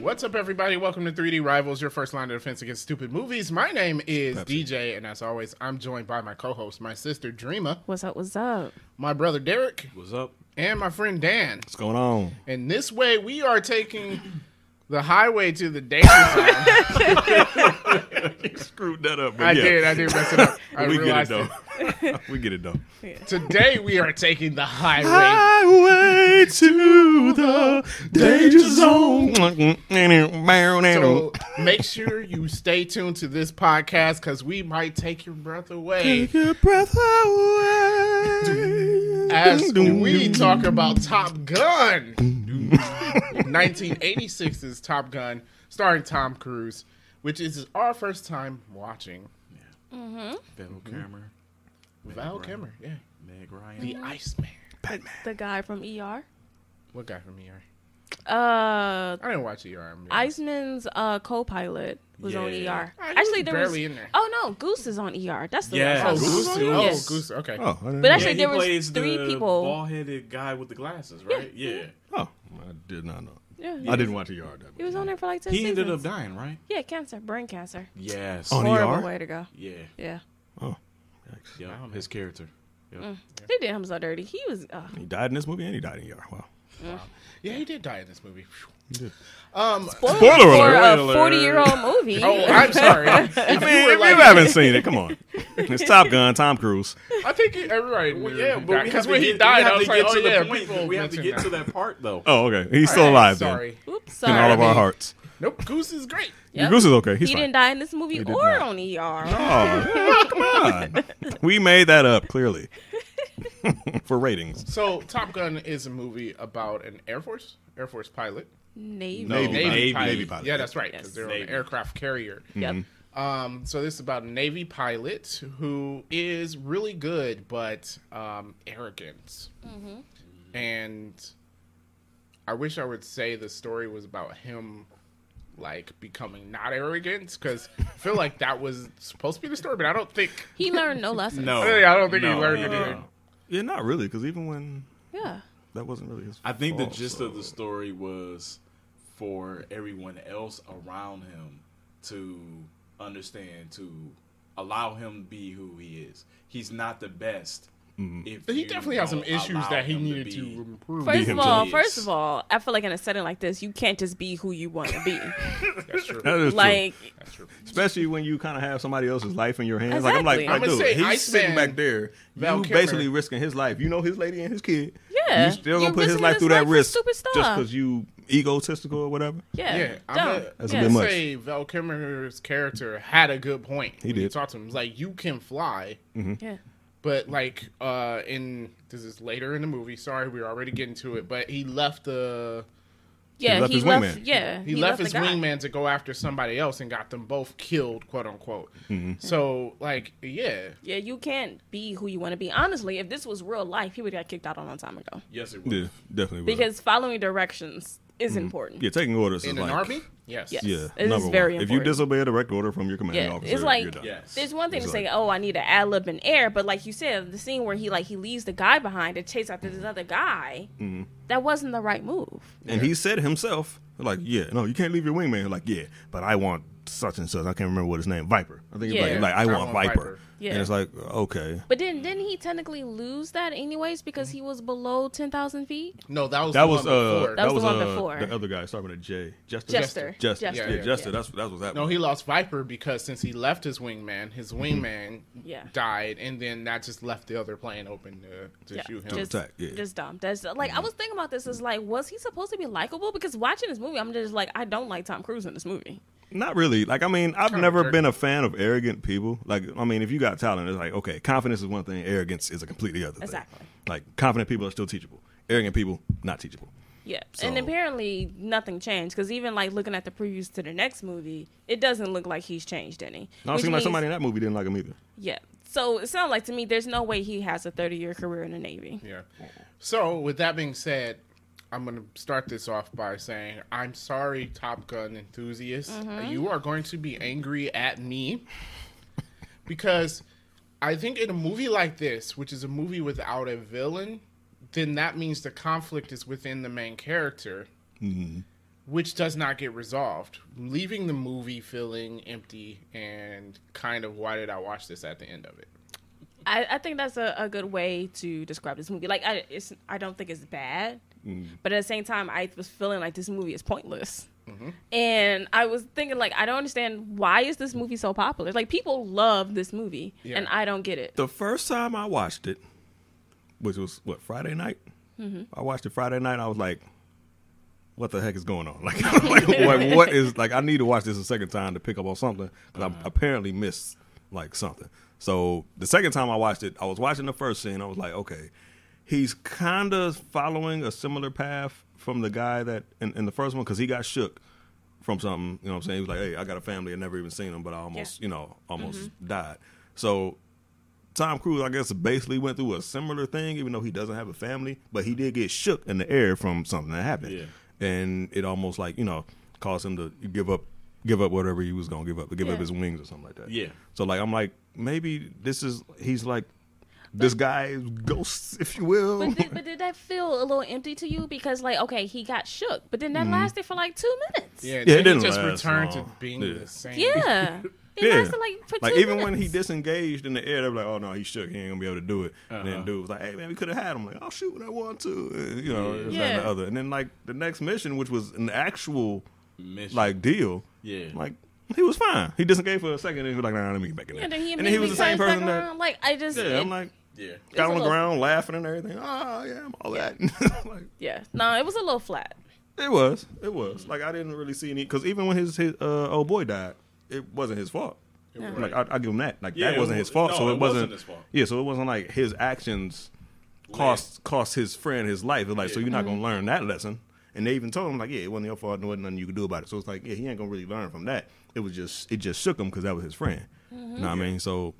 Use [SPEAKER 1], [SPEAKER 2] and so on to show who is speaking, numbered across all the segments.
[SPEAKER 1] What's up, everybody? Welcome to 3D Rivals, your first line of defense against stupid movies. My name is DJ, and as always, I'm joined by my co host, my sister Dreama,
[SPEAKER 2] What's up? What's up?
[SPEAKER 1] my brother Derek,
[SPEAKER 3] What's up?
[SPEAKER 1] and my friend Dan.
[SPEAKER 3] What's going on?
[SPEAKER 1] And this way, we are taking the highway to the danger zone.
[SPEAKER 3] Screwed that up. But
[SPEAKER 1] I
[SPEAKER 3] yeah.
[SPEAKER 1] did, I did mess it up. I
[SPEAKER 3] we get it
[SPEAKER 1] realized
[SPEAKER 3] though. we get it though.
[SPEAKER 1] it. Today, we are taking the highway
[SPEAKER 3] Highway to the danger zone.
[SPEAKER 1] So
[SPEAKER 3] so,
[SPEAKER 1] make sure you stay tuned to this podcast because we might take your breath away
[SPEAKER 3] Take your breath away.
[SPEAKER 1] as we talk about Top Gun, 1986's Top Gun, starring Tom Cruise, which is our first time watching.
[SPEAKER 3] Val Kilmer,
[SPEAKER 1] Val Kilmer, yeah,
[SPEAKER 3] Meg Ryan,
[SPEAKER 1] the Iceman.
[SPEAKER 3] Batman.
[SPEAKER 2] The guy from ER.
[SPEAKER 1] What guy from ER?
[SPEAKER 2] Uh,
[SPEAKER 1] I didn't watch ER. I'm
[SPEAKER 2] Iceman's uh co-pilot was on
[SPEAKER 3] Yeah.
[SPEAKER 2] ER.
[SPEAKER 1] Ah, he
[SPEAKER 2] Actually,
[SPEAKER 1] was
[SPEAKER 2] there
[SPEAKER 1] barely
[SPEAKER 2] was.
[SPEAKER 1] in there.
[SPEAKER 2] Oh no, Goose is on ER. That's the
[SPEAKER 3] Yeah,
[SPEAKER 2] one.
[SPEAKER 1] Oh, Goose.
[SPEAKER 3] Goose?
[SPEAKER 1] Oh,
[SPEAKER 2] Yes.
[SPEAKER 1] Goose. Okay.
[SPEAKER 3] Oh, I didn't
[SPEAKER 2] But
[SPEAKER 3] know.
[SPEAKER 2] actually,
[SPEAKER 3] Yeah,
[SPEAKER 2] there was three people.
[SPEAKER 3] ball-headed guy with the glasses, right? Yeah. Oh, I did not know.
[SPEAKER 2] Yeah,
[SPEAKER 3] I didn't watch a
[SPEAKER 4] E
[SPEAKER 3] yard.
[SPEAKER 2] He was on there for like ten
[SPEAKER 3] He
[SPEAKER 2] seasons.
[SPEAKER 3] ended up E dying, right?
[SPEAKER 2] yeah, cancer, brain cancer.
[SPEAKER 3] Yes.
[SPEAKER 4] On
[SPEAKER 2] Horrible
[SPEAKER 4] ER?
[SPEAKER 2] way to go.
[SPEAKER 3] yeah.
[SPEAKER 2] Yeah,
[SPEAKER 4] Oh,
[SPEAKER 3] Yeah. His character. Yep.
[SPEAKER 2] they did him so dirty. He was. Uh,
[SPEAKER 4] he died in this movie and he died in ER. Wow.
[SPEAKER 1] Yeah, he did die in this movie. Phew.
[SPEAKER 2] spoiler,
[SPEAKER 4] Spoiler
[SPEAKER 2] for
[SPEAKER 3] alert.
[SPEAKER 2] a forty-year-old movie.
[SPEAKER 1] Oh, I'm sorry. If you
[SPEAKER 4] I mean,
[SPEAKER 1] were
[SPEAKER 4] if
[SPEAKER 1] like-
[SPEAKER 4] you haven't seen it, come on. It's Top Gun, Tom Cruise.
[SPEAKER 1] I think he- everybody. Well,
[SPEAKER 3] Weird.
[SPEAKER 1] yeah,
[SPEAKER 3] We
[SPEAKER 1] but
[SPEAKER 3] got- 'cause
[SPEAKER 1] because when he died, I was like, oh yeah,
[SPEAKER 3] point.
[SPEAKER 1] people
[SPEAKER 3] we have to
[SPEAKER 1] mentioned
[SPEAKER 3] get to that part though.
[SPEAKER 4] Oh, okay. He's still
[SPEAKER 1] All right,
[SPEAKER 4] alive, then.
[SPEAKER 1] Sorry.
[SPEAKER 2] Oops,
[SPEAKER 4] In
[SPEAKER 2] sorry.
[SPEAKER 4] all of our hearts.
[SPEAKER 1] Nope, Goose is great.
[SPEAKER 2] Yep.
[SPEAKER 4] Goose is okay. He's
[SPEAKER 2] he
[SPEAKER 4] fine.
[SPEAKER 2] didn't die in this movie
[SPEAKER 4] did
[SPEAKER 2] or
[SPEAKER 4] not.
[SPEAKER 2] on ER.
[SPEAKER 4] Oh, come on. We made that up, clearly. For ratings.
[SPEAKER 1] So, Top Gun is a movie about an Air Force Air Force pilot,
[SPEAKER 2] Navy.
[SPEAKER 4] Navy. Navy.
[SPEAKER 1] pilot.
[SPEAKER 4] Navy pilot.
[SPEAKER 1] Yeah, that's right,
[SPEAKER 2] Yes.
[SPEAKER 1] because they're on an
[SPEAKER 3] Navy.
[SPEAKER 1] aircraft carrier.
[SPEAKER 3] Mm.
[SPEAKER 2] Yep.
[SPEAKER 1] Um, so this is about a Navy pilot who is really good, but um, arrogant.
[SPEAKER 2] Mm-hmm.
[SPEAKER 1] And I wish I would say the story was about him, like becoming not arrogant, because I feel like that was supposed to be the story, but I don't think.
[SPEAKER 2] He learned no lessons.
[SPEAKER 3] No,
[SPEAKER 1] I don't think he
[SPEAKER 3] Oh, no,
[SPEAKER 1] learned
[SPEAKER 3] no.
[SPEAKER 1] anything.
[SPEAKER 4] Yeah, not really, because even when
[SPEAKER 2] Yeah.
[SPEAKER 4] that wasn't really his
[SPEAKER 3] I think the
[SPEAKER 4] fault,
[SPEAKER 3] gist
[SPEAKER 4] Oh, so-
[SPEAKER 3] of the story was for everyone else around him to understand to allow him to be who he is. He's not the best.
[SPEAKER 4] Mm-hmm.
[SPEAKER 3] If
[SPEAKER 1] But he
[SPEAKER 3] you
[SPEAKER 1] definitely has some
[SPEAKER 3] don't
[SPEAKER 1] issues
[SPEAKER 3] allow
[SPEAKER 1] that he
[SPEAKER 3] him
[SPEAKER 1] needed
[SPEAKER 3] be-
[SPEAKER 1] to improve.
[SPEAKER 2] First of
[SPEAKER 4] him
[SPEAKER 2] all,
[SPEAKER 3] too.
[SPEAKER 2] first of all, I feel like in a setting like this, you can't just be who you want to be.
[SPEAKER 1] That's true.
[SPEAKER 4] That is true.
[SPEAKER 2] like,
[SPEAKER 4] Especially when you kind of have somebody else's life in your hands. Like I'm like,
[SPEAKER 2] Exactly.
[SPEAKER 4] like
[SPEAKER 1] I'ma
[SPEAKER 4] dude,
[SPEAKER 1] say
[SPEAKER 4] he's
[SPEAKER 1] Iceman,
[SPEAKER 4] sitting back there.
[SPEAKER 1] Val
[SPEAKER 4] you
[SPEAKER 1] Kilmer.
[SPEAKER 4] basically risking his life. You know his lady and his kid.
[SPEAKER 2] Yeah.
[SPEAKER 4] You still
[SPEAKER 2] You're
[SPEAKER 4] gonna put his
[SPEAKER 2] risking
[SPEAKER 4] life
[SPEAKER 2] his
[SPEAKER 4] through
[SPEAKER 2] life
[SPEAKER 4] that
[SPEAKER 2] for
[SPEAKER 4] risk
[SPEAKER 2] stupid stuff.
[SPEAKER 4] just because you egotistical or whatever.
[SPEAKER 2] yeah,
[SPEAKER 1] Yeah, I'm
[SPEAKER 2] dumb.
[SPEAKER 1] a-
[SPEAKER 4] That's
[SPEAKER 2] yeah.
[SPEAKER 4] a bit much.
[SPEAKER 1] say Val Kilmer's character had a good point. He You
[SPEAKER 4] did.
[SPEAKER 1] talk to him. He's like, you can fly,
[SPEAKER 2] Yeah.
[SPEAKER 1] but like uh in this is later in the movie. Sorry, we are already getting to it. But he left the
[SPEAKER 2] Yeah,
[SPEAKER 4] left
[SPEAKER 2] he left,
[SPEAKER 4] his wingman.
[SPEAKER 2] yeah,
[SPEAKER 1] he, left,
[SPEAKER 2] the
[SPEAKER 1] his
[SPEAKER 2] guy.
[SPEAKER 1] wingman to go after somebody else and got them both killed, quote unquote.
[SPEAKER 4] Mm-hmm.
[SPEAKER 1] So like, yeah,
[SPEAKER 2] Yeah, you can't be who you want to be. Honestly, if this was real life, he would have got kicked out a long time ago.
[SPEAKER 3] Yes, it was.
[SPEAKER 4] Yeah, definitely. would've.
[SPEAKER 2] Because following directions is
[SPEAKER 4] Mm-hmm.
[SPEAKER 2] important.
[SPEAKER 4] yeah, taking orders
[SPEAKER 1] in
[SPEAKER 4] is
[SPEAKER 1] an
[SPEAKER 4] like
[SPEAKER 1] army, yes,
[SPEAKER 2] Yes.
[SPEAKER 4] yeah,
[SPEAKER 2] It is
[SPEAKER 4] number
[SPEAKER 2] very
[SPEAKER 4] one. If you
[SPEAKER 2] important.
[SPEAKER 4] disobey a direct order from your commanding
[SPEAKER 2] Yeah,
[SPEAKER 4] officer,
[SPEAKER 2] it's like
[SPEAKER 4] you're done.
[SPEAKER 3] Yes.
[SPEAKER 2] there's one thing
[SPEAKER 4] It's
[SPEAKER 2] to say,
[SPEAKER 4] like-
[SPEAKER 2] oh, I need an ad lib in air, but like you said, the scene where he like he leaves the guy behind and chase after this other guy,
[SPEAKER 4] Mm-hmm.
[SPEAKER 2] that wasn't the right move.
[SPEAKER 4] And he said himself, like, yeah, no, you can't leave your wingman. Like, yeah, but I want such and such. I can't remember what his name. Viper. I think it's
[SPEAKER 2] Yeah.
[SPEAKER 4] like, like I, want, Viper.
[SPEAKER 2] Yeah.
[SPEAKER 4] And it's like, okay,
[SPEAKER 2] But then didn't he technically lose that anyways because he was below ten thousand feet?
[SPEAKER 1] No, that was
[SPEAKER 4] That
[SPEAKER 1] the
[SPEAKER 4] was
[SPEAKER 1] one
[SPEAKER 4] uh,
[SPEAKER 1] before.
[SPEAKER 2] That was
[SPEAKER 4] that was
[SPEAKER 2] the one
[SPEAKER 4] uh,
[SPEAKER 2] before.
[SPEAKER 4] the other guy starting with a J. Jester.
[SPEAKER 2] Jester.
[SPEAKER 4] Jester.
[SPEAKER 2] Jester.
[SPEAKER 4] Yeah,
[SPEAKER 1] Yeah.
[SPEAKER 4] Jester. That's that's what that.
[SPEAKER 1] No,
[SPEAKER 4] was.
[SPEAKER 1] he lost Viper because since he left his wingman, his
[SPEAKER 4] Mm-hmm.
[SPEAKER 1] wingman
[SPEAKER 2] Yeah.
[SPEAKER 1] died, and then that just left the other plane open to, to
[SPEAKER 2] Yeah,
[SPEAKER 1] shoot him.
[SPEAKER 2] just,
[SPEAKER 4] attack, yeah. Mm-hmm.
[SPEAKER 2] just dumb. That's like I was thinking about this. Is like, was he supposed to be likable? Because watching this movie, I'm just like, I don't like Tom Cruise in this movie.
[SPEAKER 4] Not really. Like I mean, I've
[SPEAKER 1] Kinda
[SPEAKER 4] never
[SPEAKER 1] jerk.
[SPEAKER 4] been a fan of arrogant people. Like I mean, if you got talent, it's like okay, confidence is one thing, arrogance is a completely other thing.
[SPEAKER 2] Exactly.
[SPEAKER 4] Like confident people are still teachable. Arrogant people not teachable.
[SPEAKER 2] Yeah,
[SPEAKER 4] So-
[SPEAKER 2] and apparently nothing changed because even like looking at the previews to the next movie, it doesn't look like he's changed any.
[SPEAKER 4] I don't
[SPEAKER 2] Which
[SPEAKER 4] seem like
[SPEAKER 2] means-
[SPEAKER 4] somebody in that movie didn't like him either.
[SPEAKER 2] Yeah, so it sounds like to me, there's no way he has a 30 year career in the Navy.
[SPEAKER 1] Yeah. So, with that being said, I'm going to start this off by saying I'm sorry, Top Gun enthusiasts. You are going to be angry at me because I think in a movie like this, which is a movie without a
[SPEAKER 4] Mm-hmm.
[SPEAKER 1] villain, then that means the conflict is within the main character. which does not get resolved, leaving the movie feeling empty and kind of why did I watch this at the end of it?
[SPEAKER 2] I, I think that's a, a good way to describe this movie. Like, I, it's, I don't think it's bad,
[SPEAKER 4] Mm.
[SPEAKER 2] but at the same time, I was feeling like this movie is pointless.
[SPEAKER 4] Mm-hmm.
[SPEAKER 2] And I was thinking, like, I don't understand why is this movie so popular? Like, people love this movie,
[SPEAKER 1] Yeah.
[SPEAKER 2] and I don't get it.
[SPEAKER 4] The first time I watched it, which was what Friday night, I watched it Friday night. And I was like, "What the heck is going on? Like, like, what- what is like? I need to watch this a second time to pick up on something because I apparently missed like something." So the second time I watched it, I was watching the first scene. I was like, "Okay, he's kind of following a similar path from the guy that in, in the first one because he got shook." from something. You know what I'm saying? He was like, "Hey, I got a family. I never even seen them, but I almost, you know, almost died." So Tom Cruise, I guess, basically went through a similar thing, even though he doesn't have a family, but he did get shook in the air from something that happened,
[SPEAKER 3] Yeah.
[SPEAKER 4] and it almost like you know caused him to give up, give up whatever he was gonna give up, to give
[SPEAKER 2] Yeah.
[SPEAKER 4] up his wings or something like that.
[SPEAKER 3] Yeah.
[SPEAKER 4] So like, I'm like, maybe this is he's like. This guy's ghosts, if you will.
[SPEAKER 2] But did, but did that feel a little empty to you? Because like, okay, he got shook, but then that lasted for like two minutes.
[SPEAKER 1] Yeah,
[SPEAKER 4] Mm-hmm. Yeah, it
[SPEAKER 1] then
[SPEAKER 4] didn't
[SPEAKER 1] just
[SPEAKER 4] last
[SPEAKER 1] returned
[SPEAKER 4] long.
[SPEAKER 1] to being
[SPEAKER 4] Yeah.
[SPEAKER 1] the same.
[SPEAKER 2] yeah. It lasted like for two
[SPEAKER 4] even when
[SPEAKER 2] minutes.
[SPEAKER 4] he disengaged in the air, they were like, "Oh no, he shook. He ain't gonna be able to do it." And
[SPEAKER 3] Uh-huh.
[SPEAKER 4] then dude was like, "Hey man, we could have had him. Like, I'll shoot when I want to." And, you know, this, that, and
[SPEAKER 2] Yeah.
[SPEAKER 4] the other. And then like the next mission, which was an actual
[SPEAKER 3] Mission.
[SPEAKER 4] like deal,
[SPEAKER 3] Yeah.
[SPEAKER 4] like he was fine. He disengaged for a second, and he was like, "Nah, let me get back in there."
[SPEAKER 2] And then he,
[SPEAKER 4] and then he was the same person that.
[SPEAKER 2] like I just
[SPEAKER 4] Yeah,
[SPEAKER 2] it-
[SPEAKER 4] I'm like.
[SPEAKER 3] yeah.
[SPEAKER 4] Got
[SPEAKER 2] a
[SPEAKER 4] on the
[SPEAKER 2] little-
[SPEAKER 4] ground laughing and everything. Oh yeah, I'm all that. like,
[SPEAKER 2] yeah no it was a little flat
[SPEAKER 4] it was, it was. Like I didn't really see any because even when his his uh, old boy died, it wasn't his fault. Like I, I give him that. Like
[SPEAKER 3] Yeah,
[SPEAKER 4] that
[SPEAKER 3] it
[SPEAKER 4] wasn't
[SPEAKER 3] wa-
[SPEAKER 4] his fault.
[SPEAKER 3] no,
[SPEAKER 4] so
[SPEAKER 3] it
[SPEAKER 4] it,
[SPEAKER 3] wasn't
[SPEAKER 4] wasn't.
[SPEAKER 3] his fault.
[SPEAKER 4] Yeah, so it wasn't like his actions cost cost his friend his life. It's like so
[SPEAKER 3] Yeah. Mm-hmm.
[SPEAKER 4] you're not gonna learn that lesson. And they even told him like, yeah, it wasn't your fault. There wasn't nothing you could do about it. So it's like, yeah, he ain't gonna really learn from that. It was just it just shook him because that was his friend.
[SPEAKER 3] Mm-hmm.
[SPEAKER 4] You know what I mean? So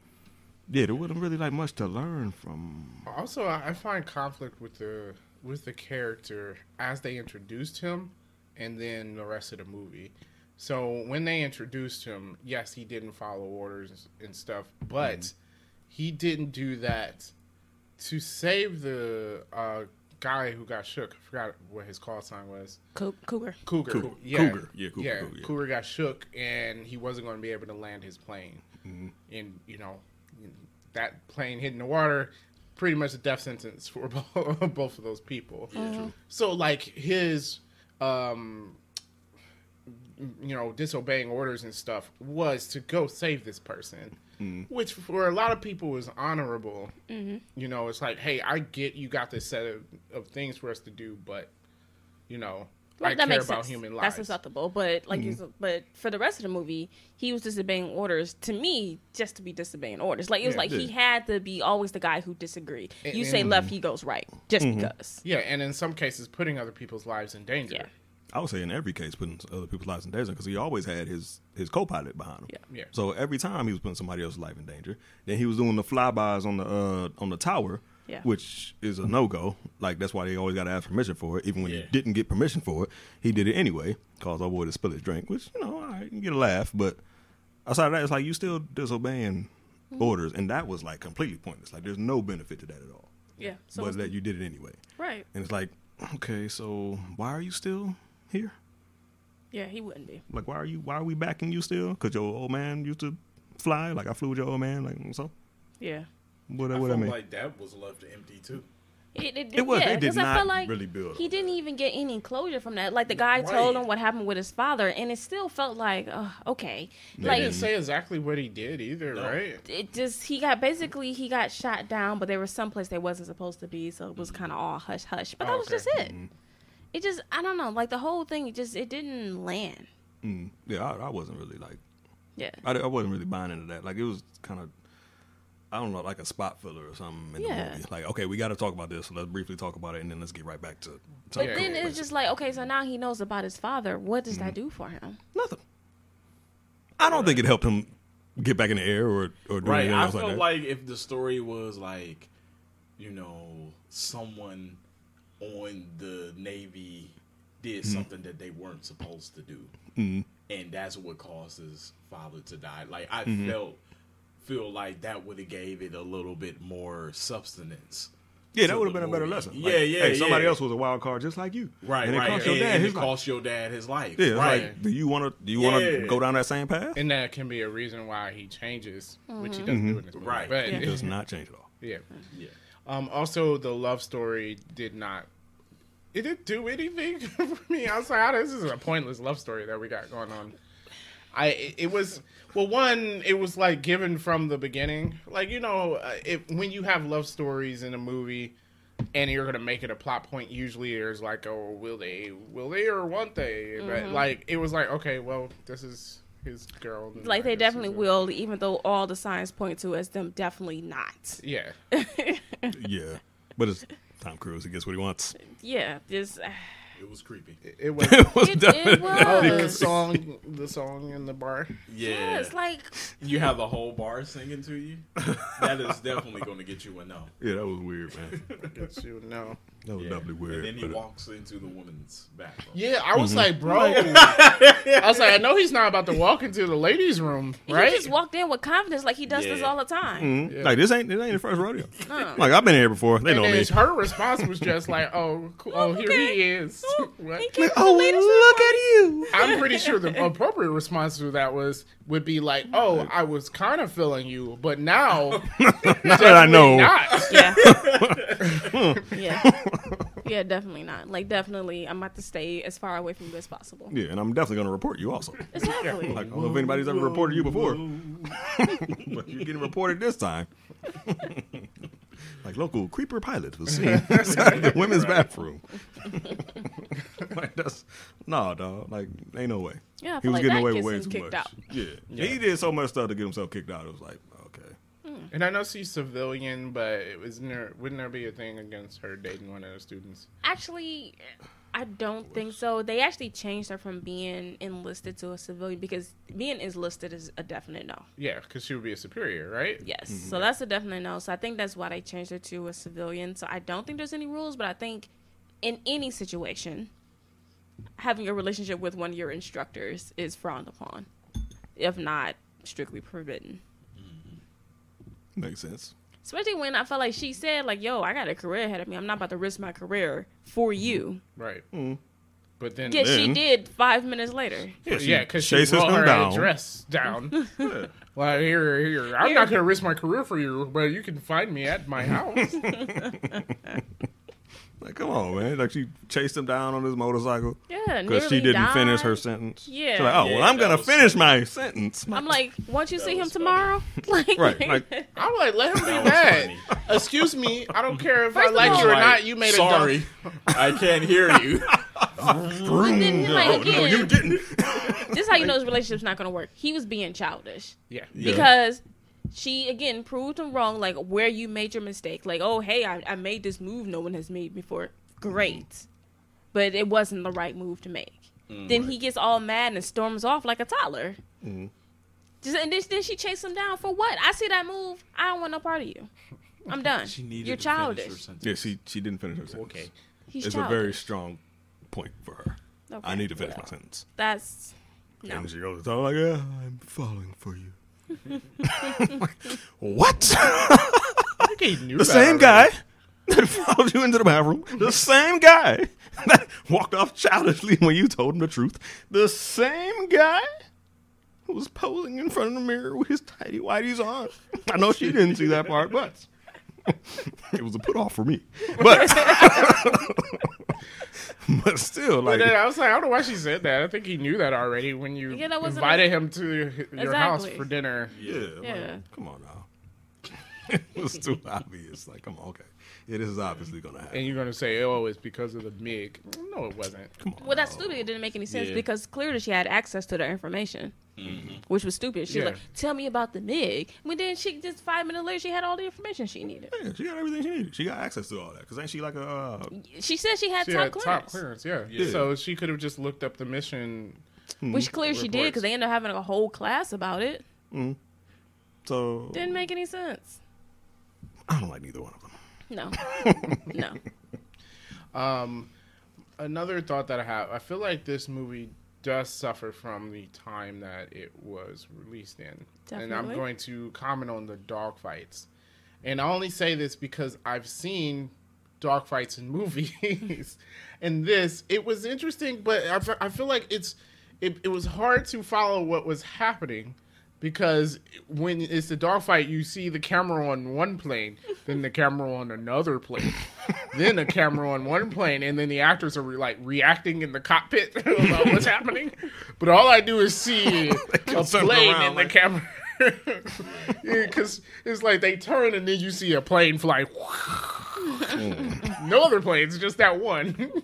[SPEAKER 4] yeah, there wasn't really like much to learn from.
[SPEAKER 1] Also, I I find conflict with the with the character as they introduced him, and then the rest of the movie. So when they introduced him, yes, he didn't follow orders and stuff, but he didn't do that to save the uh, guy who got shook. I forgot what his call sign was.
[SPEAKER 2] Coo- cougar
[SPEAKER 1] Cougar.
[SPEAKER 4] Cougar.
[SPEAKER 1] Yeah.
[SPEAKER 4] Cougar. Yeah, Cougar, Cougar, yeah.
[SPEAKER 1] Cougar got shook, and he wasn't going to be able to land his plane.
[SPEAKER 4] Mm-hmm.
[SPEAKER 1] And you know, that plane hitting the water, pretty much a death sentence for bo- both of those people. So like his, um, you know, disobeying orders and stuff was to go save this person.
[SPEAKER 4] Mm-hmm.
[SPEAKER 1] Which for a lot of people is honorable.
[SPEAKER 2] Mm-hmm.
[SPEAKER 1] You know, it's like, hey, I get you got this set of, of things for us to do, but you know,
[SPEAKER 2] Well,
[SPEAKER 1] I
[SPEAKER 2] that
[SPEAKER 1] care
[SPEAKER 2] makes
[SPEAKER 1] about
[SPEAKER 2] sense.
[SPEAKER 1] human lives.
[SPEAKER 2] that's acceptable but like it's
[SPEAKER 4] Mm-hmm.
[SPEAKER 2] but for the rest of the movie he was disobeying orders to me just to be disobeying orders like it was
[SPEAKER 1] Yeah.
[SPEAKER 2] like he had to be always the guy who disagreed
[SPEAKER 1] And-
[SPEAKER 2] you say
[SPEAKER 1] and-
[SPEAKER 2] left he goes right just
[SPEAKER 4] Mm-hmm.
[SPEAKER 2] because
[SPEAKER 1] Yeah, and in some cases, putting other people's lives in danger.
[SPEAKER 2] Yeah.
[SPEAKER 4] I would say in every case putting other people's lives in danger because he always had his his co-pilot behind him.
[SPEAKER 2] Yeah.
[SPEAKER 1] Yeah.
[SPEAKER 4] So every time he was putting somebody else's life in danger. Then he was doing the flybys on the uh, on the tower,
[SPEAKER 2] Yeah.
[SPEAKER 4] which is a no go. Like that's why they always got to ask permission for it. Even when
[SPEAKER 3] Yeah.
[SPEAKER 4] he didn't get permission for it, he did it anyway. Caused our boy to spill his drink, which you know, all right, you can get a laugh. But outside of that, it's like you still disobeying
[SPEAKER 2] Mm-hmm.
[SPEAKER 4] orders, and that was like completely pointless. Like there's no benefit to that at all.
[SPEAKER 2] yeah so
[SPEAKER 4] but that you did it anyway,
[SPEAKER 2] right
[SPEAKER 4] and it's like, okay, so why are you still here?
[SPEAKER 2] yeah he wouldn't be
[SPEAKER 4] Like, why are you? Why are we backing you still? Because your old man used to fly. Like I flew with your old man. Like so,
[SPEAKER 2] yeah
[SPEAKER 4] what
[SPEAKER 3] I
[SPEAKER 4] what I
[SPEAKER 3] felt
[SPEAKER 4] mean?
[SPEAKER 3] like that was left empty too.
[SPEAKER 2] It, it,
[SPEAKER 4] It was.
[SPEAKER 2] Yeah,
[SPEAKER 4] They did
[SPEAKER 2] 'cause I
[SPEAKER 4] not
[SPEAKER 2] felt like
[SPEAKER 4] really build
[SPEAKER 2] He
[SPEAKER 4] on
[SPEAKER 2] didn't even get any closure from that. Like the guy told
[SPEAKER 3] Right.
[SPEAKER 2] him what happened with his father, and it still felt like, oh, okay,
[SPEAKER 1] They
[SPEAKER 2] like
[SPEAKER 1] didn't say exactly what he did either,
[SPEAKER 3] No.
[SPEAKER 1] right?
[SPEAKER 2] it just he got basically he got shot down, but they were someplace they wasn't supposed to be, so it was kind of all hush hush. But
[SPEAKER 1] Oh,
[SPEAKER 2] that was
[SPEAKER 1] okay.
[SPEAKER 2] just it. It just I don't know, like the whole thing it just it didn't land.
[SPEAKER 4] Mm, yeah, I, I wasn't really like
[SPEAKER 2] Yeah,
[SPEAKER 4] I, I wasn't really buying into that. Like it was kind of I don't know, like a spot filler or something in
[SPEAKER 2] Yeah.
[SPEAKER 4] the movie. Like okay, we got to talk about this. So let's briefly talk about it, and then let's get right back to. to
[SPEAKER 2] but
[SPEAKER 4] the
[SPEAKER 2] then
[SPEAKER 4] cool
[SPEAKER 2] it's
[SPEAKER 4] place.
[SPEAKER 2] just like okay, so now he knows about his father. What does that do for him?
[SPEAKER 4] nothing. I don't think it helped him get back in the air or or do
[SPEAKER 3] Right.
[SPEAKER 4] anything
[SPEAKER 3] I
[SPEAKER 4] else
[SPEAKER 3] felt
[SPEAKER 4] like that.
[SPEAKER 3] like if the story was like, you know, someone on the Navy did
[SPEAKER 4] Mm-hmm.
[SPEAKER 3] something that they weren't supposed to do, and that's what caused his father to die. Like I
[SPEAKER 4] Mm-hmm.
[SPEAKER 3] felt feel like that would have gave it a little bit more substance.
[SPEAKER 4] Yeah,
[SPEAKER 3] to
[SPEAKER 4] that would have
[SPEAKER 3] the
[SPEAKER 4] been a better
[SPEAKER 3] movie.
[SPEAKER 4] lesson.
[SPEAKER 3] Yeah,
[SPEAKER 4] Like,
[SPEAKER 3] yeah.
[SPEAKER 4] Hey, somebody
[SPEAKER 3] yeah.
[SPEAKER 4] else was a wild card just like you.
[SPEAKER 3] Right,
[SPEAKER 4] and it
[SPEAKER 3] right.
[SPEAKER 4] Cost
[SPEAKER 3] and
[SPEAKER 4] your dad.
[SPEAKER 3] and
[SPEAKER 4] his
[SPEAKER 3] it
[SPEAKER 4] life.
[SPEAKER 3] cost your dad his life.
[SPEAKER 4] yeah, it's
[SPEAKER 3] right.
[SPEAKER 4] like, do you want to? Do you want to
[SPEAKER 3] Yeah.
[SPEAKER 4] go down that same path?
[SPEAKER 1] and that can be a reason why he changes, which he doesn't do in this movie.
[SPEAKER 3] Mm-hmm. Right.
[SPEAKER 1] But
[SPEAKER 2] Mm-hmm. Yeah.
[SPEAKER 4] It does not change at all.
[SPEAKER 1] yeah.
[SPEAKER 3] yeah.
[SPEAKER 1] Um, also, the love story did not. It didn't do anything for me. I was like, "Oh, this is a pointless love story that we got going on. I it- it was well, one, it was like given from the beginning. Like you know, uh, if when you have love stories in a movie, and you're gonna make it a plot point, usually there's like, oh, will they, will they, or won't they?
[SPEAKER 2] Mm-hmm.
[SPEAKER 1] But like, it was like, okay, well, this is his girl. and
[SPEAKER 2] Like
[SPEAKER 1] I
[SPEAKER 2] they
[SPEAKER 1] guess
[SPEAKER 2] definitely
[SPEAKER 1] he's a-
[SPEAKER 2] will, even though all the signs point to as them definitely not.
[SPEAKER 1] Yeah,
[SPEAKER 4] yeah, but it's Tom Cruise. He gets what he wants.
[SPEAKER 2] Yeah, just uh,
[SPEAKER 3] It was creepy.
[SPEAKER 1] it, it was.
[SPEAKER 4] It was
[SPEAKER 2] It-
[SPEAKER 4] definitely-
[SPEAKER 2] it
[SPEAKER 1] Oh, the
[SPEAKER 2] was.
[SPEAKER 1] song, the song in the bar.
[SPEAKER 3] Yeah.
[SPEAKER 2] yeah, it's like
[SPEAKER 3] you have the whole bar singing to you. that is definitely going to get you a no.
[SPEAKER 4] Yeah, that was weird, man.
[SPEAKER 1] Yes, you know.
[SPEAKER 4] That was
[SPEAKER 3] Yeah.
[SPEAKER 4] definitely weird.
[SPEAKER 3] And then he
[SPEAKER 4] but- uh,
[SPEAKER 3] walks into the woman's bathroom.
[SPEAKER 1] Yeah, I
[SPEAKER 4] Mm-hmm.
[SPEAKER 1] was like, bro. I was like, I know he's not about to walk into the ladies' room,
[SPEAKER 2] right?
[SPEAKER 1] right?
[SPEAKER 2] he just walked in with confidence, like he does this
[SPEAKER 3] Yeah.
[SPEAKER 2] all the time.
[SPEAKER 4] Mhm.
[SPEAKER 1] Yeah.
[SPEAKER 4] Like this ain't this ain't the first rodeo. Like I've been here before. They
[SPEAKER 1] and
[SPEAKER 4] know
[SPEAKER 1] then
[SPEAKER 4] me.
[SPEAKER 1] his- her response was just like, "Oh, cool. oh, here he
[SPEAKER 2] okay.
[SPEAKER 1] is." What?
[SPEAKER 2] He came
[SPEAKER 4] Oh, look at you.
[SPEAKER 1] I'm pretty sure the appropriate response to that was would be like, "Oh, I was kind of feeling you, but now
[SPEAKER 4] Now that I know.
[SPEAKER 1] not."
[SPEAKER 2] Yeah. yeah. Yeah, definitely not. Like, definitely, I'm about to stay as far away from you as possible.
[SPEAKER 4] Yeah, and I'm definitely gonna report you also.
[SPEAKER 2] Exactly.
[SPEAKER 4] Like I don't know if anybody's ever reported you before, but you're getting reported this time. like local creeper pilot was seen inside the women's bathroom. like that's no, dog. Like ain't no way.
[SPEAKER 2] Yeah, I
[SPEAKER 4] he
[SPEAKER 2] feel
[SPEAKER 4] was
[SPEAKER 2] like
[SPEAKER 4] getting
[SPEAKER 2] that
[SPEAKER 4] away with
[SPEAKER 2] gets
[SPEAKER 4] way
[SPEAKER 2] him
[SPEAKER 4] too
[SPEAKER 2] kicked
[SPEAKER 4] much.
[SPEAKER 2] out.
[SPEAKER 4] Yeah. he did so much stuff to get himself kicked out. It was like okay.
[SPEAKER 1] And I know she's civilian, but it was there, wouldn't there be a thing against her dating one of the students?
[SPEAKER 2] Actually, I don't think so. They actually changed her from being enlisted to a civilian because being enlisted is a definite no.
[SPEAKER 1] Yeah, because she would be a superior, right?
[SPEAKER 4] Mm.
[SPEAKER 2] Yes. So that's a definite no. So I think that's why they changed her to a civilian. So I don't think there's any rules, but I think in any situation, having a relationship with one of your instructors is frowned upon, if not strictly forbidden.
[SPEAKER 4] Makes sense.
[SPEAKER 2] Especially when I felt like she said, like, yo, I got a career ahead of me. I'm not about to risk my career for you.
[SPEAKER 1] Right. But then,
[SPEAKER 2] Yet she
[SPEAKER 4] Then-
[SPEAKER 2] did five minutes later.
[SPEAKER 1] yeah, because she
[SPEAKER 4] chases
[SPEAKER 1] brought
[SPEAKER 4] him
[SPEAKER 1] her
[SPEAKER 4] down.
[SPEAKER 1] address down.
[SPEAKER 4] Yeah.
[SPEAKER 1] Well, here, here. I'm
[SPEAKER 2] Here.
[SPEAKER 1] not going to risk my career for you, but you can find me at my house.
[SPEAKER 4] Like come on, man. Like she chased him down on his motorcycle.
[SPEAKER 2] Yeah,
[SPEAKER 4] Because she
[SPEAKER 2] nearly
[SPEAKER 4] didn't finish
[SPEAKER 2] died.
[SPEAKER 4] her sentence. She's
[SPEAKER 2] Yeah.
[SPEAKER 4] like, oh,
[SPEAKER 3] Yeah,
[SPEAKER 4] well, I'm
[SPEAKER 3] that
[SPEAKER 4] going to
[SPEAKER 3] was
[SPEAKER 4] finish my sentence.
[SPEAKER 2] I'm like, once you see him
[SPEAKER 3] was funny.
[SPEAKER 2] tomorrow, like,
[SPEAKER 4] Right, like-
[SPEAKER 1] I'm like, let him
[SPEAKER 3] That
[SPEAKER 1] be
[SPEAKER 3] was
[SPEAKER 1] mad.
[SPEAKER 3] funny.
[SPEAKER 1] Excuse me, I don't care if
[SPEAKER 2] First
[SPEAKER 1] I
[SPEAKER 2] of
[SPEAKER 1] like
[SPEAKER 2] all-
[SPEAKER 1] you or
[SPEAKER 3] Like,
[SPEAKER 1] not. You made a
[SPEAKER 3] sorry.
[SPEAKER 1] dumb.
[SPEAKER 3] I can't hear you.
[SPEAKER 2] But then, like,
[SPEAKER 4] "Mm, no, no,
[SPEAKER 2] again-
[SPEAKER 4] you didn't.
[SPEAKER 2] this is how you know this relationship's not going to work. He was being childish.
[SPEAKER 1] Yeah.
[SPEAKER 2] because she again proved him wrong like where you made your mistake like oh hey i, I made this move no one has made before great
[SPEAKER 4] Mm-hmm.
[SPEAKER 2] but it wasn't the right move to make
[SPEAKER 4] Mm,
[SPEAKER 2] then he gets all mad and storms off like a toddler
[SPEAKER 4] Mm-hmm.
[SPEAKER 2] just and then, then she chased him down for what i see that move i don't want no part of you i'm done
[SPEAKER 3] She needed
[SPEAKER 2] you're
[SPEAKER 3] to finish her
[SPEAKER 2] childish
[SPEAKER 3] sentence.
[SPEAKER 4] yeah, she, she didn't finish her sentence.
[SPEAKER 1] Okay.
[SPEAKER 2] he's
[SPEAKER 4] It's a
[SPEAKER 2] childish
[SPEAKER 4] very strong point for her. I
[SPEAKER 2] Okay,
[SPEAKER 4] need to finish my
[SPEAKER 2] well,
[SPEAKER 4] sentence.
[SPEAKER 2] that's no
[SPEAKER 4] And she goes, I'm like, yeah, I'm falling for you. what?
[SPEAKER 1] I think he knew
[SPEAKER 4] the
[SPEAKER 1] that
[SPEAKER 4] same
[SPEAKER 1] already.
[SPEAKER 4] guy that followed you into the bathroom, the same guy that walked off childishly when you told him the truth, the same guy who was posing in front of the mirror with his tidy whities on. I know she didn't see that part, but it was a put off for me. But but still,
[SPEAKER 1] But
[SPEAKER 4] like
[SPEAKER 1] then I was like, I don't know why she said that. I think he knew that already when you
[SPEAKER 2] Yeah, that wasn't
[SPEAKER 1] invited him to your house
[SPEAKER 2] Exactly.
[SPEAKER 1] for dinner.
[SPEAKER 4] yeah, like,
[SPEAKER 2] Yeah.
[SPEAKER 4] come on now. it was too obvious. Like, come on, okay, yeah, this is obviously gonna happen.
[SPEAKER 1] And you're going to say, oh, it's because of the MIG. No, it wasn't.
[SPEAKER 4] Come on,
[SPEAKER 2] Well, that's stupid. It didn't make any sense
[SPEAKER 3] Yeah. Mm-hmm.
[SPEAKER 2] because clearly she had access to their information, which was stupid. She
[SPEAKER 1] Yeah.
[SPEAKER 2] was like, "Tell me about the MIG." When then she just five minutes later, she had all the information she needed.
[SPEAKER 4] Yeah, she got everything she needed. She got access to all that. Cause ain't she like a uh,
[SPEAKER 2] She said she had
[SPEAKER 1] She
[SPEAKER 2] top
[SPEAKER 1] had
[SPEAKER 2] clearance,
[SPEAKER 1] top clearance, yeah.
[SPEAKER 4] Yeah.
[SPEAKER 1] So she could have just looked up the mission.
[SPEAKER 3] Hmm.
[SPEAKER 2] which clearly she did
[SPEAKER 1] Reports.
[SPEAKER 2] because they ended up having a whole class about it.
[SPEAKER 4] so
[SPEAKER 2] Didn't make any sense.
[SPEAKER 4] I don't like neither one of them.
[SPEAKER 2] No, no.
[SPEAKER 1] Another thought that I have, I feel like this movie does suffer from the time that it was released in. And I'm
[SPEAKER 2] Definitely.
[SPEAKER 1] going to comment on the dog fights. And I only say this because I've seen dog fights in movies. and this, it was interesting, but I, fe- I feel like it's it, it was hard to follow what was happening because when it's the dog fight, you see the camera on one plane, then the camera on another plane, then a camera on one plane, and then the actors are like reacting in the cockpit about what's happening. But all I do is see a
[SPEAKER 4] turn
[SPEAKER 1] plane
[SPEAKER 4] around
[SPEAKER 1] in the
[SPEAKER 4] like-
[SPEAKER 1] camera. Because it's like they turn and then you see a plane fly. no other planes, just that one.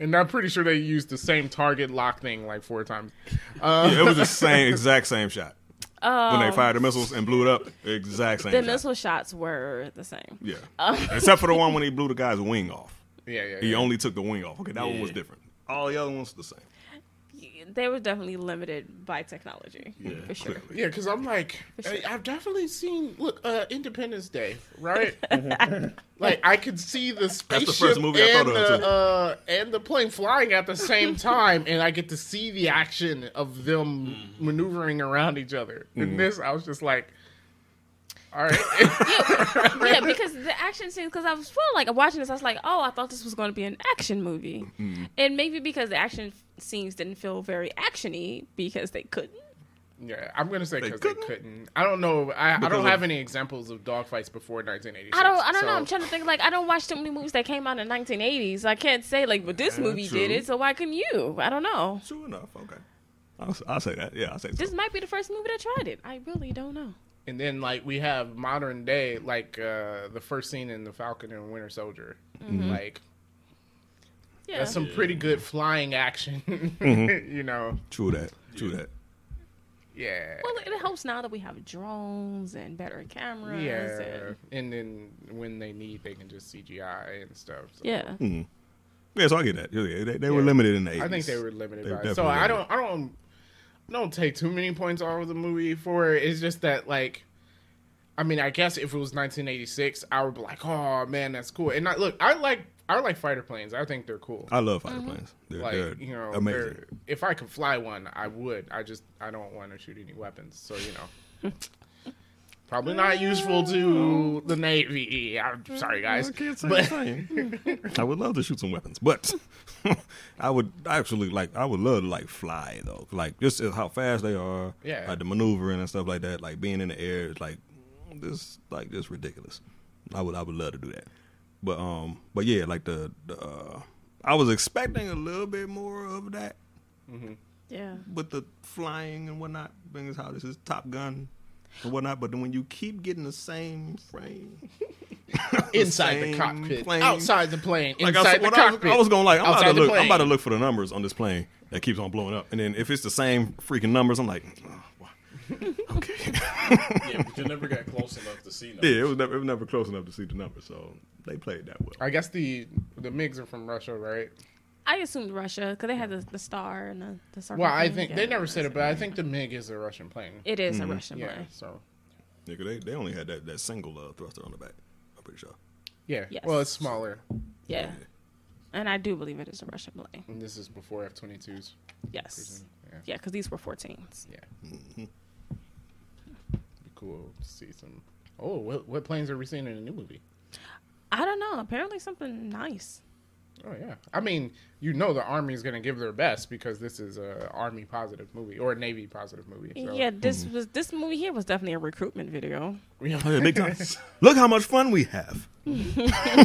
[SPEAKER 1] and I'm pretty sure they used the same target lock thing like four times.
[SPEAKER 4] Yeah, it was the same exact same shot
[SPEAKER 2] Um,
[SPEAKER 4] when they fired the missiles and blew it up. Exact same.
[SPEAKER 2] the
[SPEAKER 4] shot.
[SPEAKER 2] missile shots were the same.
[SPEAKER 4] Yeah. Except for the one when he blew the guy's wing off.
[SPEAKER 1] Yeah, yeah.
[SPEAKER 4] He
[SPEAKER 1] yeah.
[SPEAKER 4] only took the wing off. Okay, that one
[SPEAKER 3] Yeah.
[SPEAKER 4] was different. All the other ones the same.
[SPEAKER 2] They were definitely limited by technology,
[SPEAKER 3] Yeah,
[SPEAKER 2] for sure.
[SPEAKER 1] Yeah, because I'm like, I, I've definitely seen look uh, Independence Day, right? like I could see the spaceship
[SPEAKER 4] first movie I
[SPEAKER 1] and,
[SPEAKER 4] thought of,
[SPEAKER 1] the,
[SPEAKER 4] too.
[SPEAKER 1] uh, and the plane flying at the same time, and I get to see the action of them
[SPEAKER 4] Mm-hmm.
[SPEAKER 1] maneuvering around each other.
[SPEAKER 2] Mm-hmm.
[SPEAKER 1] In this, I was just like, all right,
[SPEAKER 2] yeah, because the action scenes. Because I was feeling like watching this, I was like, oh, I thought this was going to be an action movie,
[SPEAKER 1] Mm-hmm.
[SPEAKER 2] and maybe because the action scenes didn't feel very actiony because they couldn't.
[SPEAKER 1] yeah, I'm gonna say
[SPEAKER 4] They
[SPEAKER 1] because they
[SPEAKER 4] couldn't?
[SPEAKER 1] couldn't. I don't know. I, I
[SPEAKER 4] Because
[SPEAKER 1] don't
[SPEAKER 4] of-
[SPEAKER 1] have any examples of dogfights before 1986.
[SPEAKER 2] I don't. I don't know.
[SPEAKER 1] so-
[SPEAKER 2] I'm trying to think. Like, I don't watch too many movies that came out in 1980s. I can't say like, but this
[SPEAKER 4] Yeah,
[SPEAKER 2] movie
[SPEAKER 4] true.
[SPEAKER 2] did it, so why couldn't you? I don't know.
[SPEAKER 4] True enough. Okay. I'll, I'll say that. Yeah, I'll say
[SPEAKER 2] This
[SPEAKER 4] so.
[SPEAKER 2] might be the first movie that tried it. I really don't know.
[SPEAKER 1] And then like we have modern day, like uh the first scene in the Falcon and Winter Soldier,
[SPEAKER 4] Mm-hmm.
[SPEAKER 1] like.
[SPEAKER 2] Yeah.
[SPEAKER 1] That's some pretty good flying action.
[SPEAKER 4] Mm-hmm.
[SPEAKER 1] you know,
[SPEAKER 4] True that. True that.
[SPEAKER 1] yeah.
[SPEAKER 2] well, it helps now that we have drones and better cameras.
[SPEAKER 1] yeah.
[SPEAKER 2] And,
[SPEAKER 1] And then when they need, they can just CGI and stuff. So.
[SPEAKER 2] yeah.
[SPEAKER 4] Yeah, so I get that. Yeah, they, they were
[SPEAKER 1] Yeah.
[SPEAKER 4] limited in the 80s.
[SPEAKER 1] I think they were limited
[SPEAKER 4] They
[SPEAKER 1] by it.
[SPEAKER 4] definitely
[SPEAKER 1] So I
[SPEAKER 4] were.
[SPEAKER 1] don't, I don't, I don't take too many points off of the movie for it. It's just that, like, I mean, I guess if it was 1986, I would be like, oh man, that's cool. And I, look, I like, I like fighter planes. I think they're cool.
[SPEAKER 4] I love fighter planes. They're,
[SPEAKER 1] like
[SPEAKER 4] they're
[SPEAKER 1] you know,
[SPEAKER 4] amazing.
[SPEAKER 1] they're- if I could fly one, I would. I just I don't want to shoot any weapons, so you know, probably not useful to the navy. I'm sorry, guys, but
[SPEAKER 4] I would love to shoot some weapons, but I would actually like. I would love to like fly though, like just as how fast they are,
[SPEAKER 1] Yeah.
[SPEAKER 4] like the maneuvering and stuff like that, like being in the air is like this, like just ridiculous. I would, I would love to do that, but um, but yeah, like the, the uh, I was expecting a little bit more of that
[SPEAKER 2] Yeah.
[SPEAKER 4] with the flying and whatnot, being as how this is Top Gun and whatnot, but then when you keep getting the same frame.
[SPEAKER 1] inside the
[SPEAKER 4] Same
[SPEAKER 1] cockpit,
[SPEAKER 4] plane.
[SPEAKER 1] outside the plane,
[SPEAKER 4] Like
[SPEAKER 1] inside
[SPEAKER 4] I, was,
[SPEAKER 1] the
[SPEAKER 4] when I was-
[SPEAKER 1] cockpit.
[SPEAKER 4] I was gonna like I'm about
[SPEAKER 1] outside
[SPEAKER 4] to
[SPEAKER 1] the
[SPEAKER 4] look I'm
[SPEAKER 1] plane.
[SPEAKER 4] about to look for the numbers on this plane that keeps on blowing up, and then if it's the same freaking numbers, I'm like, oh, why? okay,
[SPEAKER 3] yeah, but you never got close enough to see.
[SPEAKER 4] yeah, it was never it was never close enough to see the numbers, so they played that well.
[SPEAKER 1] I guess the the MiGs are from Russia, right?
[SPEAKER 2] I assumed Russia because they had the, the star and the, the circle.
[SPEAKER 1] Well, I
[SPEAKER 2] thing
[SPEAKER 1] think they
[SPEAKER 2] together.
[SPEAKER 1] never said it, but I think the MiG is a Russian plane.
[SPEAKER 2] It is a Russian
[SPEAKER 1] yeah,
[SPEAKER 2] plane.
[SPEAKER 1] so
[SPEAKER 4] Nigga, they they only had that that single uh, thruster on the back. I'm pretty sure.
[SPEAKER 1] yeah.
[SPEAKER 2] Yes.
[SPEAKER 1] Well, it's smaller,
[SPEAKER 2] Yeah. And I do believe it is a Russian plane.
[SPEAKER 1] and this is before F twenty twos.
[SPEAKER 2] Yes.
[SPEAKER 1] Yeah.
[SPEAKER 2] Yeah, because these were 14s.
[SPEAKER 1] Yeah. Be cool to see some. Oh, what, what planes are we seeing in the new movie?
[SPEAKER 2] I don't know. Apparently something nice.
[SPEAKER 1] Oh yeah, I mean, you know, the army is going to give their best because this is a army positive movie or a navy positive movie. So.
[SPEAKER 2] Yeah, this was this movie here was definitely a recruitment video.
[SPEAKER 4] Oh, yeah, big time. Look how much fun we have.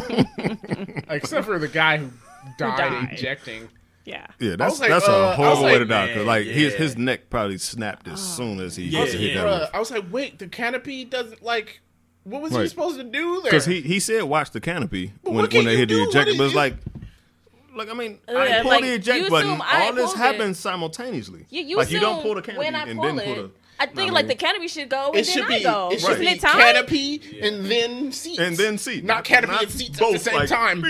[SPEAKER 1] Except for the guy who died,
[SPEAKER 2] died.
[SPEAKER 1] ejecting.
[SPEAKER 2] Yeah.
[SPEAKER 4] Yeah,
[SPEAKER 1] that's- was like, that's a uh, I horrible was way to like, Ah,
[SPEAKER 4] die.
[SPEAKER 3] die, 'cause, like, his- yeah. his
[SPEAKER 4] neck probably snapped as soon as he
[SPEAKER 3] Yeah, was to hit yeah. that
[SPEAKER 1] Bruh, I was like, wait, the canopy doesn't like. What was he
[SPEAKER 4] Right.
[SPEAKER 1] supposed to do there?
[SPEAKER 4] Because he, he said watch the canopy when,
[SPEAKER 1] what can
[SPEAKER 4] when they
[SPEAKER 1] you
[SPEAKER 4] hit the
[SPEAKER 1] do? What
[SPEAKER 4] eject,
[SPEAKER 1] did
[SPEAKER 4] but it's
[SPEAKER 1] you-
[SPEAKER 4] like, like I mean,
[SPEAKER 2] Yeah,
[SPEAKER 4] I pull
[SPEAKER 2] like,
[SPEAKER 4] the
[SPEAKER 2] you
[SPEAKER 4] eject
[SPEAKER 2] assume
[SPEAKER 4] button.
[SPEAKER 2] I
[SPEAKER 4] All this
[SPEAKER 2] pulled
[SPEAKER 4] happens
[SPEAKER 2] it.
[SPEAKER 4] simultaneously.
[SPEAKER 2] You, you
[SPEAKER 4] like you don't
[SPEAKER 2] assume
[SPEAKER 4] pull the canopy
[SPEAKER 2] when I
[SPEAKER 4] and
[SPEAKER 2] pull
[SPEAKER 4] then
[SPEAKER 2] it,
[SPEAKER 4] pull the.
[SPEAKER 2] I think
[SPEAKER 4] I
[SPEAKER 2] like
[SPEAKER 4] mean-
[SPEAKER 2] the canopy should go
[SPEAKER 1] it
[SPEAKER 2] and then
[SPEAKER 1] should
[SPEAKER 2] I
[SPEAKER 1] be.
[SPEAKER 2] go.
[SPEAKER 1] It should
[SPEAKER 4] Right.
[SPEAKER 2] Isn't
[SPEAKER 1] be
[SPEAKER 2] it time?
[SPEAKER 1] canopy and then seats.
[SPEAKER 4] And then seats.
[SPEAKER 1] Not canopy
[SPEAKER 4] Not
[SPEAKER 1] and seats at the
[SPEAKER 4] both,
[SPEAKER 1] same
[SPEAKER 4] like-
[SPEAKER 1] time.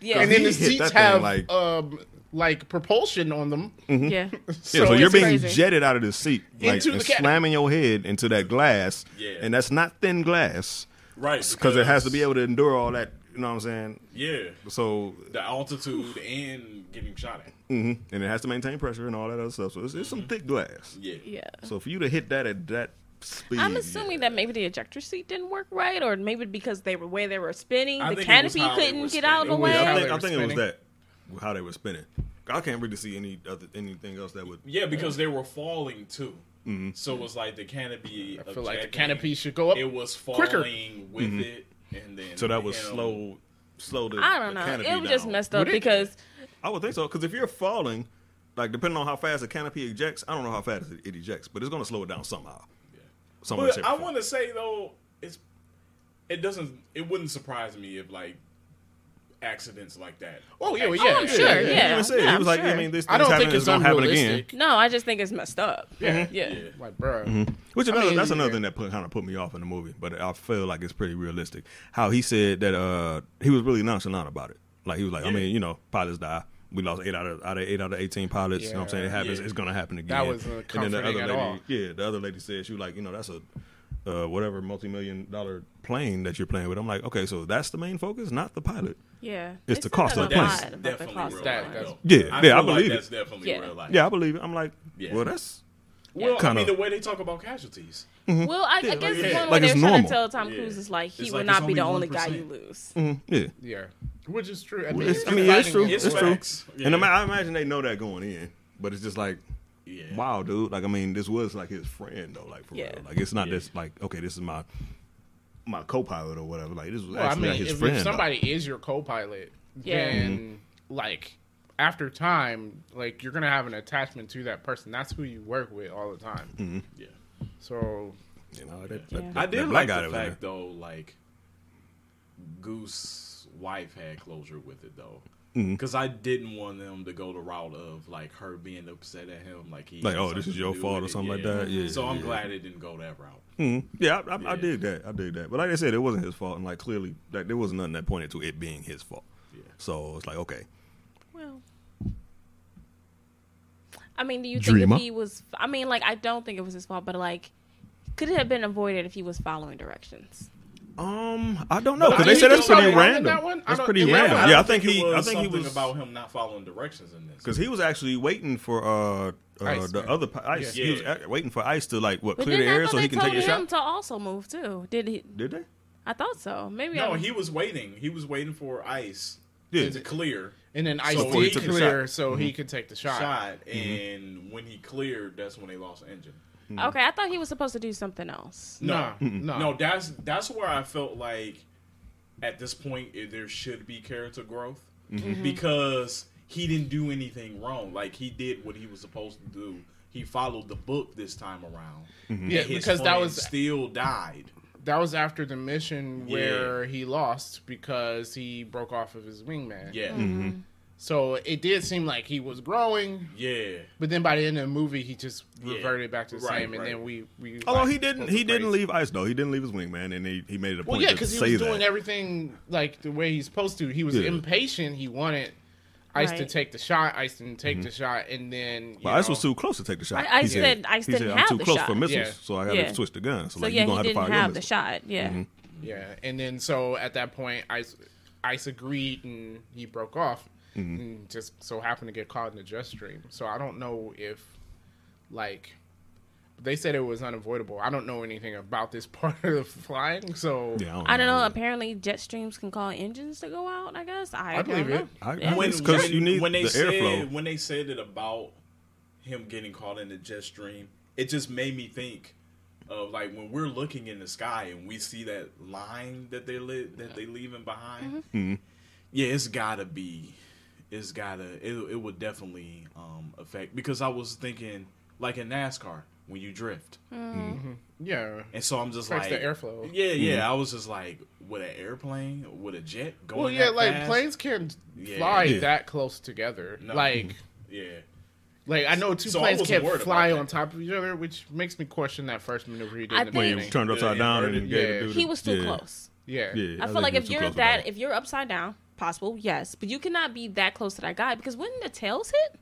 [SPEAKER 2] Yeah.
[SPEAKER 1] and then the
[SPEAKER 4] He hit that
[SPEAKER 1] seats
[SPEAKER 4] thing
[SPEAKER 1] have
[SPEAKER 4] like- Mm-hmm.
[SPEAKER 1] um like propulsion on them.
[SPEAKER 2] yeah.
[SPEAKER 4] Yeah, so,
[SPEAKER 1] So
[SPEAKER 4] you're
[SPEAKER 2] it's
[SPEAKER 4] being
[SPEAKER 2] crazy.
[SPEAKER 4] jetted out of the seat, like
[SPEAKER 1] Into
[SPEAKER 4] and
[SPEAKER 1] the canopy.
[SPEAKER 4] slamming your head into that glass,
[SPEAKER 3] Yeah.
[SPEAKER 4] and that's not thin glass
[SPEAKER 3] Right,
[SPEAKER 4] because it has to be able to endure all that. You know what I'm saying?
[SPEAKER 3] Yeah,
[SPEAKER 4] So
[SPEAKER 3] the altitude and getting shot at.
[SPEAKER 4] mhm,
[SPEAKER 2] Mm-hmm.
[SPEAKER 4] and it has to maintain pressure and all that other stuff. So it's, it's some thick glass.
[SPEAKER 3] Yeah,
[SPEAKER 2] Yeah.
[SPEAKER 4] So for you to hit that at that speed.
[SPEAKER 2] I'm assuming that maybe the ejector seat didn't work right, or maybe because they were where they were spinning,
[SPEAKER 3] I
[SPEAKER 2] the
[SPEAKER 3] think it was
[SPEAKER 2] canopy
[SPEAKER 3] how they were
[SPEAKER 2] couldn't get out of the
[SPEAKER 3] spinning.
[SPEAKER 2] way.
[SPEAKER 4] Yeah, I
[SPEAKER 1] how
[SPEAKER 4] think,
[SPEAKER 1] they
[SPEAKER 4] I
[SPEAKER 1] were
[SPEAKER 4] think it was
[SPEAKER 1] spinning.
[SPEAKER 4] that how they were spinning. I can't really see any other anything else that would.
[SPEAKER 3] Yeah, because they were falling too.
[SPEAKER 4] Mm-hmm.
[SPEAKER 3] So it was like the canopy.
[SPEAKER 1] I feel like the
[SPEAKER 3] ejecting,
[SPEAKER 1] canopy should go up
[SPEAKER 3] It was falling
[SPEAKER 1] quicker.
[SPEAKER 3] with it, and then
[SPEAKER 4] Mm-hmm. So that was
[SPEAKER 3] you know,
[SPEAKER 4] slow, slow. The,
[SPEAKER 2] I don't
[SPEAKER 4] the
[SPEAKER 2] know.
[SPEAKER 4] canopy
[SPEAKER 2] It was just
[SPEAKER 4] down.
[SPEAKER 2] messed up
[SPEAKER 1] Would it-
[SPEAKER 2] because
[SPEAKER 4] I would think so because if you're falling, like depending on how fast the canopy ejects, I don't know how fast it, it ejects, but it's going to slow it down somehow.
[SPEAKER 3] Yeah.
[SPEAKER 4] Some way,
[SPEAKER 3] But
[SPEAKER 4] shape,
[SPEAKER 3] I
[SPEAKER 4] or form.
[SPEAKER 3] want to say though, it's it doesn't it wouldn't surprise me if like accidents like that.
[SPEAKER 1] Oh yeah, well, yeah,
[SPEAKER 2] Oh, I'm
[SPEAKER 1] yeah,
[SPEAKER 2] sure,
[SPEAKER 1] yeah.
[SPEAKER 4] He
[SPEAKER 2] yeah.
[SPEAKER 4] even said-
[SPEAKER 2] Yeah,
[SPEAKER 4] he
[SPEAKER 2] I'm
[SPEAKER 4] was like,
[SPEAKER 2] sure.
[SPEAKER 4] I mean, this
[SPEAKER 1] I don't think
[SPEAKER 4] it's
[SPEAKER 1] it's
[SPEAKER 4] going to happen again.
[SPEAKER 1] unrealistic.
[SPEAKER 2] no, I just think it's messed up.
[SPEAKER 1] Yeah.
[SPEAKER 2] yeah.
[SPEAKER 3] Yeah.
[SPEAKER 1] Like, bruh.
[SPEAKER 4] Which another,
[SPEAKER 1] mean,
[SPEAKER 4] that's another
[SPEAKER 1] yeah.
[SPEAKER 4] thing that put, kind of put me off in the movie, but I feel like it's pretty realistic. How he said that uh, he was really nonchalant about it. Like he was like, I
[SPEAKER 3] Yeah.
[SPEAKER 4] mean, you know, pilots die. We lost eight out of out of eight out of eighteen pilots. You know what I'm saying? It
[SPEAKER 1] Yeah.
[SPEAKER 4] happens.
[SPEAKER 3] Yeah.
[SPEAKER 4] It's gonna happen again.
[SPEAKER 1] That wasn't comforting
[SPEAKER 4] other
[SPEAKER 1] at
[SPEAKER 4] lady,
[SPEAKER 1] all.
[SPEAKER 4] yeah, the other lady said she was like, you know, that's a uh, whatever multi million dollar plane that you're playing with. I'm like, okay, so that's the main focus, not the pilot.
[SPEAKER 2] Yeah.
[SPEAKER 4] It's
[SPEAKER 2] They
[SPEAKER 4] the
[SPEAKER 2] said
[SPEAKER 4] cost
[SPEAKER 2] that
[SPEAKER 4] of
[SPEAKER 2] a
[SPEAKER 4] the
[SPEAKER 2] lot
[SPEAKER 4] plane.
[SPEAKER 2] about the
[SPEAKER 3] definitely
[SPEAKER 2] cost
[SPEAKER 3] real
[SPEAKER 2] of
[SPEAKER 1] That-
[SPEAKER 2] the
[SPEAKER 3] life.
[SPEAKER 2] plane.
[SPEAKER 3] though.
[SPEAKER 4] Yeah, yeah, I
[SPEAKER 3] feel like
[SPEAKER 4] believe it.
[SPEAKER 3] That's definitely
[SPEAKER 2] Yeah.
[SPEAKER 3] real life.
[SPEAKER 4] Yeah, I believe it. I'm like,
[SPEAKER 3] Yeah.
[SPEAKER 4] well, that's
[SPEAKER 3] Well, I
[SPEAKER 4] Kinda.
[SPEAKER 3] mean the way they talk about casualties.
[SPEAKER 2] Well, I, I
[SPEAKER 4] Mm-hmm. Yeah,
[SPEAKER 2] guess
[SPEAKER 4] like-
[SPEAKER 2] the
[SPEAKER 4] yeah. Like,
[SPEAKER 2] one where
[SPEAKER 4] it's
[SPEAKER 2] they're trying
[SPEAKER 4] normal.
[SPEAKER 2] to tell Tom
[SPEAKER 3] Yeah.
[SPEAKER 2] Cruise is like he
[SPEAKER 3] It's
[SPEAKER 2] will
[SPEAKER 3] like it's
[SPEAKER 2] not be the
[SPEAKER 3] only
[SPEAKER 2] only guy you
[SPEAKER 3] 1%.
[SPEAKER 2] lose.
[SPEAKER 4] mm, yeah.
[SPEAKER 1] Yeah. Which is true. I mean,
[SPEAKER 4] It's, I
[SPEAKER 1] you're
[SPEAKER 4] mean, it's
[SPEAKER 1] fighting
[SPEAKER 4] true.
[SPEAKER 1] with
[SPEAKER 4] It's,
[SPEAKER 3] It's
[SPEAKER 1] war.
[SPEAKER 4] true.
[SPEAKER 3] facts.
[SPEAKER 4] And I,
[SPEAKER 3] Yeah.
[SPEAKER 4] I imagine they know that going in, but it's just like,
[SPEAKER 3] Yeah.
[SPEAKER 4] wow, dude. Like, I mean, this was like his friend though. Like, for
[SPEAKER 2] Yeah.
[SPEAKER 4] real. Like, it's not
[SPEAKER 3] Yeah.
[SPEAKER 4] just like, okay, this is my my co-pilot or whatever. Like, this was
[SPEAKER 1] Well, I
[SPEAKER 4] actually
[SPEAKER 1] mean,
[SPEAKER 4] like his
[SPEAKER 1] if, if
[SPEAKER 4] friend. though.
[SPEAKER 1] somebody is your co-pilot,
[SPEAKER 2] Yeah.
[SPEAKER 1] then like after time, like you're gonna have an attachment to that person. That's who you work with all the time.
[SPEAKER 4] Mm-hmm.
[SPEAKER 3] Yeah.
[SPEAKER 1] So
[SPEAKER 4] you know, that,
[SPEAKER 2] Yeah.
[SPEAKER 4] that,
[SPEAKER 3] I
[SPEAKER 4] that
[SPEAKER 3] did
[SPEAKER 4] black
[SPEAKER 3] like
[SPEAKER 4] guy
[SPEAKER 3] the
[SPEAKER 4] that was in
[SPEAKER 3] fact
[SPEAKER 4] there.
[SPEAKER 3] though, like Goose wife had closure with it though.
[SPEAKER 4] Mm-hmm.
[SPEAKER 3] Because I didn't want them to go the route of like her being upset at him, like he
[SPEAKER 4] Like,
[SPEAKER 3] had
[SPEAKER 4] oh, this
[SPEAKER 3] something
[SPEAKER 4] is
[SPEAKER 3] to
[SPEAKER 4] your
[SPEAKER 3] do
[SPEAKER 4] fault
[SPEAKER 3] with
[SPEAKER 4] or
[SPEAKER 3] it.
[SPEAKER 4] something like that? Yeah,
[SPEAKER 3] so I'm
[SPEAKER 4] yeah.
[SPEAKER 3] glad it didn't go that route.
[SPEAKER 4] Mhm. Yeah, I, I, I
[SPEAKER 3] Yeah.
[SPEAKER 4] did that. I did that. But like I said, it wasn't his fault, and like clearly, like there was nothing that pointed to it being his fault.
[SPEAKER 3] Yeah.
[SPEAKER 4] So it's like, okay,
[SPEAKER 2] Well, I mean, do you
[SPEAKER 4] Dreamer.
[SPEAKER 2] think if he was? I mean, like, I don't think it was his fault, but like, could it have been avoided if he was following directions?
[SPEAKER 4] um, I don't know
[SPEAKER 3] But
[SPEAKER 4] because
[SPEAKER 3] I
[SPEAKER 4] they
[SPEAKER 3] think
[SPEAKER 4] said
[SPEAKER 3] he
[SPEAKER 4] that's
[SPEAKER 3] was
[SPEAKER 4] pretty
[SPEAKER 1] probably wrong in
[SPEAKER 4] random.
[SPEAKER 1] that one. I
[SPEAKER 4] That's
[SPEAKER 1] don't-
[SPEAKER 4] pretty
[SPEAKER 1] yeah, I
[SPEAKER 4] random.
[SPEAKER 1] don't
[SPEAKER 4] Yeah, I
[SPEAKER 3] don't
[SPEAKER 4] think
[SPEAKER 3] it
[SPEAKER 4] he. I
[SPEAKER 3] was
[SPEAKER 4] think he
[SPEAKER 3] something
[SPEAKER 4] was
[SPEAKER 3] about him not following directions in this.
[SPEAKER 4] Because he was actually waiting for uh, uh
[SPEAKER 1] Ice,
[SPEAKER 4] the
[SPEAKER 1] man.
[SPEAKER 4] other pi- ice.
[SPEAKER 3] Yeah.
[SPEAKER 4] He was ac- waiting for ice to like what
[SPEAKER 2] But
[SPEAKER 4] clear the
[SPEAKER 2] then I
[SPEAKER 4] air
[SPEAKER 2] thought
[SPEAKER 4] so
[SPEAKER 2] they
[SPEAKER 4] he can
[SPEAKER 2] told
[SPEAKER 4] take a
[SPEAKER 2] him
[SPEAKER 4] shot.
[SPEAKER 2] to also move too. Did he?
[SPEAKER 4] Did they?
[SPEAKER 2] I thought so. Maybe
[SPEAKER 3] no,
[SPEAKER 2] I,
[SPEAKER 3] he was waiting. He was waiting for ice
[SPEAKER 4] Yeah.
[SPEAKER 3] to clear
[SPEAKER 1] and then Ice
[SPEAKER 3] So
[SPEAKER 1] so
[SPEAKER 3] he
[SPEAKER 1] did
[SPEAKER 3] took the
[SPEAKER 1] clear, so
[SPEAKER 4] Mm-hmm.
[SPEAKER 1] he could take the shot.
[SPEAKER 3] shot, and when he cleared, that's when they lost engine.
[SPEAKER 2] okay. I thought he was supposed to do something else.
[SPEAKER 1] No, no,
[SPEAKER 3] No, that's that's where I felt like at this point eh, there should be character growth
[SPEAKER 4] Mm-hmm.
[SPEAKER 1] Mm-hmm.
[SPEAKER 3] because he didn't do anything wrong. Like he did what he was supposed to do. He followed the book this time around.
[SPEAKER 4] Mm-hmm.
[SPEAKER 3] And
[SPEAKER 1] Yeah,
[SPEAKER 3] his
[SPEAKER 1] because that
[SPEAKER 3] friend
[SPEAKER 1] was-
[SPEAKER 3] still died.
[SPEAKER 1] that was after the mission where he lost because he broke off of his wingman.
[SPEAKER 3] Yeah,
[SPEAKER 4] Mm-hmm.
[SPEAKER 1] So it did seem like he was growing,
[SPEAKER 3] yeah.
[SPEAKER 1] but then by the end of the movie, he just
[SPEAKER 3] Yeah.
[SPEAKER 1] reverted back to the
[SPEAKER 3] Right,
[SPEAKER 1] same, and
[SPEAKER 3] right.
[SPEAKER 1] then we we.
[SPEAKER 4] Although
[SPEAKER 1] like,
[SPEAKER 4] he didn't,
[SPEAKER 1] broke
[SPEAKER 4] he
[SPEAKER 1] the
[SPEAKER 4] didn't
[SPEAKER 1] brace.
[SPEAKER 4] leave ice though. He didn't leave his wingman, and he, he made it a
[SPEAKER 1] Well,
[SPEAKER 4] point
[SPEAKER 1] yeah,
[SPEAKER 4] to
[SPEAKER 1] because he
[SPEAKER 4] say
[SPEAKER 1] was
[SPEAKER 4] that.
[SPEAKER 1] doing everything like the way he's supposed to. He was
[SPEAKER 4] Yeah.
[SPEAKER 1] impatient. He wanted Ice to
[SPEAKER 2] Right.
[SPEAKER 1] take the shot. Ice didn't take the shot, and then you
[SPEAKER 4] Mm-hmm. but ice was
[SPEAKER 1] know,
[SPEAKER 4] too close to take the shot.
[SPEAKER 2] I- Ice
[SPEAKER 4] He
[SPEAKER 2] said Ice
[SPEAKER 4] he
[SPEAKER 2] didn't
[SPEAKER 4] said,
[SPEAKER 2] have
[SPEAKER 4] I'm too
[SPEAKER 2] the
[SPEAKER 4] close
[SPEAKER 2] shot."
[SPEAKER 4] for missiles,
[SPEAKER 1] Yeah.
[SPEAKER 4] so I got to
[SPEAKER 2] Yeah.
[SPEAKER 4] switch the gun. So,
[SPEAKER 2] So
[SPEAKER 4] like,
[SPEAKER 2] yeah,
[SPEAKER 4] you're
[SPEAKER 2] he
[SPEAKER 4] gonna have
[SPEAKER 2] didn't
[SPEAKER 4] to fire
[SPEAKER 2] have
[SPEAKER 4] your
[SPEAKER 2] the
[SPEAKER 4] missile.
[SPEAKER 2] shot. Yeah.
[SPEAKER 4] Mm-hmm.
[SPEAKER 1] yeah. And then so at that point, Ice Ice agreed, and he broke off,
[SPEAKER 4] Mm-hmm.
[SPEAKER 1] and just so happened to get caught in the jet stream. So I don't know if like. They said it was unavoidable. I don't know anything about this part of the flying, so
[SPEAKER 4] Yeah,
[SPEAKER 2] I don't
[SPEAKER 1] Um,
[SPEAKER 2] know. Apparently, jet streams can cause engines to go out. I guess I,
[SPEAKER 1] I believe
[SPEAKER 2] don't
[SPEAKER 1] it.
[SPEAKER 2] know.
[SPEAKER 4] I- I
[SPEAKER 2] Yeah.
[SPEAKER 4] think It's 'cause you need
[SPEAKER 3] they
[SPEAKER 4] the
[SPEAKER 3] said,
[SPEAKER 4] airflow.
[SPEAKER 3] When they said it about him getting caught in the jet stream, it just made me think of like when we're looking in the sky and we see that line that they lit that they leaving behind.
[SPEAKER 1] Mm-hmm.
[SPEAKER 4] Mm-hmm.
[SPEAKER 3] Yeah, it's gotta be. It's gotta. It, it would definitely um, affect because I was thinking like in NASCAR when you drift,
[SPEAKER 1] Hmm. yeah.
[SPEAKER 3] and so I'm just
[SPEAKER 1] Affects
[SPEAKER 3] like
[SPEAKER 1] the airflow.
[SPEAKER 3] Yeah, yeah.
[SPEAKER 4] Mm-hmm.
[SPEAKER 3] I was just like, with an airplane, with a jet going.
[SPEAKER 1] Well, yeah,
[SPEAKER 3] that
[SPEAKER 1] like
[SPEAKER 3] fast?
[SPEAKER 1] planes can't
[SPEAKER 3] Yeah.
[SPEAKER 1] fly
[SPEAKER 4] Yeah.
[SPEAKER 1] that close together.
[SPEAKER 3] No.
[SPEAKER 1] Like,
[SPEAKER 3] Yeah.
[SPEAKER 1] Like I know two
[SPEAKER 3] So I
[SPEAKER 1] planes
[SPEAKER 3] wasn't
[SPEAKER 1] can't
[SPEAKER 3] worried
[SPEAKER 1] fly
[SPEAKER 3] about
[SPEAKER 1] on
[SPEAKER 3] that.
[SPEAKER 1] top of each other, which makes me question that first maneuver he did
[SPEAKER 2] I
[SPEAKER 1] in the
[SPEAKER 2] think- Wait,
[SPEAKER 4] He
[SPEAKER 1] beginning.
[SPEAKER 4] was turned
[SPEAKER 3] Yeah,
[SPEAKER 4] upside
[SPEAKER 3] he
[SPEAKER 4] down
[SPEAKER 3] heard
[SPEAKER 4] and
[SPEAKER 3] it.
[SPEAKER 4] then gave
[SPEAKER 1] Yeah.
[SPEAKER 4] it to the-
[SPEAKER 2] He was too
[SPEAKER 4] yeah.
[SPEAKER 2] close.
[SPEAKER 1] yeah.
[SPEAKER 4] Yeah,
[SPEAKER 2] I feel
[SPEAKER 4] think
[SPEAKER 2] like
[SPEAKER 4] he was
[SPEAKER 2] if
[SPEAKER 4] too
[SPEAKER 2] you're
[SPEAKER 4] close to
[SPEAKER 2] that, if you're upside down, possible, yes, but you cannot be that close to that guy because when the tails hit,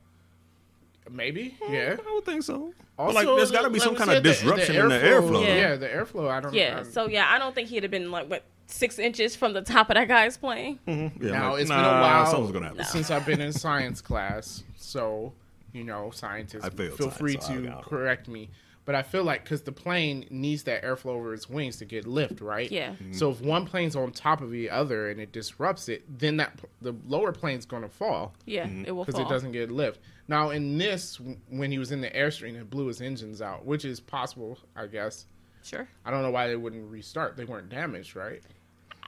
[SPEAKER 1] maybe. Yeah.
[SPEAKER 4] I would think so.
[SPEAKER 1] Also,
[SPEAKER 4] but like, there's got to be
[SPEAKER 1] like
[SPEAKER 4] some
[SPEAKER 1] we
[SPEAKER 4] kind of
[SPEAKER 1] said, the-
[SPEAKER 4] disruption in the
[SPEAKER 1] Yeah.
[SPEAKER 4] airflow.
[SPEAKER 2] Yeah.
[SPEAKER 4] though.
[SPEAKER 1] the airflow. I don't.
[SPEAKER 2] yeah.
[SPEAKER 1] I'm-
[SPEAKER 2] so yeah, I don't think he'd have been like what six inches from the top of that guy's plane.
[SPEAKER 1] Mm-hmm.
[SPEAKER 4] Yeah, I'm
[SPEAKER 1] now
[SPEAKER 4] like,
[SPEAKER 1] it's been
[SPEAKER 4] nah,
[SPEAKER 1] a while
[SPEAKER 4] Something's gonna happen.
[SPEAKER 1] since I've been in science class, so you know, scientists,
[SPEAKER 4] I failed
[SPEAKER 1] feel
[SPEAKER 4] science,
[SPEAKER 1] free
[SPEAKER 4] so I
[SPEAKER 1] to
[SPEAKER 4] got it.
[SPEAKER 1] correct me. But I feel like because the plane needs that airflow over its wings to get lift, right?
[SPEAKER 2] Yeah.
[SPEAKER 1] So if one plane's on top of the other and it disrupts it, then that pl- the lower plane's going to fall
[SPEAKER 2] Yeah, it will
[SPEAKER 1] because
[SPEAKER 2] fall.
[SPEAKER 1] it doesn't get lift. Now in this, w- when he was in the airstream, it blew his engines out, which is possible, I guess.
[SPEAKER 2] Sure.
[SPEAKER 1] I don't know why they wouldn't restart. They weren't damaged, right?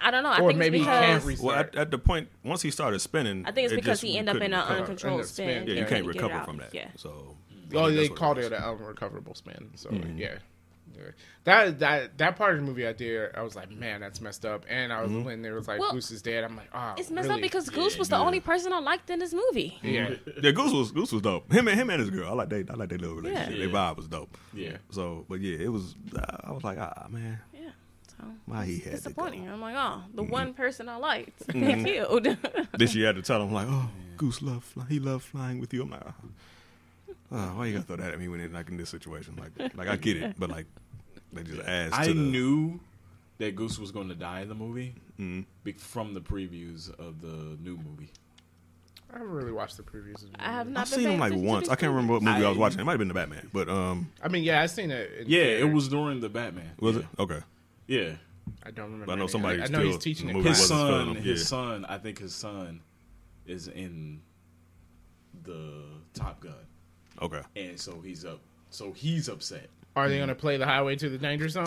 [SPEAKER 2] I don't know. I
[SPEAKER 1] or
[SPEAKER 2] think
[SPEAKER 1] maybe
[SPEAKER 2] it's
[SPEAKER 1] he
[SPEAKER 2] because,
[SPEAKER 1] can't
[SPEAKER 4] Well,
[SPEAKER 1] restart.
[SPEAKER 4] at, at the point once he started spinning,
[SPEAKER 2] I think it's
[SPEAKER 4] it
[SPEAKER 2] because
[SPEAKER 4] just-
[SPEAKER 2] he
[SPEAKER 4] you
[SPEAKER 2] ended up in
[SPEAKER 4] couldn't
[SPEAKER 2] an
[SPEAKER 4] recover.
[SPEAKER 2] uncontrolled
[SPEAKER 1] Under spin.
[SPEAKER 2] spin.
[SPEAKER 1] Yeah,
[SPEAKER 4] Yeah, you
[SPEAKER 1] Yeah,
[SPEAKER 4] can't
[SPEAKER 2] get it
[SPEAKER 4] recover
[SPEAKER 2] out.
[SPEAKER 4] from that.
[SPEAKER 2] Yeah.
[SPEAKER 4] So
[SPEAKER 1] Oh,
[SPEAKER 4] that's
[SPEAKER 1] they
[SPEAKER 4] what
[SPEAKER 1] called
[SPEAKER 4] was. Mm-hmm.
[SPEAKER 1] it an unrecoverable spin. So yeah. Yeah. That that that part of the movie I did, I was like, man, that's messed up. And I was
[SPEAKER 4] Mm-hmm.
[SPEAKER 1] when there was like
[SPEAKER 2] Well,
[SPEAKER 1] Goose is dead. I'm like, oh,
[SPEAKER 2] It's messed
[SPEAKER 1] really?
[SPEAKER 2] up because Goose was the only person I liked in this movie.
[SPEAKER 1] yeah,
[SPEAKER 4] Yeah, Goose was Goose was dope. Him and him and his girl. I like they I like their little relationship.
[SPEAKER 3] Yeah.
[SPEAKER 4] Their vibe was dope.
[SPEAKER 3] Yeah.
[SPEAKER 4] So, but yeah, it was. I- I was like, ah, man,
[SPEAKER 2] Yeah. So
[SPEAKER 4] why he had to go?
[SPEAKER 2] disappointing. I'm like, oh, the
[SPEAKER 4] Mm-hmm.
[SPEAKER 2] one person I liked, they killed.
[SPEAKER 4] Then she had to tell him like, oh, Goose loved fly, he loved flying with you. I'm like, oh, oh, why you gotta throw that at me when it like in this situation? Like, like I get it, but like they just asked.
[SPEAKER 3] I
[SPEAKER 4] to the,
[SPEAKER 3] knew that Goose was going to die in the movie
[SPEAKER 4] Mm-hmm.
[SPEAKER 3] be- from the previews of the new movie.
[SPEAKER 1] I haven't really watched the previews. Of the
[SPEAKER 2] I have
[SPEAKER 1] movie.
[SPEAKER 2] not
[SPEAKER 4] I've
[SPEAKER 2] been
[SPEAKER 4] seen him
[SPEAKER 2] paying
[SPEAKER 4] like
[SPEAKER 2] attention to
[SPEAKER 4] once.
[SPEAKER 2] these
[SPEAKER 4] I can't
[SPEAKER 2] movies.
[SPEAKER 4] remember what movie I, was
[SPEAKER 3] I-
[SPEAKER 4] watching. It might have been the Batman, but um,
[SPEAKER 1] I mean, yeah, I seen it. in
[SPEAKER 3] Yeah,
[SPEAKER 1] theater.
[SPEAKER 3] it was during the Batman.
[SPEAKER 4] was it okay?
[SPEAKER 3] Yeah.
[SPEAKER 1] I don't remember.
[SPEAKER 4] I know
[SPEAKER 1] any.
[SPEAKER 4] somebody
[SPEAKER 1] I, know he's
[SPEAKER 4] still-
[SPEAKER 1] teaching
[SPEAKER 4] the
[SPEAKER 1] it.
[SPEAKER 4] movie
[SPEAKER 3] His
[SPEAKER 1] class.
[SPEAKER 4] wasn't filling
[SPEAKER 3] son,
[SPEAKER 4] them,
[SPEAKER 3] his
[SPEAKER 4] yeah.
[SPEAKER 3] son, I think his son is in the Top Gun.
[SPEAKER 4] Okay.
[SPEAKER 3] And so he's up. So he's upset.
[SPEAKER 1] Are they gonna play the Highway to the Danger Zone?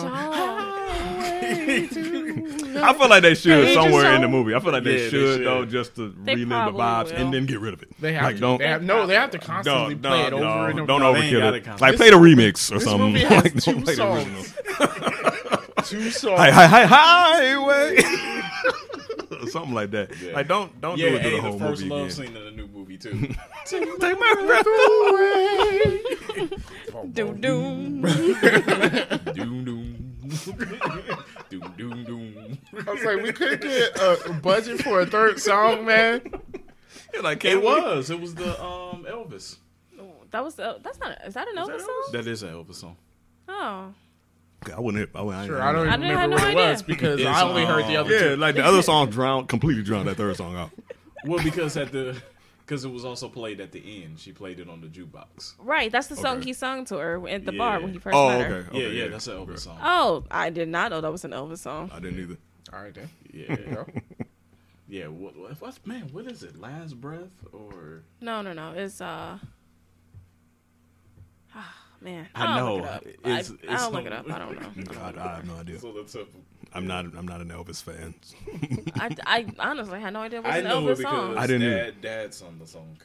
[SPEAKER 2] Oh.
[SPEAKER 4] I feel like they should
[SPEAKER 2] Danger
[SPEAKER 4] somewhere in the
[SPEAKER 2] Zone?
[SPEAKER 4] movie. I feel like they,
[SPEAKER 3] Yeah, they
[SPEAKER 4] should,
[SPEAKER 3] should.
[SPEAKER 4] though, just to
[SPEAKER 2] They
[SPEAKER 4] relive the
[SPEAKER 2] probably
[SPEAKER 4] vibes
[SPEAKER 2] will.
[SPEAKER 4] and then get rid of it.
[SPEAKER 1] They have
[SPEAKER 4] like
[SPEAKER 1] to.
[SPEAKER 4] don't
[SPEAKER 1] They have, no, they have to
[SPEAKER 4] No,
[SPEAKER 1] constantly
[SPEAKER 4] no,
[SPEAKER 1] play it
[SPEAKER 4] no,
[SPEAKER 1] over and over.
[SPEAKER 4] don't
[SPEAKER 1] No, they-
[SPEAKER 3] ain't
[SPEAKER 4] overkill
[SPEAKER 3] gotta
[SPEAKER 4] it.
[SPEAKER 3] count.
[SPEAKER 4] Like
[SPEAKER 3] This
[SPEAKER 4] play the remix or
[SPEAKER 1] This
[SPEAKER 4] something.
[SPEAKER 1] movie has
[SPEAKER 4] like
[SPEAKER 1] two
[SPEAKER 4] don't play the
[SPEAKER 1] songs.
[SPEAKER 4] original.
[SPEAKER 1] Two songs.
[SPEAKER 4] Hi hi hi highway. Or something like that.
[SPEAKER 3] Yeah.
[SPEAKER 4] Like don't don't
[SPEAKER 3] yeah,
[SPEAKER 4] do it to
[SPEAKER 3] hey,
[SPEAKER 4] the
[SPEAKER 3] the,
[SPEAKER 4] whole
[SPEAKER 3] first
[SPEAKER 4] movie
[SPEAKER 3] love
[SPEAKER 4] again.
[SPEAKER 3] scene in the new movie too.
[SPEAKER 4] Take my breath away.
[SPEAKER 2] Doom, doom.
[SPEAKER 3] doom doom. doom doom doom.
[SPEAKER 1] I was like, we could get a budget for a third song, man.
[SPEAKER 4] like
[SPEAKER 3] It
[SPEAKER 4] can't we-
[SPEAKER 3] was. It was the um Elvis.
[SPEAKER 2] That was uh, that's not is that an Elvis song?
[SPEAKER 3] That is an Elvis song.
[SPEAKER 2] Oh,
[SPEAKER 4] I wouldn't. I wouldn't.
[SPEAKER 1] Sure, I don't even
[SPEAKER 2] I didn't have
[SPEAKER 1] remember
[SPEAKER 2] no
[SPEAKER 1] what it
[SPEAKER 2] idea.
[SPEAKER 1] was because
[SPEAKER 3] It's,
[SPEAKER 1] I only heard the
[SPEAKER 3] um,
[SPEAKER 1] other two.
[SPEAKER 4] Yeah, like the other song drowned, completely drowned that third song out.
[SPEAKER 3] Well, because at the because it was also played at the end. She played it on the jukebox.
[SPEAKER 2] right. That's the song
[SPEAKER 4] Okay.
[SPEAKER 2] he sung to her at the
[SPEAKER 3] Yeah.
[SPEAKER 2] bar when he first
[SPEAKER 4] Oh,
[SPEAKER 2] met her.
[SPEAKER 4] okay. okay
[SPEAKER 3] yeah, yeah, that's an Elvis song.
[SPEAKER 2] Oh, I did not know that was an Elvis song.
[SPEAKER 4] I didn't either.
[SPEAKER 1] All right, then.
[SPEAKER 3] Yeah,
[SPEAKER 1] There you go.
[SPEAKER 3] yeah. What, what, what- man? What is it? Last breath or
[SPEAKER 2] No, no, no. It's uh. Man,
[SPEAKER 3] I
[SPEAKER 2] I'll
[SPEAKER 3] know.
[SPEAKER 2] Look it up.
[SPEAKER 3] It's-
[SPEAKER 2] I,
[SPEAKER 3] it's
[SPEAKER 2] I'll look
[SPEAKER 3] so-
[SPEAKER 2] it up. I don't know.
[SPEAKER 4] God, I have no idea.
[SPEAKER 3] so that's a,
[SPEAKER 4] I'm not. I'm not an Elvis fan.
[SPEAKER 2] I, I honestly had no idea it was
[SPEAKER 3] I
[SPEAKER 2] an
[SPEAKER 3] know it
[SPEAKER 2] Elvis
[SPEAKER 3] because
[SPEAKER 2] song.
[SPEAKER 4] I didn't
[SPEAKER 3] dad, dad sung the song.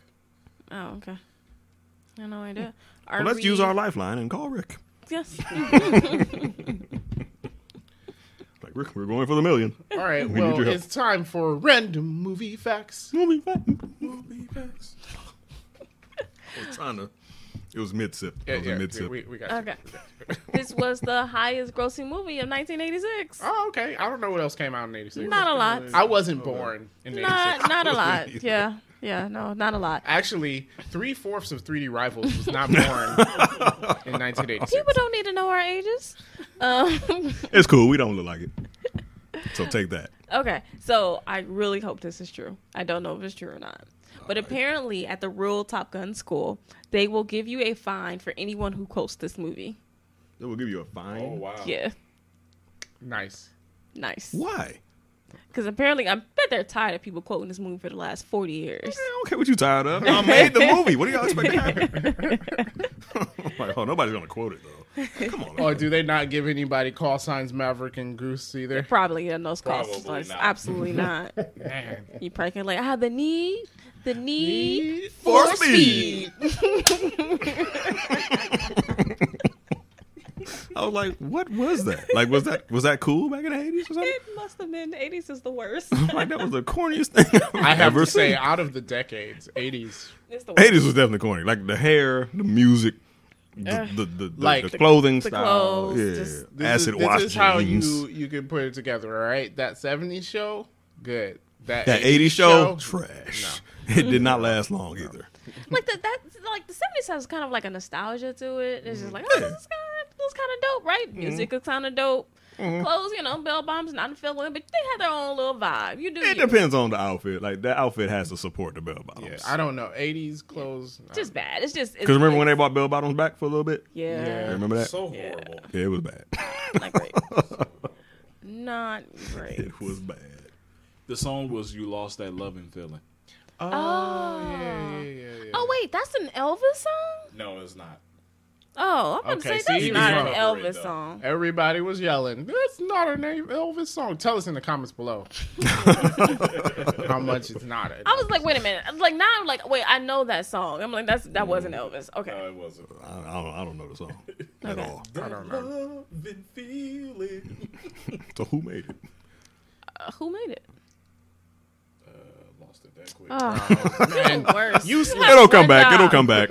[SPEAKER 2] Oh, okay. I have no idea. Are
[SPEAKER 4] Well, let's
[SPEAKER 2] we-
[SPEAKER 4] use our lifeline and call Rick.
[SPEAKER 2] Yes.
[SPEAKER 4] Like Rick, we're going for the million.
[SPEAKER 1] All right,
[SPEAKER 4] We need
[SPEAKER 1] well,
[SPEAKER 4] your help.
[SPEAKER 1] it's time for random movie facts.
[SPEAKER 4] We're
[SPEAKER 3] That's
[SPEAKER 4] trying to. It was mid sip.
[SPEAKER 1] Yeah,
[SPEAKER 4] it was
[SPEAKER 1] yeah,
[SPEAKER 4] a mid sip.
[SPEAKER 1] we, we got you.
[SPEAKER 2] Okay. this was the highest grossing movie of 1986.
[SPEAKER 1] Oh, okay. I don't know what else came out in 86.
[SPEAKER 2] Not a lot.
[SPEAKER 1] I wasn't born in 86.
[SPEAKER 2] Not not a
[SPEAKER 4] either.
[SPEAKER 2] lot. Yeah. Yeah, no, not a lot.
[SPEAKER 1] Actually, three fourths of 3D Rivals was not born in 1986.
[SPEAKER 2] People don't need to know our ages. Um,
[SPEAKER 4] It's cool. We don't look like it. So take that.
[SPEAKER 2] okay, so I really hope this is true. I don't know if it's true or not. But apparently, at the real Top Gun school, they will give you a fine for anyone who quotes this movie.
[SPEAKER 4] They will give you a fine.
[SPEAKER 3] Oh wow.
[SPEAKER 2] Yeah,
[SPEAKER 1] Nice.
[SPEAKER 2] nice.
[SPEAKER 4] Why?
[SPEAKER 2] Because apparently, I bet they're tired of people quoting this movie for the last 40 years.
[SPEAKER 4] I don't care what you tired of. I made the movie. What do y'all expect to happen? like, oh, nobody's gonna quote it though. Come on.
[SPEAKER 1] Or Oh, do they not give anybody call signs Maverick and Goose either?
[SPEAKER 2] Probably yeah, those costs.
[SPEAKER 3] Probably
[SPEAKER 2] Like,
[SPEAKER 3] not.
[SPEAKER 2] absolutely not.
[SPEAKER 1] Man.
[SPEAKER 2] You probably can like I have the need, the need,
[SPEAKER 4] for
[SPEAKER 2] for
[SPEAKER 4] speed.
[SPEAKER 2] speed.
[SPEAKER 1] Oh,
[SPEAKER 4] I was like, what was that? Like, was that was that cool back in the eighties or something?
[SPEAKER 2] It must have been the eighties is the worst.
[SPEAKER 4] Like that was the corniest thing I've
[SPEAKER 1] I have
[SPEAKER 4] ever
[SPEAKER 1] to say,
[SPEAKER 4] seen.
[SPEAKER 1] out of the decades, 80s,
[SPEAKER 2] It's the worst.
[SPEAKER 4] Eighties was definitely corny. Like the hair, the music, the the, the,
[SPEAKER 1] Eh, Like-
[SPEAKER 4] the clothing
[SPEAKER 2] The
[SPEAKER 4] style,
[SPEAKER 2] clothes,
[SPEAKER 4] yeah,
[SPEAKER 2] just-
[SPEAKER 1] This
[SPEAKER 4] acid
[SPEAKER 1] is,
[SPEAKER 4] wash
[SPEAKER 1] This is how
[SPEAKER 4] jeans.
[SPEAKER 1] you you can put it together. All right, that '70s show, good.
[SPEAKER 4] that 80s show, trash. It did not last long either.
[SPEAKER 2] like the that like the seventies has kind of like a nostalgia to it. It's just like oh,
[SPEAKER 4] Yeah.
[SPEAKER 2] this is good. was kind of dope, right?
[SPEAKER 4] Mm-hmm.
[SPEAKER 2] Music was kind of dope. Clothes, you know, bell bombs, not filling, but they had their own little vibe. You do.
[SPEAKER 4] It
[SPEAKER 2] you.
[SPEAKER 4] depends on the outfit. Like that outfit has to support the bell bottoms.
[SPEAKER 1] Yeah, I don't know. 80s clothes. I
[SPEAKER 2] Just bad. It's just.
[SPEAKER 4] Because remember when they bought bell bottoms back for a little bit?
[SPEAKER 2] Yeah.
[SPEAKER 1] Yeah.
[SPEAKER 4] Remember that?
[SPEAKER 3] So horrible.
[SPEAKER 4] yeah, it was bad.
[SPEAKER 2] Not great. not great.
[SPEAKER 4] it was bad.
[SPEAKER 3] The song was "You Lost That Loving Feeling."
[SPEAKER 1] Oh, yeah, yeah, yeah, yeah.
[SPEAKER 2] Oh wait, that's an Elvis song.
[SPEAKER 3] No, it's not.
[SPEAKER 2] Oh, I'm
[SPEAKER 1] Okay,
[SPEAKER 2] gonna
[SPEAKER 1] see,
[SPEAKER 2] say
[SPEAKER 1] you
[SPEAKER 2] that's not
[SPEAKER 1] can
[SPEAKER 2] an
[SPEAKER 3] cover it,
[SPEAKER 2] Elvis
[SPEAKER 3] though.
[SPEAKER 2] song.
[SPEAKER 1] Everybody was yelling. That's not a name Elvis song. Tell us in the comments below how much it's not. A
[SPEAKER 2] I was like, wait a minute. I was like now, I'm like, wait, I know that song. I'm like, that's that wasn't Elvis.
[SPEAKER 3] No,
[SPEAKER 2] Okay.
[SPEAKER 3] it wasn't.
[SPEAKER 4] I, I, don't, I don't know the song at all.
[SPEAKER 1] I don't know.
[SPEAKER 3] Loving feeling.
[SPEAKER 4] So who made it?
[SPEAKER 2] Uh, who made it?
[SPEAKER 3] Uh, lost it that quick.
[SPEAKER 2] Oh.
[SPEAKER 1] Oh. Man,
[SPEAKER 2] Worse.
[SPEAKER 1] you
[SPEAKER 2] have
[SPEAKER 4] It'll come
[SPEAKER 2] one
[SPEAKER 4] back. It'll
[SPEAKER 2] job.
[SPEAKER 4] come back.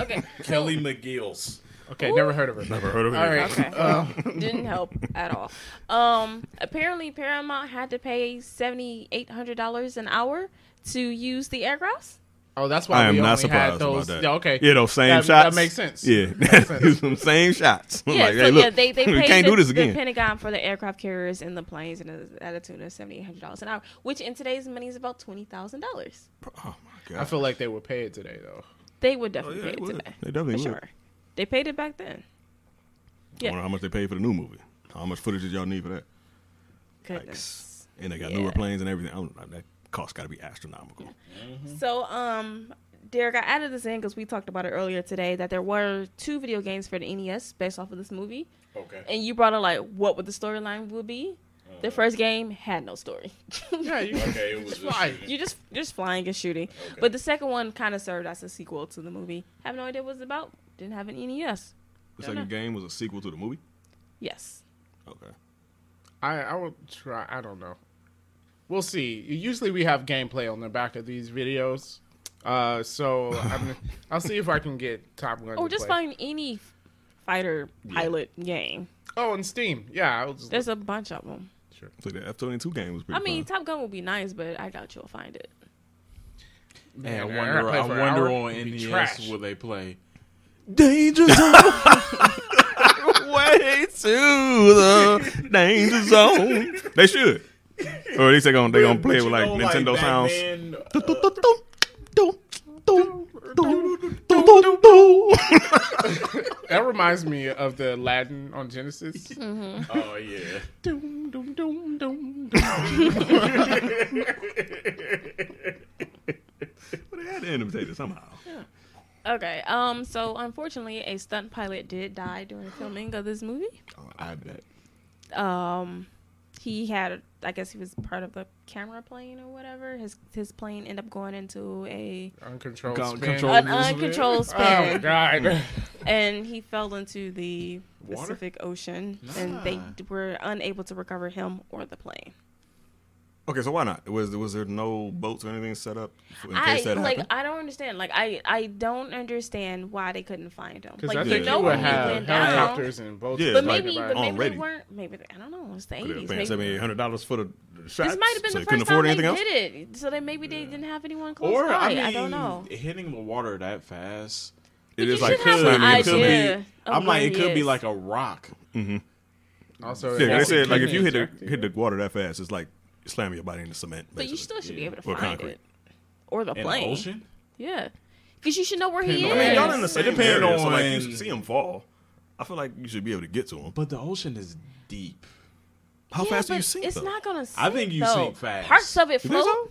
[SPEAKER 2] Okay.
[SPEAKER 3] Kelly McGill's.
[SPEAKER 1] okay, never heard of her.
[SPEAKER 4] Never heard of it.
[SPEAKER 1] All right.
[SPEAKER 2] Okay.
[SPEAKER 1] Uh,
[SPEAKER 2] Didn't help at all. Um, apparently Paramount had to pay seventy eight hundred dollars an hour to use the aircrafts.
[SPEAKER 1] oh, that's why
[SPEAKER 4] I am
[SPEAKER 1] we
[SPEAKER 4] not
[SPEAKER 1] only
[SPEAKER 4] surprised
[SPEAKER 1] had those.
[SPEAKER 4] about that.
[SPEAKER 1] Yeah, okay.
[SPEAKER 4] You know, same
[SPEAKER 1] That- that
[SPEAKER 4] shots.
[SPEAKER 1] makes sense.
[SPEAKER 4] Yeah,
[SPEAKER 1] Makes sense.
[SPEAKER 4] Use them same shots. I'm like,
[SPEAKER 2] so
[SPEAKER 4] hey, look,
[SPEAKER 2] yeah, they, they
[SPEAKER 4] we
[SPEAKER 2] paid
[SPEAKER 4] can't
[SPEAKER 2] the,
[SPEAKER 4] do this
[SPEAKER 2] the
[SPEAKER 4] again.
[SPEAKER 2] Pentagon for the aircraft carriers and the planes and it was at a tune of seventy eight hundred dollars an hour, which in today's money is about twenty thousand dollars.
[SPEAKER 4] oh my god!
[SPEAKER 1] I feel like they were paid today though.
[SPEAKER 2] Oh, They would definitely
[SPEAKER 4] Oh, yeah, they
[SPEAKER 2] pay it
[SPEAKER 4] would.
[SPEAKER 2] today.
[SPEAKER 4] They definitely
[SPEAKER 2] for
[SPEAKER 4] would.
[SPEAKER 2] sure. They paid it back then.
[SPEAKER 4] I wonder how much they paid for the new movie. How much footage did y'all need for that?
[SPEAKER 2] Goodness.
[SPEAKER 4] And they got
[SPEAKER 2] Yeah.
[SPEAKER 4] newer planes and everything. I don't know. That cost got to be astronomical.
[SPEAKER 2] So, um, Derek, I added this in because we talked about it earlier today that there were two video games for the NES based off of this movie,
[SPEAKER 3] Okay.
[SPEAKER 2] and you brought up like what would the storyline would be. The
[SPEAKER 4] Uh-huh.
[SPEAKER 2] first game had no story.
[SPEAKER 1] Yeah, you,
[SPEAKER 3] Okay, it was just
[SPEAKER 1] Why?
[SPEAKER 3] shooting.
[SPEAKER 2] you just just flying and shooting.
[SPEAKER 3] Okay.
[SPEAKER 2] But the second one kind of served as a sequel to the movie. Have no idea what it's about. Didn't have an E NES.
[SPEAKER 4] The
[SPEAKER 2] Don't
[SPEAKER 4] second
[SPEAKER 2] know.
[SPEAKER 4] game was a sequel to the movie.
[SPEAKER 2] Yes.
[SPEAKER 4] Okay.
[SPEAKER 1] I I will try. I don't know. We'll see. Usually we have gameplay on the back of these videos, uh, so I'm, I'll see if I can get Top Gun.
[SPEAKER 2] Or
[SPEAKER 1] to
[SPEAKER 2] Oh, just
[SPEAKER 1] play.
[SPEAKER 2] find any fighter pilot game.
[SPEAKER 1] Oh, and Steam. Yeah, I'll just.
[SPEAKER 2] There's a bunch of them.
[SPEAKER 4] So the F twenty two game was pretty.
[SPEAKER 2] I mean,
[SPEAKER 4] fun.
[SPEAKER 2] Top Gun would be nice, but I doubt you'll find it.
[SPEAKER 3] Man, I
[SPEAKER 1] Man, I
[SPEAKER 3] wonder.
[SPEAKER 1] play
[SPEAKER 3] I
[SPEAKER 1] for an
[SPEAKER 3] wonder
[SPEAKER 1] hour,
[SPEAKER 3] on
[SPEAKER 1] it'd
[SPEAKER 4] E
[SPEAKER 1] be
[SPEAKER 3] NES
[SPEAKER 1] trash.
[SPEAKER 3] will they play?
[SPEAKER 4] danger zone. Way to the danger zone. They should. Or at least they gonna they gonna play with
[SPEAKER 3] But you
[SPEAKER 4] like
[SPEAKER 3] know,
[SPEAKER 4] Nintendo sounds.
[SPEAKER 3] Batman, uh,
[SPEAKER 1] that reminds me of the Aladdin on Genesis.
[SPEAKER 2] Mm.
[SPEAKER 3] Oh yeah.
[SPEAKER 1] Doom, doom, doom, doom, doom.
[SPEAKER 4] But they had to imitate it somehow.
[SPEAKER 2] Okay. Um. So unfortunately, a stunt pilot did die during the filming of this movie.
[SPEAKER 4] Oh,
[SPEAKER 3] I bet.
[SPEAKER 2] Um, he had, I guess, he was part of the camera plane or whatever. His his plane ended up going into a
[SPEAKER 1] Uncontrolled
[SPEAKER 4] Con-
[SPEAKER 1] spin.
[SPEAKER 4] control-
[SPEAKER 2] an
[SPEAKER 4] Oh, this is
[SPEAKER 2] uncontrolled
[SPEAKER 1] Oh my
[SPEAKER 2] spin,
[SPEAKER 4] Mm.
[SPEAKER 1] god.
[SPEAKER 2] and he fell into the
[SPEAKER 3] Water?
[SPEAKER 2] Pacific Ocean, and they
[SPEAKER 3] Ah.
[SPEAKER 2] d- were unable to recover him or the plane.
[SPEAKER 4] Okay, so why not? Was was there no boats or anything set up in case
[SPEAKER 2] I
[SPEAKER 4] that
[SPEAKER 2] like,
[SPEAKER 4] happened?
[SPEAKER 2] I don't understand. Like, I I don't understand why they couldn't find him.
[SPEAKER 1] Because
[SPEAKER 2] Like,
[SPEAKER 1] I
[SPEAKER 2] you
[SPEAKER 1] think
[SPEAKER 2] know
[SPEAKER 1] you
[SPEAKER 2] when
[SPEAKER 1] would
[SPEAKER 2] he
[SPEAKER 1] have
[SPEAKER 2] went down-
[SPEAKER 1] helicopters and boats.
[SPEAKER 4] Yeah,
[SPEAKER 2] But
[SPEAKER 4] like,
[SPEAKER 2] maybe, but maybe
[SPEAKER 4] already.
[SPEAKER 2] they weren't. Maybe they, I don't know. It's the
[SPEAKER 4] Could have
[SPEAKER 2] eighties.
[SPEAKER 4] paid seventy eight
[SPEAKER 2] This
[SPEAKER 4] hundred dollars for the shots.
[SPEAKER 2] might have been
[SPEAKER 4] so
[SPEAKER 2] the
[SPEAKER 4] they couldn't
[SPEAKER 2] first
[SPEAKER 4] afford
[SPEAKER 2] time
[SPEAKER 4] anything
[SPEAKER 2] they
[SPEAKER 4] else.
[SPEAKER 2] did it. So they maybe they didn't have anyone close
[SPEAKER 3] Or
[SPEAKER 2] by.
[SPEAKER 3] I, mean,
[SPEAKER 2] don't know.
[SPEAKER 3] Hitting the water that fast.
[SPEAKER 4] It
[SPEAKER 2] you
[SPEAKER 4] is like
[SPEAKER 2] should have
[SPEAKER 4] slamming
[SPEAKER 2] an
[SPEAKER 4] into something.
[SPEAKER 2] idea.
[SPEAKER 3] Could be-
[SPEAKER 2] of
[SPEAKER 3] I'm like,
[SPEAKER 2] where
[SPEAKER 3] it
[SPEAKER 2] he
[SPEAKER 3] could be
[SPEAKER 2] is.
[SPEAKER 3] like a rock.
[SPEAKER 1] Also,
[SPEAKER 4] Yeah, they
[SPEAKER 1] it's-
[SPEAKER 4] said like if you hit the
[SPEAKER 1] attractive.
[SPEAKER 4] hit the water that fast, it's like slamming your body into cement.
[SPEAKER 2] But you
[SPEAKER 4] basically.
[SPEAKER 2] still should be
[SPEAKER 3] yeah.
[SPEAKER 2] able to
[SPEAKER 4] Or
[SPEAKER 2] find
[SPEAKER 4] concrete.
[SPEAKER 2] it, or the
[SPEAKER 3] In the
[SPEAKER 2] plane.
[SPEAKER 3] ocean?
[SPEAKER 2] Yeah, because you should know where he
[SPEAKER 1] Depending
[SPEAKER 2] is.
[SPEAKER 1] on- I mean, y'all in
[SPEAKER 4] the
[SPEAKER 3] same
[SPEAKER 4] same area,
[SPEAKER 3] area,
[SPEAKER 4] so like you
[SPEAKER 3] on-
[SPEAKER 4] see him fall. I feel like you should be able to get to him. But
[SPEAKER 3] But the ocean is deep.
[SPEAKER 4] how
[SPEAKER 2] Yeah,
[SPEAKER 4] fast do you
[SPEAKER 2] but
[SPEAKER 4] sink?
[SPEAKER 2] It's
[SPEAKER 4] though?
[SPEAKER 2] not gonna. Sink,
[SPEAKER 3] I think you
[SPEAKER 2] though.
[SPEAKER 3] sink fast.
[SPEAKER 2] Parts of it
[SPEAKER 4] You think
[SPEAKER 2] float.
[SPEAKER 4] so?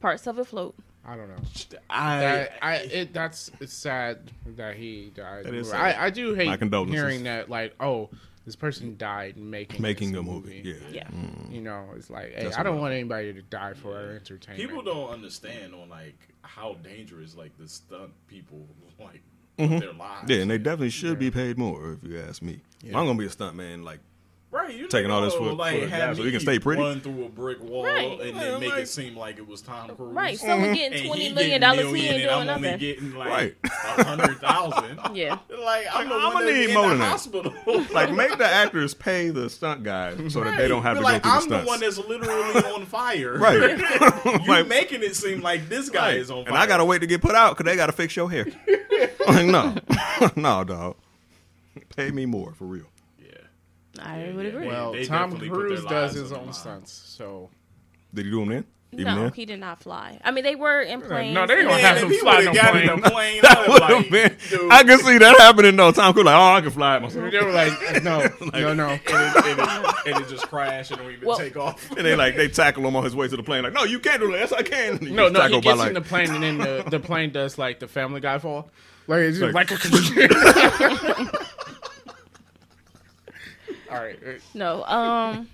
[SPEAKER 2] Parts of it float.
[SPEAKER 1] I don't know.
[SPEAKER 3] I,
[SPEAKER 1] That, I it that's it's sad that he died.
[SPEAKER 4] That is sad.
[SPEAKER 1] I I do hate
[SPEAKER 4] My condolences.
[SPEAKER 1] hearing that like oh this person died making
[SPEAKER 4] making
[SPEAKER 1] this
[SPEAKER 4] a movie. Yeah. Mm.
[SPEAKER 2] Yeah.
[SPEAKER 1] You know, it's like hey,
[SPEAKER 4] That's
[SPEAKER 1] I don't
[SPEAKER 4] wild.
[SPEAKER 1] want anybody to die for our entertainment.
[SPEAKER 3] people don't understand on like how dangerous like the stunt people like with their lives.
[SPEAKER 4] Mm-hmm. Yeah, and they definitely should be paid more if you ask me. If I'm gonna be a stunt man, like
[SPEAKER 3] right, you
[SPEAKER 4] taking all this
[SPEAKER 3] know,
[SPEAKER 4] for-
[SPEAKER 3] like
[SPEAKER 4] for-
[SPEAKER 3] have
[SPEAKER 4] so
[SPEAKER 3] me
[SPEAKER 4] you can stay pretty.
[SPEAKER 3] Run through a brick wall
[SPEAKER 2] Right.
[SPEAKER 3] and
[SPEAKER 4] Yeah,
[SPEAKER 3] then make
[SPEAKER 4] like-
[SPEAKER 3] it seem like it was Tom Cruise.
[SPEAKER 2] Right. Someone
[SPEAKER 3] And
[SPEAKER 2] getting
[SPEAKER 3] he
[SPEAKER 2] twenty million
[SPEAKER 3] getting
[SPEAKER 2] dollars, he
[SPEAKER 3] million
[SPEAKER 2] ain't
[SPEAKER 3] and
[SPEAKER 2] doing
[SPEAKER 3] I'm only
[SPEAKER 2] nothing.
[SPEAKER 3] getting like
[SPEAKER 4] Right.
[SPEAKER 3] a hundred thousand.
[SPEAKER 2] Yeah.
[SPEAKER 3] Like I'm,
[SPEAKER 4] I'ma
[SPEAKER 3] gonna
[SPEAKER 4] need
[SPEAKER 3] need
[SPEAKER 4] more
[SPEAKER 3] more
[SPEAKER 4] than
[SPEAKER 3] the
[SPEAKER 4] that.
[SPEAKER 3] hospital.
[SPEAKER 4] like make the actors pay the stunt guy so that they don't have
[SPEAKER 3] Be
[SPEAKER 4] to
[SPEAKER 3] like,
[SPEAKER 4] go through
[SPEAKER 3] I'm
[SPEAKER 4] the stunts.
[SPEAKER 3] the one that's literally on fire.
[SPEAKER 4] Right.
[SPEAKER 3] you
[SPEAKER 4] Like-
[SPEAKER 3] making it seem like this guy
[SPEAKER 4] Right.
[SPEAKER 3] is on fire.
[SPEAKER 4] And I gotta wait to get put out because they gotta fix your hair. like no, no, dog. Pay me more for real.
[SPEAKER 3] Yeah.
[SPEAKER 2] I
[SPEAKER 3] Yeah,
[SPEAKER 2] would
[SPEAKER 3] yeah,
[SPEAKER 2] agree.
[SPEAKER 3] well-
[SPEAKER 1] Well,
[SPEAKER 3] they
[SPEAKER 1] Tom
[SPEAKER 3] definitely put their
[SPEAKER 1] Cruise does
[SPEAKER 3] lives
[SPEAKER 1] his
[SPEAKER 3] on the
[SPEAKER 1] own
[SPEAKER 3] line.
[SPEAKER 1] stunts, so
[SPEAKER 4] Did you do them then?
[SPEAKER 2] no, he did not fly. I mean, they were in planes.
[SPEAKER 1] no, they gonna
[SPEAKER 3] Man,
[SPEAKER 1] have
[SPEAKER 3] if
[SPEAKER 1] him
[SPEAKER 3] he
[SPEAKER 1] fly
[SPEAKER 3] would've
[SPEAKER 1] no
[SPEAKER 3] got in
[SPEAKER 1] plane.
[SPEAKER 3] the plane,
[SPEAKER 4] That
[SPEAKER 3] I
[SPEAKER 4] would
[SPEAKER 3] would've
[SPEAKER 4] have
[SPEAKER 3] like,
[SPEAKER 4] been.
[SPEAKER 3] dude,
[SPEAKER 4] I can see that happening though. Tom Cruise like, oh, I can fly it myself.
[SPEAKER 1] they were like, no, no, no.
[SPEAKER 3] and, it, and, it, and it just crashed and we even
[SPEAKER 2] Well-
[SPEAKER 3] take off.
[SPEAKER 4] And they like they tackle him on his way to the plane. Like, no, you can't do that. Yes, I can. And
[SPEAKER 1] No, no, he
[SPEAKER 4] gets tackled by,
[SPEAKER 1] gets in the plane and then the, the plane does like the Family Guy fall. Like it's just
[SPEAKER 4] Like-
[SPEAKER 1] like, all right, uh,
[SPEAKER 2] No. Um.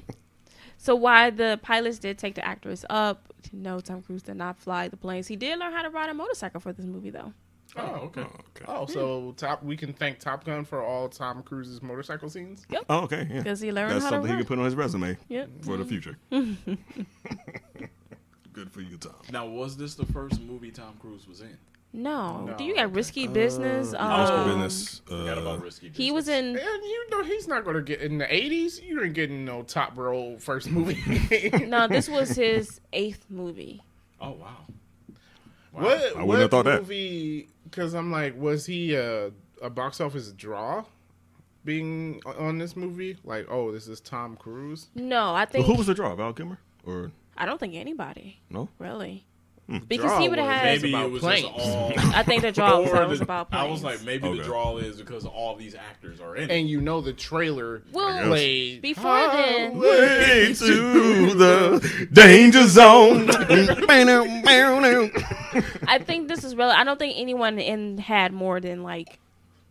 [SPEAKER 2] so why the pilots did take the actors up? No, Tom Cruise did not fly the planes. He did learn how to ride a motorcycle for this movie, though.
[SPEAKER 3] Oh, okay.
[SPEAKER 4] okay.
[SPEAKER 1] oh, so top we can thank Top Gun for all Tom Cruise's motorcycle scenes.
[SPEAKER 4] Oh, okay. Yeah.
[SPEAKER 2] Because he learned
[SPEAKER 4] That's
[SPEAKER 2] how to
[SPEAKER 4] something he
[SPEAKER 2] ride.
[SPEAKER 4] could put on his resume
[SPEAKER 2] yep.
[SPEAKER 4] for the future. Good for you, Tom.
[SPEAKER 3] Now, was this the first movie Tom Cruise was in?
[SPEAKER 2] No.
[SPEAKER 1] No,
[SPEAKER 2] Do you got risky
[SPEAKER 3] Uh,
[SPEAKER 2] business? Um,
[SPEAKER 4] Oscar business.
[SPEAKER 3] Forgot
[SPEAKER 4] Uh,
[SPEAKER 3] about Risky
[SPEAKER 2] He
[SPEAKER 3] Business.
[SPEAKER 2] was in.
[SPEAKER 1] And you know he's not going to get in the eighties. You ain't getting no top role first movie.
[SPEAKER 2] No, this was his eighth movie.
[SPEAKER 3] Oh wow. Wow.
[SPEAKER 1] What?
[SPEAKER 4] wouldn't
[SPEAKER 1] what
[SPEAKER 4] have thought that.
[SPEAKER 1] movie, Because I'm like, was he a, a box office draw? Being o- on this movie, like, oh, this is Tom Cruise.
[SPEAKER 2] No, I
[SPEAKER 4] well,
[SPEAKER 2] think
[SPEAKER 4] who was the draw? Val Kilmer or
[SPEAKER 2] I don't think anybody
[SPEAKER 4] no?
[SPEAKER 2] really,
[SPEAKER 4] Hmm.
[SPEAKER 2] because he
[SPEAKER 1] Draw
[SPEAKER 2] would
[SPEAKER 1] was
[SPEAKER 2] have.
[SPEAKER 3] Maybe
[SPEAKER 1] about
[SPEAKER 3] it was
[SPEAKER 1] planes.
[SPEAKER 3] just all.
[SPEAKER 2] I think the draw was,
[SPEAKER 3] or
[SPEAKER 2] that was
[SPEAKER 3] the-
[SPEAKER 2] about.
[SPEAKER 3] I
[SPEAKER 2] Planes.
[SPEAKER 3] was like, maybe the
[SPEAKER 4] Okay.
[SPEAKER 3] draw is because all these actors are in it.
[SPEAKER 1] and you know the trailer
[SPEAKER 2] Well,
[SPEAKER 1] played
[SPEAKER 2] before then-
[SPEAKER 4] Way to the danger zone.
[SPEAKER 2] I think this is real. I don't think anyone in had more than like,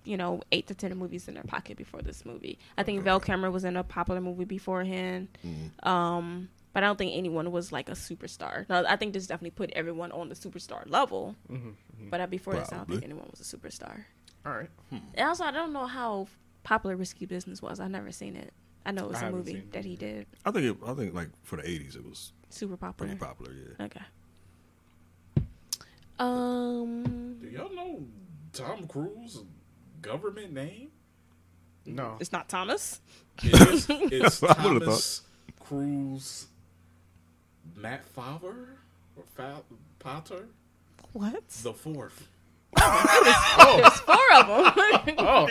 [SPEAKER 2] you know, eight to ten movies in their pocket before this movie. I think Val Kilmer was in a popular movie beforehand,
[SPEAKER 1] Mm-hmm.
[SPEAKER 2] um, but I don't think anyone was like a superstar. Now, I think this definitely put everyone on the superstar level,
[SPEAKER 1] Mm-hmm,
[SPEAKER 2] but I, before this, I don't think
[SPEAKER 4] Probably.
[SPEAKER 2] anyone was a superstar.
[SPEAKER 1] All right,
[SPEAKER 2] And also, I don't know how popular Risky Business was. I've never seen it. I know it was
[SPEAKER 1] I
[SPEAKER 2] a
[SPEAKER 1] haven't
[SPEAKER 2] movie
[SPEAKER 1] seen it
[SPEAKER 2] that he did,
[SPEAKER 4] I think it, I think like for the eighties it was
[SPEAKER 2] super popular.
[SPEAKER 4] pretty popular, yeah.
[SPEAKER 2] Okay. Um,
[SPEAKER 3] Do y'all know Tom Cruise government name?
[SPEAKER 1] no,
[SPEAKER 2] it's not Thomas.
[SPEAKER 3] It's, it's
[SPEAKER 4] I would've
[SPEAKER 3] Thomas Cruise Matt Favre or Fa- Potter
[SPEAKER 2] What?
[SPEAKER 3] the fourth.
[SPEAKER 2] There's four of them.
[SPEAKER 1] oh,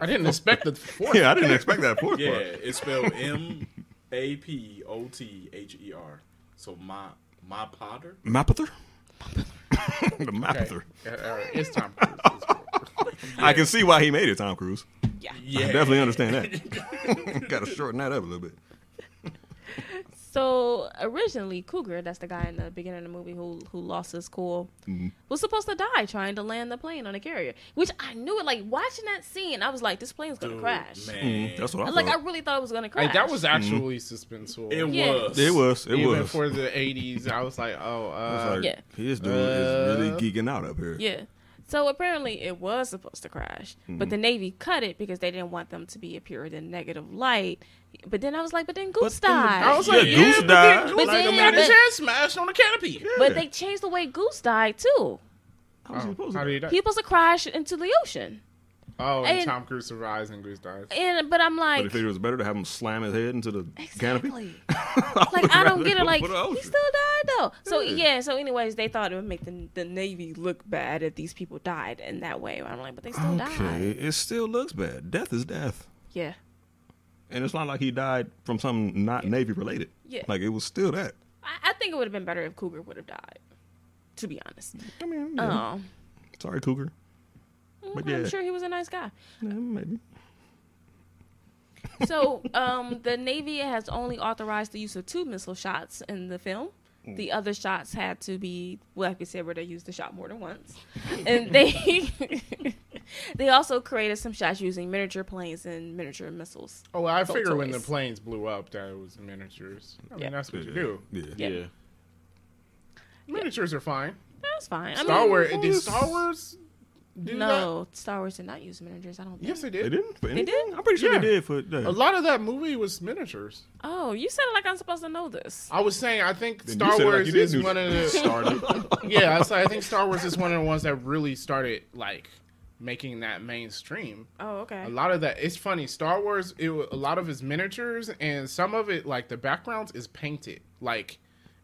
[SPEAKER 1] I didn't expect the fourth.
[SPEAKER 4] Yeah, I didn't expect that fourth
[SPEAKER 3] Yeah,
[SPEAKER 4] part.
[SPEAKER 3] it's spelled M A P O T H E R. So my my Potter.
[SPEAKER 4] Mapother? the Mapother.
[SPEAKER 1] Okay. All right, it's Tom Cruise. It's cool.
[SPEAKER 4] I can see why he made it, Tom Cruise.
[SPEAKER 2] yeah.
[SPEAKER 3] Yeah,
[SPEAKER 4] I definitely understand that. Gotta shorten that up a little bit.
[SPEAKER 2] So originally, Cougar, that's the guy in the beginning of the movie who who lost his cool, was supposed to die trying to land the plane on a carrier. Which I knew it. Like watching that scene, I was like, this plane's gonna
[SPEAKER 3] Dude,
[SPEAKER 2] crash.
[SPEAKER 3] Man,
[SPEAKER 4] Mm, That's what I
[SPEAKER 2] Like I
[SPEAKER 4] thought.
[SPEAKER 2] really thought it was gonna crash.
[SPEAKER 1] Like, that
[SPEAKER 4] Mm-hmm.
[SPEAKER 1] was actually suspenseful.
[SPEAKER 3] it
[SPEAKER 2] Yeah.
[SPEAKER 3] was.
[SPEAKER 4] it was. It
[SPEAKER 1] Even
[SPEAKER 4] was.
[SPEAKER 1] for the '80s, I was like, oh,
[SPEAKER 4] It's
[SPEAKER 1] uh,
[SPEAKER 4] like,
[SPEAKER 2] Yeah.
[SPEAKER 4] His dude
[SPEAKER 1] Uh,
[SPEAKER 4] is really geeking out up here.
[SPEAKER 2] yeah. So apparently, it was supposed to crash, but the Navy cut it because they didn't want them to be appeared in negative light. But then I was like, but then Goose died.
[SPEAKER 1] I was like,
[SPEAKER 4] Yeah,
[SPEAKER 1] yeah,
[SPEAKER 4] Goose
[SPEAKER 1] but
[SPEAKER 4] died.
[SPEAKER 1] then Goose
[SPEAKER 2] But
[SPEAKER 1] like,
[SPEAKER 2] then-
[SPEAKER 1] a man his
[SPEAKER 2] but-
[SPEAKER 1] head smashed on the canopy.
[SPEAKER 2] but they changed the way Goose died too.
[SPEAKER 4] How was he supposed to-
[SPEAKER 1] Oh, How did he die?
[SPEAKER 2] He was supposed to crash into the ocean,
[SPEAKER 1] oh, and,
[SPEAKER 2] and-
[SPEAKER 1] Tom Cruise survives and Goose dies.
[SPEAKER 2] and but I'm like,
[SPEAKER 4] But he figured it was better to have him slam his head into the canopy.
[SPEAKER 2] Like I don't get it. Like he
[SPEAKER 4] Put
[SPEAKER 2] still
[SPEAKER 4] out there.
[SPEAKER 2] died though. So
[SPEAKER 4] Yeah.
[SPEAKER 2] yeah. So anyways, they thought it would make the the Navy look bad if these people died in that way. I'm like, but they still
[SPEAKER 4] Okay,
[SPEAKER 2] died.
[SPEAKER 4] it still looks bad. Death is death,
[SPEAKER 2] Yeah.
[SPEAKER 4] and it's not like he died from something not Navy related.
[SPEAKER 2] Yeah.
[SPEAKER 4] like it was still that.
[SPEAKER 2] I, I think it would have been better if Cougar would have died. To be honest.
[SPEAKER 4] I mean, yeah.
[SPEAKER 2] Um.
[SPEAKER 4] sorry, Cougar. But yeah,
[SPEAKER 2] I'm sure he was a nice guy.
[SPEAKER 4] yeah, maybe.
[SPEAKER 2] So, um, the Navy has only authorized the use of two missile shots in the film.
[SPEAKER 1] Mm.
[SPEAKER 2] The other shots had to be, well, like we said, where they used the shot more than once, and they they also created some shots using miniature planes and miniature missiles.
[SPEAKER 1] Oh, well, I figure when the
[SPEAKER 2] toys.
[SPEAKER 1] planes blew up, that it was miniatures. I mean,
[SPEAKER 2] Yeah.
[SPEAKER 1] that's what you do.
[SPEAKER 4] Yeah,
[SPEAKER 2] Yeah.
[SPEAKER 3] Yeah.
[SPEAKER 1] Miniatures are fine.
[SPEAKER 2] That's fine. I
[SPEAKER 1] Star
[SPEAKER 2] mean,
[SPEAKER 1] Wars. Did
[SPEAKER 4] was-
[SPEAKER 1] Star Wars? Do
[SPEAKER 2] No, Star Wars did not use miniatures. I don't. Think.
[SPEAKER 1] Yes, they did.
[SPEAKER 4] they didn't. For anything?
[SPEAKER 2] did?
[SPEAKER 4] I'm pretty sure
[SPEAKER 1] Yeah.
[SPEAKER 4] they did for. Yeah.
[SPEAKER 1] A lot of that movie was miniatures.
[SPEAKER 2] Oh, you said it like I'm supposed to know this.
[SPEAKER 1] I was saying, I think
[SPEAKER 4] Then you
[SPEAKER 1] Star
[SPEAKER 4] said it like
[SPEAKER 1] Wars
[SPEAKER 4] you did
[SPEAKER 1] is
[SPEAKER 4] do
[SPEAKER 1] one of the.
[SPEAKER 3] Started.
[SPEAKER 1] yeah, I was like, I think Star Wars is one of the ones that really started like making that mainstream.
[SPEAKER 2] Oh, okay.
[SPEAKER 1] A lot of that. It's funny. Star Wars. It wa- a lot of his miniatures and some of it, like the backgrounds, is painted. Like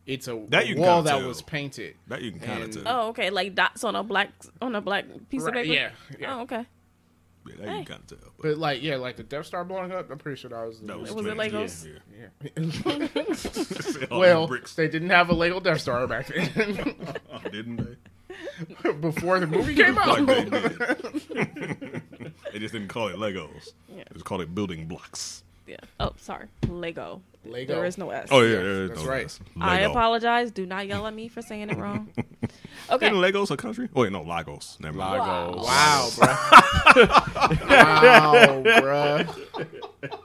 [SPEAKER 1] it's a,
[SPEAKER 4] That you
[SPEAKER 1] a
[SPEAKER 4] can
[SPEAKER 1] wall
[SPEAKER 4] kinda
[SPEAKER 1] that
[SPEAKER 4] tell.
[SPEAKER 1] was painted.
[SPEAKER 4] That you can kind of
[SPEAKER 1] And-
[SPEAKER 4] tell.
[SPEAKER 2] Oh, okay. Like dots on a black on a black piece of
[SPEAKER 1] Right,
[SPEAKER 2] paper.
[SPEAKER 1] yeah, yeah.
[SPEAKER 2] Oh, okay.
[SPEAKER 4] Yeah, that
[SPEAKER 2] Hey.
[SPEAKER 4] you kind of tell. But
[SPEAKER 1] But like, yeah, like the Death Star blowing up. I'm pretty sure that was.
[SPEAKER 4] that was,
[SPEAKER 2] Was it
[SPEAKER 4] planned.
[SPEAKER 2] Legos?
[SPEAKER 4] Yeah.
[SPEAKER 1] yeah.
[SPEAKER 4] All them
[SPEAKER 1] well,
[SPEAKER 4] Oh, bricks Oh,
[SPEAKER 1] they didn't have a Lego Death Star back then
[SPEAKER 4] didn't they?
[SPEAKER 1] before the movie came
[SPEAKER 4] Like
[SPEAKER 1] out.
[SPEAKER 4] they did. they just didn't call it Legos.
[SPEAKER 2] Yeah.
[SPEAKER 4] They just called it building blocks.
[SPEAKER 2] Yeah. Oh, sorry. Lego.
[SPEAKER 1] Lego.
[SPEAKER 2] There is no S.
[SPEAKER 4] Oh yeah, yeah,
[SPEAKER 1] that's
[SPEAKER 4] no,
[SPEAKER 1] right.
[SPEAKER 4] Lego.
[SPEAKER 2] I apologize. Do not yell at me for saying it wrong. Okay.
[SPEAKER 4] Isn't Legos a country? Oh wait, no, Lagos. Never mind.
[SPEAKER 3] Lagos.
[SPEAKER 1] Wow, bruh. wow, bruh.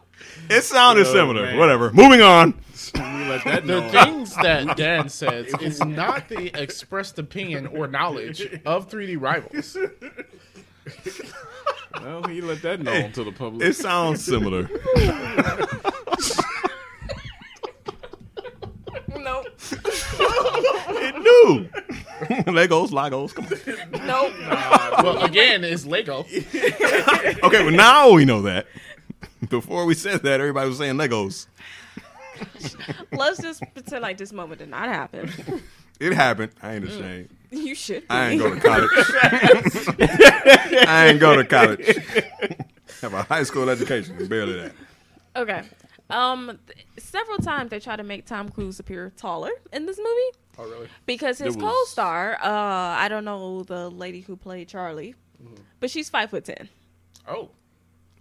[SPEAKER 4] It sounded
[SPEAKER 3] Oh,
[SPEAKER 4] similar.
[SPEAKER 3] man.
[SPEAKER 4] Whatever. Moving on.
[SPEAKER 3] Wow. we let that
[SPEAKER 1] The
[SPEAKER 3] know.
[SPEAKER 1] things that Dan says is not the expressed opinion or knowledge of 3D rivals.
[SPEAKER 3] Well, he let that known to the public.
[SPEAKER 4] It sounds similar.
[SPEAKER 2] Nope.
[SPEAKER 4] it do. Legos, Lagos. Come on.
[SPEAKER 2] Nope.
[SPEAKER 1] Well, again, it's Lego.
[SPEAKER 4] Okay, well now we know that. Before we said that, everybody was saying Legos.
[SPEAKER 2] Let's just pretend like this moment did not happen.
[SPEAKER 4] It happened. I ain't ashamed.
[SPEAKER 2] You should be.
[SPEAKER 4] I ain't go to college. I ain't go to college. Have a high school education, barely that.
[SPEAKER 2] Okay. Um, th- several times they try to make Tom Cruise appear taller in this movie
[SPEAKER 1] Oh, really?
[SPEAKER 2] because his
[SPEAKER 3] There was-
[SPEAKER 2] co-star, uh, I don't know the lady who played Charlie,
[SPEAKER 4] Mm-hmm.
[SPEAKER 2] but she's five foot ten,
[SPEAKER 1] Oh,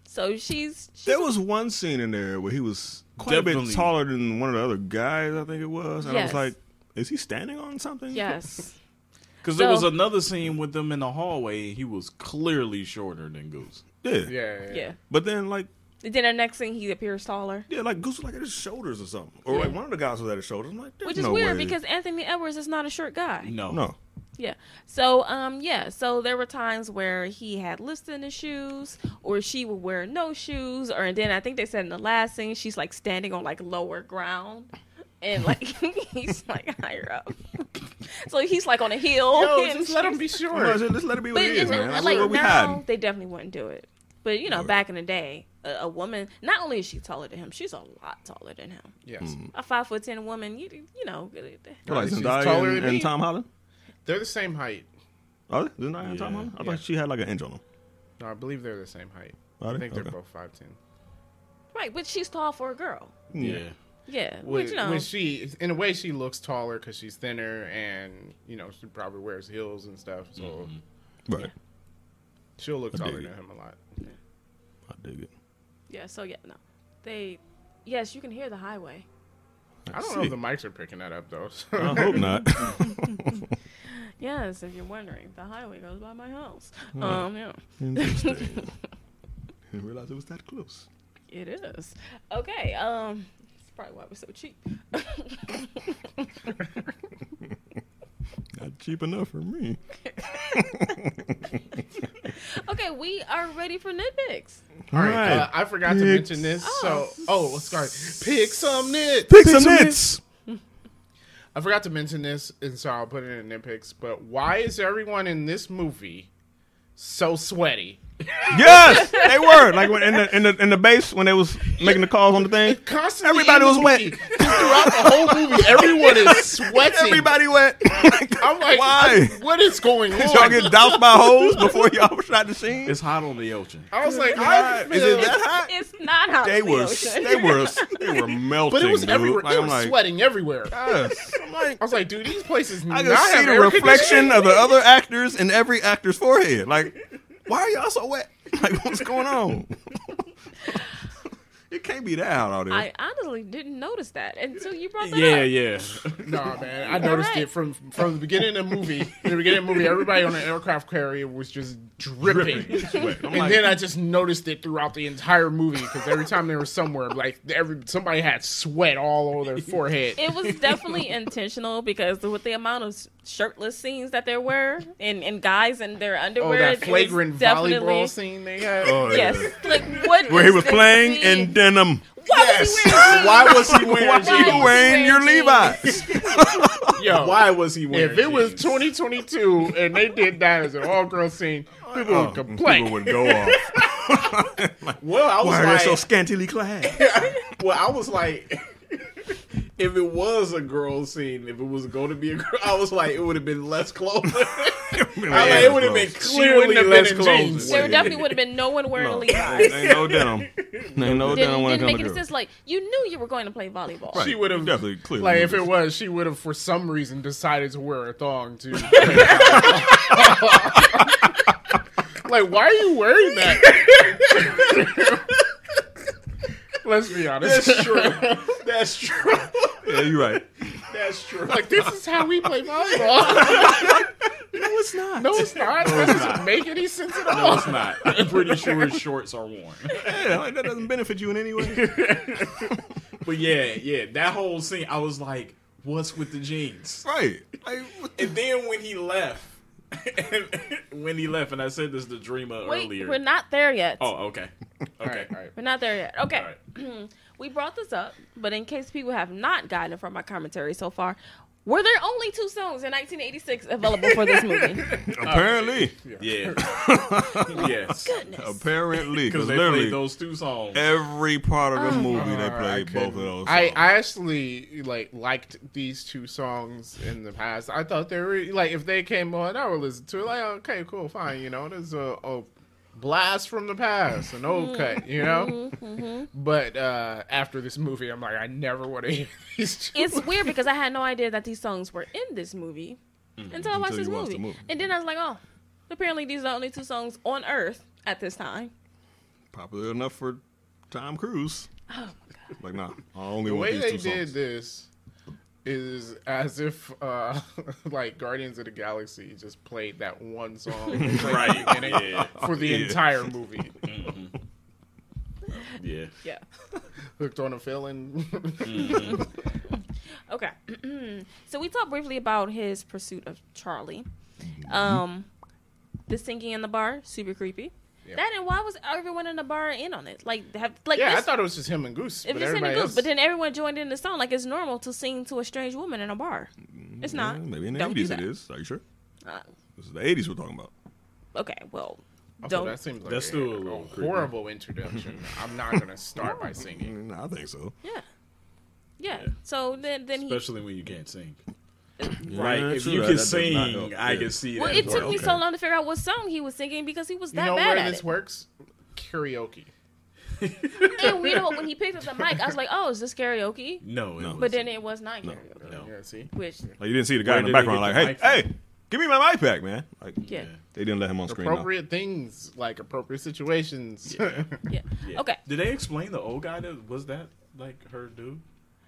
[SPEAKER 2] so she's, she's
[SPEAKER 4] There was one scene in there where he was quite a bit
[SPEAKER 3] Definitely.
[SPEAKER 4] taller than one of the other guys. I think it was, and I
[SPEAKER 2] Yes.
[SPEAKER 4] was like, "Is he standing on something?"
[SPEAKER 2] yes.
[SPEAKER 3] Because there was
[SPEAKER 2] So-
[SPEAKER 3] another scene with them in the hallway. He was clearly shorter than Goose.
[SPEAKER 4] yeah.
[SPEAKER 1] yeah, yeah.
[SPEAKER 2] yeah.
[SPEAKER 4] But then, like,
[SPEAKER 2] Then the next thing he appears taller,
[SPEAKER 4] yeah, like Goose was like at his shoulders or something, or like one of the guys was at his shoulders. I'm like, "There's
[SPEAKER 2] which is
[SPEAKER 4] no
[SPEAKER 2] weird
[SPEAKER 4] way."
[SPEAKER 2] because Anthony Edwards is not a short guy.
[SPEAKER 3] No,
[SPEAKER 4] no,
[SPEAKER 2] Yeah. So um yeah, so there were times where he had lifts in his shoes or she would wear no shoes or and then I think they said in the last scene she's like standing on like lower ground and like he's like higher up. so he's like on a hill.
[SPEAKER 1] Yo,
[SPEAKER 2] and
[SPEAKER 1] just let him
[SPEAKER 2] she's-
[SPEAKER 1] be
[SPEAKER 4] Come on,
[SPEAKER 1] sure.
[SPEAKER 4] just- just let it be what
[SPEAKER 2] But
[SPEAKER 4] it is,
[SPEAKER 2] you know,
[SPEAKER 4] man. Like,
[SPEAKER 2] like
[SPEAKER 4] what we
[SPEAKER 2] now
[SPEAKER 4] hiding?
[SPEAKER 2] they definitely wouldn't do it. But you know,
[SPEAKER 4] Right.
[SPEAKER 2] back in the day, a, a woman not only is she taller than him, she's a lot taller than him.
[SPEAKER 1] Yes.
[SPEAKER 2] A five foot ten woman, you you know,
[SPEAKER 4] What, like
[SPEAKER 1] She's
[SPEAKER 4] Zendaya
[SPEAKER 1] taller
[SPEAKER 4] and,
[SPEAKER 1] than me.
[SPEAKER 4] and Tom Holland?
[SPEAKER 1] They're the same height.
[SPEAKER 4] Are they? Zendaya and Tom
[SPEAKER 3] Yeah.
[SPEAKER 4] Holland? I
[SPEAKER 1] Yeah.
[SPEAKER 4] thought she had like an inch on them.
[SPEAKER 1] No, I believe they're the same height.
[SPEAKER 4] Are
[SPEAKER 1] I
[SPEAKER 4] they?
[SPEAKER 1] think they're
[SPEAKER 4] Okay.
[SPEAKER 1] both 5'10.
[SPEAKER 2] right? But she's tall for a girl.
[SPEAKER 3] yeah.
[SPEAKER 4] Mm.
[SPEAKER 2] Yeah,
[SPEAKER 1] When,
[SPEAKER 2] but you know,
[SPEAKER 1] when she, in a way, she looks taller because she's thinner, and you know she probably wears heels and stuff, so
[SPEAKER 4] Mm-hmm. Right.
[SPEAKER 1] she'll look
[SPEAKER 4] I dig
[SPEAKER 1] taller
[SPEAKER 4] it.
[SPEAKER 1] than him a lot.
[SPEAKER 4] I dig it.
[SPEAKER 2] Yeah, so yeah, no. They yes, you can hear the highway.
[SPEAKER 1] I don't know if
[SPEAKER 4] see.
[SPEAKER 1] the mics are picking that up though. so-
[SPEAKER 4] I hope not.
[SPEAKER 2] Yes, if you're wondering, the highway goes by my house.
[SPEAKER 4] Hmm.
[SPEAKER 2] Um, yeah.
[SPEAKER 4] Interesting. Didn't realize it was that close.
[SPEAKER 2] It is. Okay, um that's probably why we're so cheap.
[SPEAKER 4] Not cheap enough for me.
[SPEAKER 2] okay, we are ready for nitpicks.
[SPEAKER 1] All right, uh, I forgot to
[SPEAKER 4] Pick
[SPEAKER 1] mention this.
[SPEAKER 2] Oh.
[SPEAKER 1] So, oh, sorry. Pick some nits.
[SPEAKER 4] Pick some nits.
[SPEAKER 1] I forgot to mention this, and so I'll put it in nitpicks. But why is everyone in this movie so sweaty?
[SPEAKER 4] Yes, they were like when in the in the in the base when they was making the calls on the thing.
[SPEAKER 1] Constantly,
[SPEAKER 4] Everybody
[SPEAKER 1] in the
[SPEAKER 4] was wet.
[SPEAKER 1] movie, throughout the whole movie. Everyone is sweating.
[SPEAKER 4] Everybody wet.
[SPEAKER 1] I'm like,
[SPEAKER 4] why?
[SPEAKER 1] what is going
[SPEAKER 4] Did y'all
[SPEAKER 1] on?
[SPEAKER 4] get doused by hoes before y'all shot the scene?
[SPEAKER 3] It's hot on the ocean.
[SPEAKER 1] I was like, I
[SPEAKER 4] Is
[SPEAKER 1] feel,
[SPEAKER 4] it that hot?
[SPEAKER 2] It's not hot.
[SPEAKER 4] They
[SPEAKER 2] in the
[SPEAKER 4] were
[SPEAKER 2] ocean.
[SPEAKER 4] they were they were melting.
[SPEAKER 1] but it was
[SPEAKER 4] dude.
[SPEAKER 1] everywhere.
[SPEAKER 4] Like,
[SPEAKER 1] it
[SPEAKER 4] I'm
[SPEAKER 1] was
[SPEAKER 4] like,
[SPEAKER 1] sweating everywhere.
[SPEAKER 4] yes. I'm like,
[SPEAKER 1] I was like, dude, these places
[SPEAKER 4] I
[SPEAKER 1] not
[SPEAKER 4] can see
[SPEAKER 1] have
[SPEAKER 4] the
[SPEAKER 1] air
[SPEAKER 4] reflection of the other actors in every actor's forehead. Like, why are y'all so wet? Like, what's going on? it can't be that hot out there.
[SPEAKER 2] I honestly didn't notice that until you brought that
[SPEAKER 3] Yeah,
[SPEAKER 2] up.
[SPEAKER 3] yeah.
[SPEAKER 1] Nah, man, I noticed
[SPEAKER 2] right.
[SPEAKER 1] it from from the beginning of the movie. In the beginning of the movie, everybody on the aircraft carrier was just dripping.
[SPEAKER 4] Wet. I'm
[SPEAKER 1] And
[SPEAKER 4] like,
[SPEAKER 1] then I just noticed it throughout the entire movie because every time they were somewhere, like every somebody had sweat all over their forehead.
[SPEAKER 2] It was definitely intentional because with the amount of shirtless scenes that there were and, and guys in their
[SPEAKER 1] Oh,
[SPEAKER 2] underwear, it
[SPEAKER 1] that
[SPEAKER 2] was
[SPEAKER 1] flagrant
[SPEAKER 2] definitely-
[SPEAKER 1] volleyball scene they had.
[SPEAKER 4] oh, yeah.
[SPEAKER 2] Yes. Like what?
[SPEAKER 4] Where he
[SPEAKER 2] is
[SPEAKER 4] was
[SPEAKER 2] this
[SPEAKER 4] playing
[SPEAKER 2] scene?
[SPEAKER 4] in denim.
[SPEAKER 2] Why was he wearing jeans?
[SPEAKER 4] Why was he wearing,
[SPEAKER 1] Why was he
[SPEAKER 4] you wearing your
[SPEAKER 2] wearing
[SPEAKER 4] Levi's?
[SPEAKER 1] Yo,
[SPEAKER 3] Why was he wearing?
[SPEAKER 1] if it was
[SPEAKER 3] jeans?
[SPEAKER 1] 2022 and they did that as an all girl scene, people
[SPEAKER 4] Oh,
[SPEAKER 1] would complain.
[SPEAKER 4] People would go off.
[SPEAKER 3] well, I was
[SPEAKER 4] Why are they
[SPEAKER 3] like,
[SPEAKER 4] so scantily clad?
[SPEAKER 3] well, I was like, if it was a girl scene, if it was going to be a girl, I was like, it would have been less clothes. I like, it would have been
[SPEAKER 4] Clothes.
[SPEAKER 3] clearly
[SPEAKER 1] wouldn't have
[SPEAKER 3] less
[SPEAKER 1] been in
[SPEAKER 3] clothes.
[SPEAKER 1] jeans.
[SPEAKER 2] There definitely would have been no one wearing
[SPEAKER 4] No.
[SPEAKER 2] Levi's.
[SPEAKER 4] ain't no denim. Ain't no
[SPEAKER 2] Didn't,
[SPEAKER 4] denim when it comes
[SPEAKER 2] didn't make
[SPEAKER 4] to
[SPEAKER 2] any
[SPEAKER 4] girls.
[SPEAKER 2] sense. Like you knew you were going to play volleyball.
[SPEAKER 4] Right.
[SPEAKER 1] She would have
[SPEAKER 4] Definitely, clearly
[SPEAKER 1] Like if
[SPEAKER 4] knew
[SPEAKER 1] it
[SPEAKER 4] this.
[SPEAKER 1] was, she would have for some reason decided to wear a thong too. like, why are you wearing that? Let's be honest.
[SPEAKER 3] That's true. That's true.
[SPEAKER 4] Yeah, you're right.
[SPEAKER 3] That's true.
[SPEAKER 1] Like this is how we play volleyball.
[SPEAKER 4] No, it's not.
[SPEAKER 1] No, it's not. that doesn't make any sense at all.
[SPEAKER 3] No, it's not. I'm pretty sure his shorts are worn.
[SPEAKER 4] Yeah, like, that doesn't benefit you in any way.
[SPEAKER 3] But yeah, yeah, that whole scene, I was like, what's with the jeans?
[SPEAKER 4] right. Like, what the-
[SPEAKER 3] And then when he left, and when he left, and I said this to Dreamer
[SPEAKER 2] Wait,
[SPEAKER 3] earlier.
[SPEAKER 2] we're not there yet.
[SPEAKER 3] oh, okay.
[SPEAKER 1] All
[SPEAKER 3] Okay.
[SPEAKER 1] right, all right.
[SPEAKER 2] We're not there yet. Okay.
[SPEAKER 3] All right.
[SPEAKER 2] We brought this up, but in case people have not gotten it from my commentary so far, were there only two songs in 1986 available for this movie?
[SPEAKER 4] apparently.
[SPEAKER 3] Yeah. yes.
[SPEAKER 2] Goodness.
[SPEAKER 4] Apparently. Because
[SPEAKER 3] Because they played
[SPEAKER 4] literally
[SPEAKER 3] those two songs.
[SPEAKER 4] every part of the movie, they
[SPEAKER 1] Uh, I
[SPEAKER 4] played both of
[SPEAKER 1] couldn't.
[SPEAKER 4] those.
[SPEAKER 1] I,
[SPEAKER 4] songs.
[SPEAKER 1] I actually like liked these two songs in the past. I thought they were like if they came on, I would listen to it. Like okay, cool, fine. You know, there's a, a blast from the past, an
[SPEAKER 4] Mm-hmm.
[SPEAKER 1] old cut. You know, but uh, after this movie, I'm like, I never want to hear these two.
[SPEAKER 2] it's weird because I had no idea that these songs were in this movie Mm-hmm. until I
[SPEAKER 4] Until
[SPEAKER 2] watched this
[SPEAKER 4] you watched
[SPEAKER 2] movie.
[SPEAKER 4] the movie.
[SPEAKER 2] And then I was like, oh, apparently these are the only two songs on Earth at this time.
[SPEAKER 4] Popular enough for Tom Cruise. Like, nah. I only
[SPEAKER 1] the
[SPEAKER 4] want
[SPEAKER 1] way
[SPEAKER 4] these
[SPEAKER 1] they
[SPEAKER 4] two
[SPEAKER 1] did
[SPEAKER 4] songs.
[SPEAKER 1] this is as if uh like guardians of the galaxy just played that one song they played at the
[SPEAKER 3] Right,
[SPEAKER 1] beginning
[SPEAKER 3] yeah.
[SPEAKER 1] for the
[SPEAKER 4] Yeah.
[SPEAKER 1] entire movie
[SPEAKER 3] Yeah.
[SPEAKER 2] Yeah.
[SPEAKER 1] hooked on a feeling
[SPEAKER 2] Okay. so we talked briefly about his pursuit of Charlie. Um, the singing in the bar, super creepy.
[SPEAKER 1] Yeah.
[SPEAKER 2] That and why was everyone in the bar in on it? Like, have like
[SPEAKER 1] yeah, I
[SPEAKER 2] this,
[SPEAKER 1] thought it was just him and Goose.
[SPEAKER 2] if
[SPEAKER 1] but
[SPEAKER 2] this in the
[SPEAKER 1] everybody
[SPEAKER 2] goose,
[SPEAKER 1] else,
[SPEAKER 2] but then everyone joined in the song. Like it's normal to sing to a strange woman in a bar. It's not.
[SPEAKER 4] Mm, Yeah, maybe in the
[SPEAKER 2] Don't do
[SPEAKER 4] 80s it
[SPEAKER 2] that.
[SPEAKER 4] is. Are you sure?
[SPEAKER 2] Uh,
[SPEAKER 4] This is the 80s we're talking about.
[SPEAKER 2] okay, well,
[SPEAKER 1] also,
[SPEAKER 2] don't.
[SPEAKER 1] that seems like
[SPEAKER 3] That's
[SPEAKER 1] a,
[SPEAKER 3] still a
[SPEAKER 1] a
[SPEAKER 3] little creepy.
[SPEAKER 1] horrible introduction. I'm not gonna start by singing.
[SPEAKER 4] Mm, I think so.
[SPEAKER 2] Yeah. yeah,
[SPEAKER 3] Yeah.
[SPEAKER 2] So then, then he.
[SPEAKER 3] Especially when you can't sing.
[SPEAKER 4] Yeah,
[SPEAKER 3] Right. if
[SPEAKER 4] true,
[SPEAKER 3] you
[SPEAKER 4] that-
[SPEAKER 3] can
[SPEAKER 4] that does not
[SPEAKER 3] sing,
[SPEAKER 4] help.
[SPEAKER 3] I
[SPEAKER 4] Yeah.
[SPEAKER 3] can see
[SPEAKER 2] Well,
[SPEAKER 3] that.
[SPEAKER 2] it
[SPEAKER 3] part.
[SPEAKER 2] took me so
[SPEAKER 4] okay.
[SPEAKER 2] long to figure out what song he was singing because he was
[SPEAKER 1] You
[SPEAKER 2] that
[SPEAKER 1] know
[SPEAKER 2] bad
[SPEAKER 1] where
[SPEAKER 2] at
[SPEAKER 1] this
[SPEAKER 2] it.
[SPEAKER 1] works? Karaoke.
[SPEAKER 2] And we don't. When he picked up the mic, I was like, "Oh, is this karaoke?"
[SPEAKER 3] No, it
[SPEAKER 4] No.
[SPEAKER 2] But
[SPEAKER 3] wasn't.
[SPEAKER 2] then it was not karaoke.
[SPEAKER 3] No.
[SPEAKER 1] Yeah, see.
[SPEAKER 2] Which,
[SPEAKER 4] Like, you didn't see the guy
[SPEAKER 3] Where
[SPEAKER 4] in the
[SPEAKER 3] did they
[SPEAKER 4] background, like,
[SPEAKER 3] get the
[SPEAKER 4] hey,
[SPEAKER 3] mic from?
[SPEAKER 4] hey, give me my mic back, man. Like,
[SPEAKER 2] yeah,
[SPEAKER 4] they didn't let him on screen. though.
[SPEAKER 1] Appropriate things, like appropriate situations.
[SPEAKER 2] yeah,
[SPEAKER 3] Yeah.
[SPEAKER 2] Okay.
[SPEAKER 3] Did they explain the old guy that was that like her dude?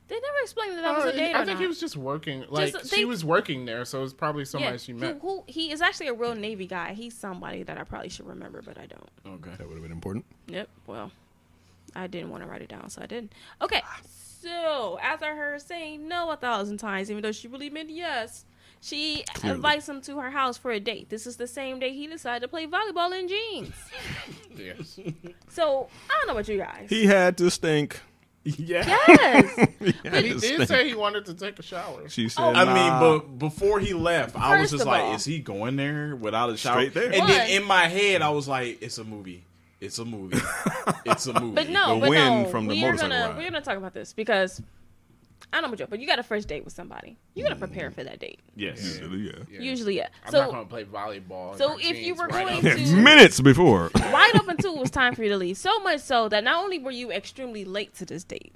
[SPEAKER 2] They never explained that that was
[SPEAKER 1] Uh,
[SPEAKER 2] a date
[SPEAKER 1] I
[SPEAKER 2] or
[SPEAKER 1] think
[SPEAKER 2] not.
[SPEAKER 1] he was just working. Like she
[SPEAKER 2] they-
[SPEAKER 1] was working there, so it was probably somebody
[SPEAKER 2] yeah.
[SPEAKER 1] she
[SPEAKER 2] who-
[SPEAKER 1] met.
[SPEAKER 2] who- he is actually a real Navy guy. He's somebody that I probably should remember, but I don't.
[SPEAKER 3] Okay.
[SPEAKER 4] That would have been important.
[SPEAKER 2] Yep. Well, I didn't want to write it down, so I didn't. Okay. So after her saying no a thousand times, even though she really meant yes, she
[SPEAKER 4] Clearly.
[SPEAKER 2] invites him to her house for a date. This is the same day he decided to play volleyball in jeans.
[SPEAKER 1] Yes.
[SPEAKER 2] so I don't know about you guys.
[SPEAKER 4] He had to stink.
[SPEAKER 3] Yeah.
[SPEAKER 2] yes.
[SPEAKER 4] He had
[SPEAKER 1] he
[SPEAKER 4] to
[SPEAKER 1] did
[SPEAKER 4] stink.
[SPEAKER 1] say he wanted to take a shower.
[SPEAKER 4] she said,
[SPEAKER 3] I
[SPEAKER 4] nah.
[SPEAKER 3] mean, but before he left, I was
[SPEAKER 2] First
[SPEAKER 3] just
[SPEAKER 2] of
[SPEAKER 3] like,
[SPEAKER 2] all-
[SPEAKER 3] is he going there without a shower?
[SPEAKER 4] Straight there.
[SPEAKER 3] And then
[SPEAKER 2] One.
[SPEAKER 3] in my head, I was like, it's a movie. It's a movie. it's a movie.
[SPEAKER 2] But no,
[SPEAKER 4] The
[SPEAKER 2] but
[SPEAKER 4] wind
[SPEAKER 2] no,
[SPEAKER 4] from the
[SPEAKER 2] we
[SPEAKER 4] motorcycle
[SPEAKER 2] are gonna
[SPEAKER 4] ride.
[SPEAKER 2] we're gonna talk about this because I don't know about you, but you got a first date with somebody. You gotta prepare for that date.
[SPEAKER 3] Yes.
[SPEAKER 4] Usually, yeah.
[SPEAKER 1] Yeah.
[SPEAKER 2] Usually, yeah.
[SPEAKER 1] I'm not
[SPEAKER 2] So
[SPEAKER 1] gonna play volleyball. in
[SPEAKER 2] so
[SPEAKER 1] my
[SPEAKER 2] if you
[SPEAKER 1] jeans
[SPEAKER 2] were
[SPEAKER 1] right
[SPEAKER 2] going
[SPEAKER 1] now.
[SPEAKER 2] to-
[SPEAKER 4] Minutes before.
[SPEAKER 2] wide open until it was time for you to leave. So much so that not only were you extremely late to this date,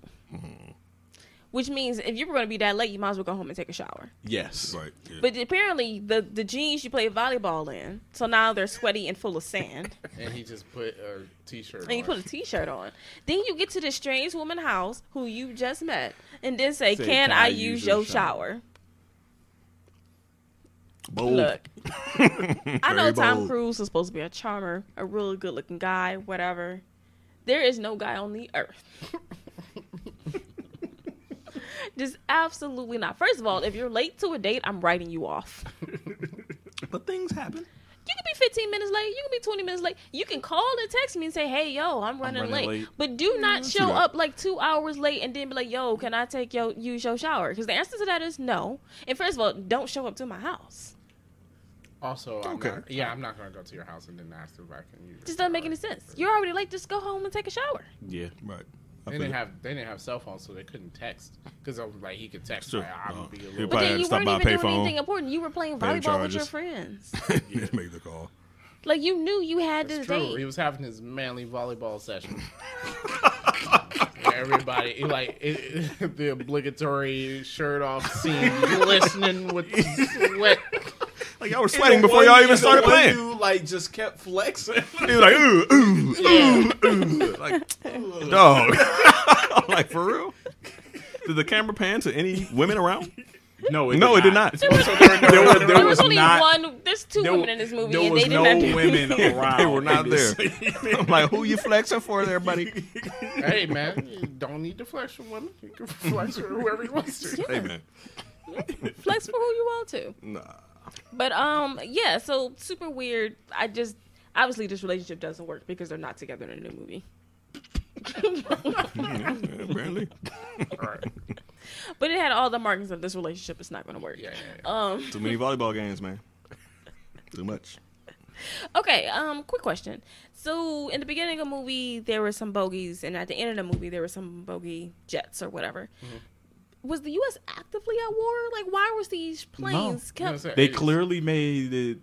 [SPEAKER 2] which means if you were gonna be that late, you might as well go home and take a shower.
[SPEAKER 3] Yes.
[SPEAKER 4] right. yeah.
[SPEAKER 2] But apparently, the the jeans you play volleyball in, so now they're sweaty and full of sand.
[SPEAKER 1] and he just put a t-shirt.
[SPEAKER 2] and you
[SPEAKER 1] on.
[SPEAKER 2] put a t-shirt on. Then you get to this strange woman house who you just met, and then say, "Can, I, use your shower?"
[SPEAKER 4] Bold.
[SPEAKER 2] Look, I know
[SPEAKER 4] Very
[SPEAKER 2] Tom
[SPEAKER 4] bold.
[SPEAKER 2] Cruise is supposed to be a charmer, a real good-looking guy, whatever. There is no guy on the earth. Just absolutely not. First of all, if you're late to a date, I'm writing you off.
[SPEAKER 4] But things happen.
[SPEAKER 2] You can be 15 minutes late. You can be 20 minutes late. You can call and text me and say, "Hey, yo, I'm running,
[SPEAKER 3] running
[SPEAKER 2] late.
[SPEAKER 3] late.
[SPEAKER 2] But do not
[SPEAKER 4] Mm, see
[SPEAKER 2] show
[SPEAKER 4] that.
[SPEAKER 2] up like two hours late and then be like, "Yo, can I take your use your shower?" Because the answer to that is no. And first of all, don't show up to my house.
[SPEAKER 1] Also, I'm
[SPEAKER 4] Okay.
[SPEAKER 1] not- yeah, I'm not gonna go to your house and then ask if I can use.
[SPEAKER 2] It just doesn't make any sense. You're already late. Just go home and take a shower.
[SPEAKER 3] Yeah.
[SPEAKER 4] Right.
[SPEAKER 1] They
[SPEAKER 4] feel
[SPEAKER 1] didn't
[SPEAKER 4] it.
[SPEAKER 1] have they didn't have cell phones, so they couldn't text. Because I was like, he could text.
[SPEAKER 4] Sure.
[SPEAKER 1] Like, I'm
[SPEAKER 4] No.
[SPEAKER 1] be a
[SPEAKER 4] He'll
[SPEAKER 1] little.
[SPEAKER 2] But
[SPEAKER 4] Probably
[SPEAKER 2] then
[SPEAKER 4] had
[SPEAKER 2] you
[SPEAKER 4] to stop
[SPEAKER 2] weren't
[SPEAKER 4] by a
[SPEAKER 2] even doing
[SPEAKER 4] payphone,
[SPEAKER 2] anything important. You were playing
[SPEAKER 4] pay
[SPEAKER 2] volleyball with your
[SPEAKER 4] charges.
[SPEAKER 2] friends.
[SPEAKER 4] Just make the call.
[SPEAKER 2] like you knew you had
[SPEAKER 1] It's
[SPEAKER 2] this
[SPEAKER 1] true.
[SPEAKER 2] date.
[SPEAKER 1] He was having his manly volleyball session. Everybody, he like it, the obligatory shirt off scene, glistening with sweat.
[SPEAKER 4] Like y'all were
[SPEAKER 3] And
[SPEAKER 4] sweating
[SPEAKER 3] the
[SPEAKER 4] before
[SPEAKER 3] one-
[SPEAKER 4] y'all
[SPEAKER 3] and
[SPEAKER 4] even
[SPEAKER 3] the
[SPEAKER 4] started
[SPEAKER 3] one
[SPEAKER 4] playing.
[SPEAKER 3] Dude, like just kept flexing.
[SPEAKER 4] He was like, ooh, ooh,
[SPEAKER 1] Yeah.
[SPEAKER 4] ooh, like dog. I'm like for real. Did the camera pan to any women around?
[SPEAKER 3] no, it
[SPEAKER 4] No, it did not.
[SPEAKER 3] there was,
[SPEAKER 2] There,
[SPEAKER 3] there
[SPEAKER 2] was,
[SPEAKER 3] was
[SPEAKER 2] only
[SPEAKER 3] not.
[SPEAKER 2] one. There's two
[SPEAKER 3] there
[SPEAKER 2] women
[SPEAKER 3] wa-
[SPEAKER 2] in this movie,
[SPEAKER 3] there
[SPEAKER 2] and
[SPEAKER 3] was
[SPEAKER 2] they
[SPEAKER 3] no
[SPEAKER 2] didn't have
[SPEAKER 3] women around.
[SPEAKER 4] They were not
[SPEAKER 3] in this
[SPEAKER 4] there.
[SPEAKER 3] scene.
[SPEAKER 4] I'm like, who you flexing for there, buddy?
[SPEAKER 1] Hey man, you don't need to flex with women. You can flex with whoever you want to.
[SPEAKER 4] Hey man,
[SPEAKER 2] flex for who you want to.
[SPEAKER 4] nah.
[SPEAKER 2] But um, yeah. So super weird. I just obviously this relationship doesn't work because they're not together in the movie.
[SPEAKER 4] Yeah, apparently,
[SPEAKER 1] All right.
[SPEAKER 2] But it had all the markings of this relationship is not going to work.
[SPEAKER 1] Yeah, yeah, yeah.
[SPEAKER 2] Um.
[SPEAKER 4] too many volleyball games, man. Too much.
[SPEAKER 2] Okay, um, quick question. So in the beginning of the movie, there were some bogeys, and at the end of the movie, there were some bogey jets or whatever. Was the U.S. actively at war? Like, why was these planes
[SPEAKER 1] Mm-hmm. You know what I'm
[SPEAKER 2] kept?
[SPEAKER 1] saying?
[SPEAKER 3] They
[SPEAKER 1] It's-
[SPEAKER 3] clearly made it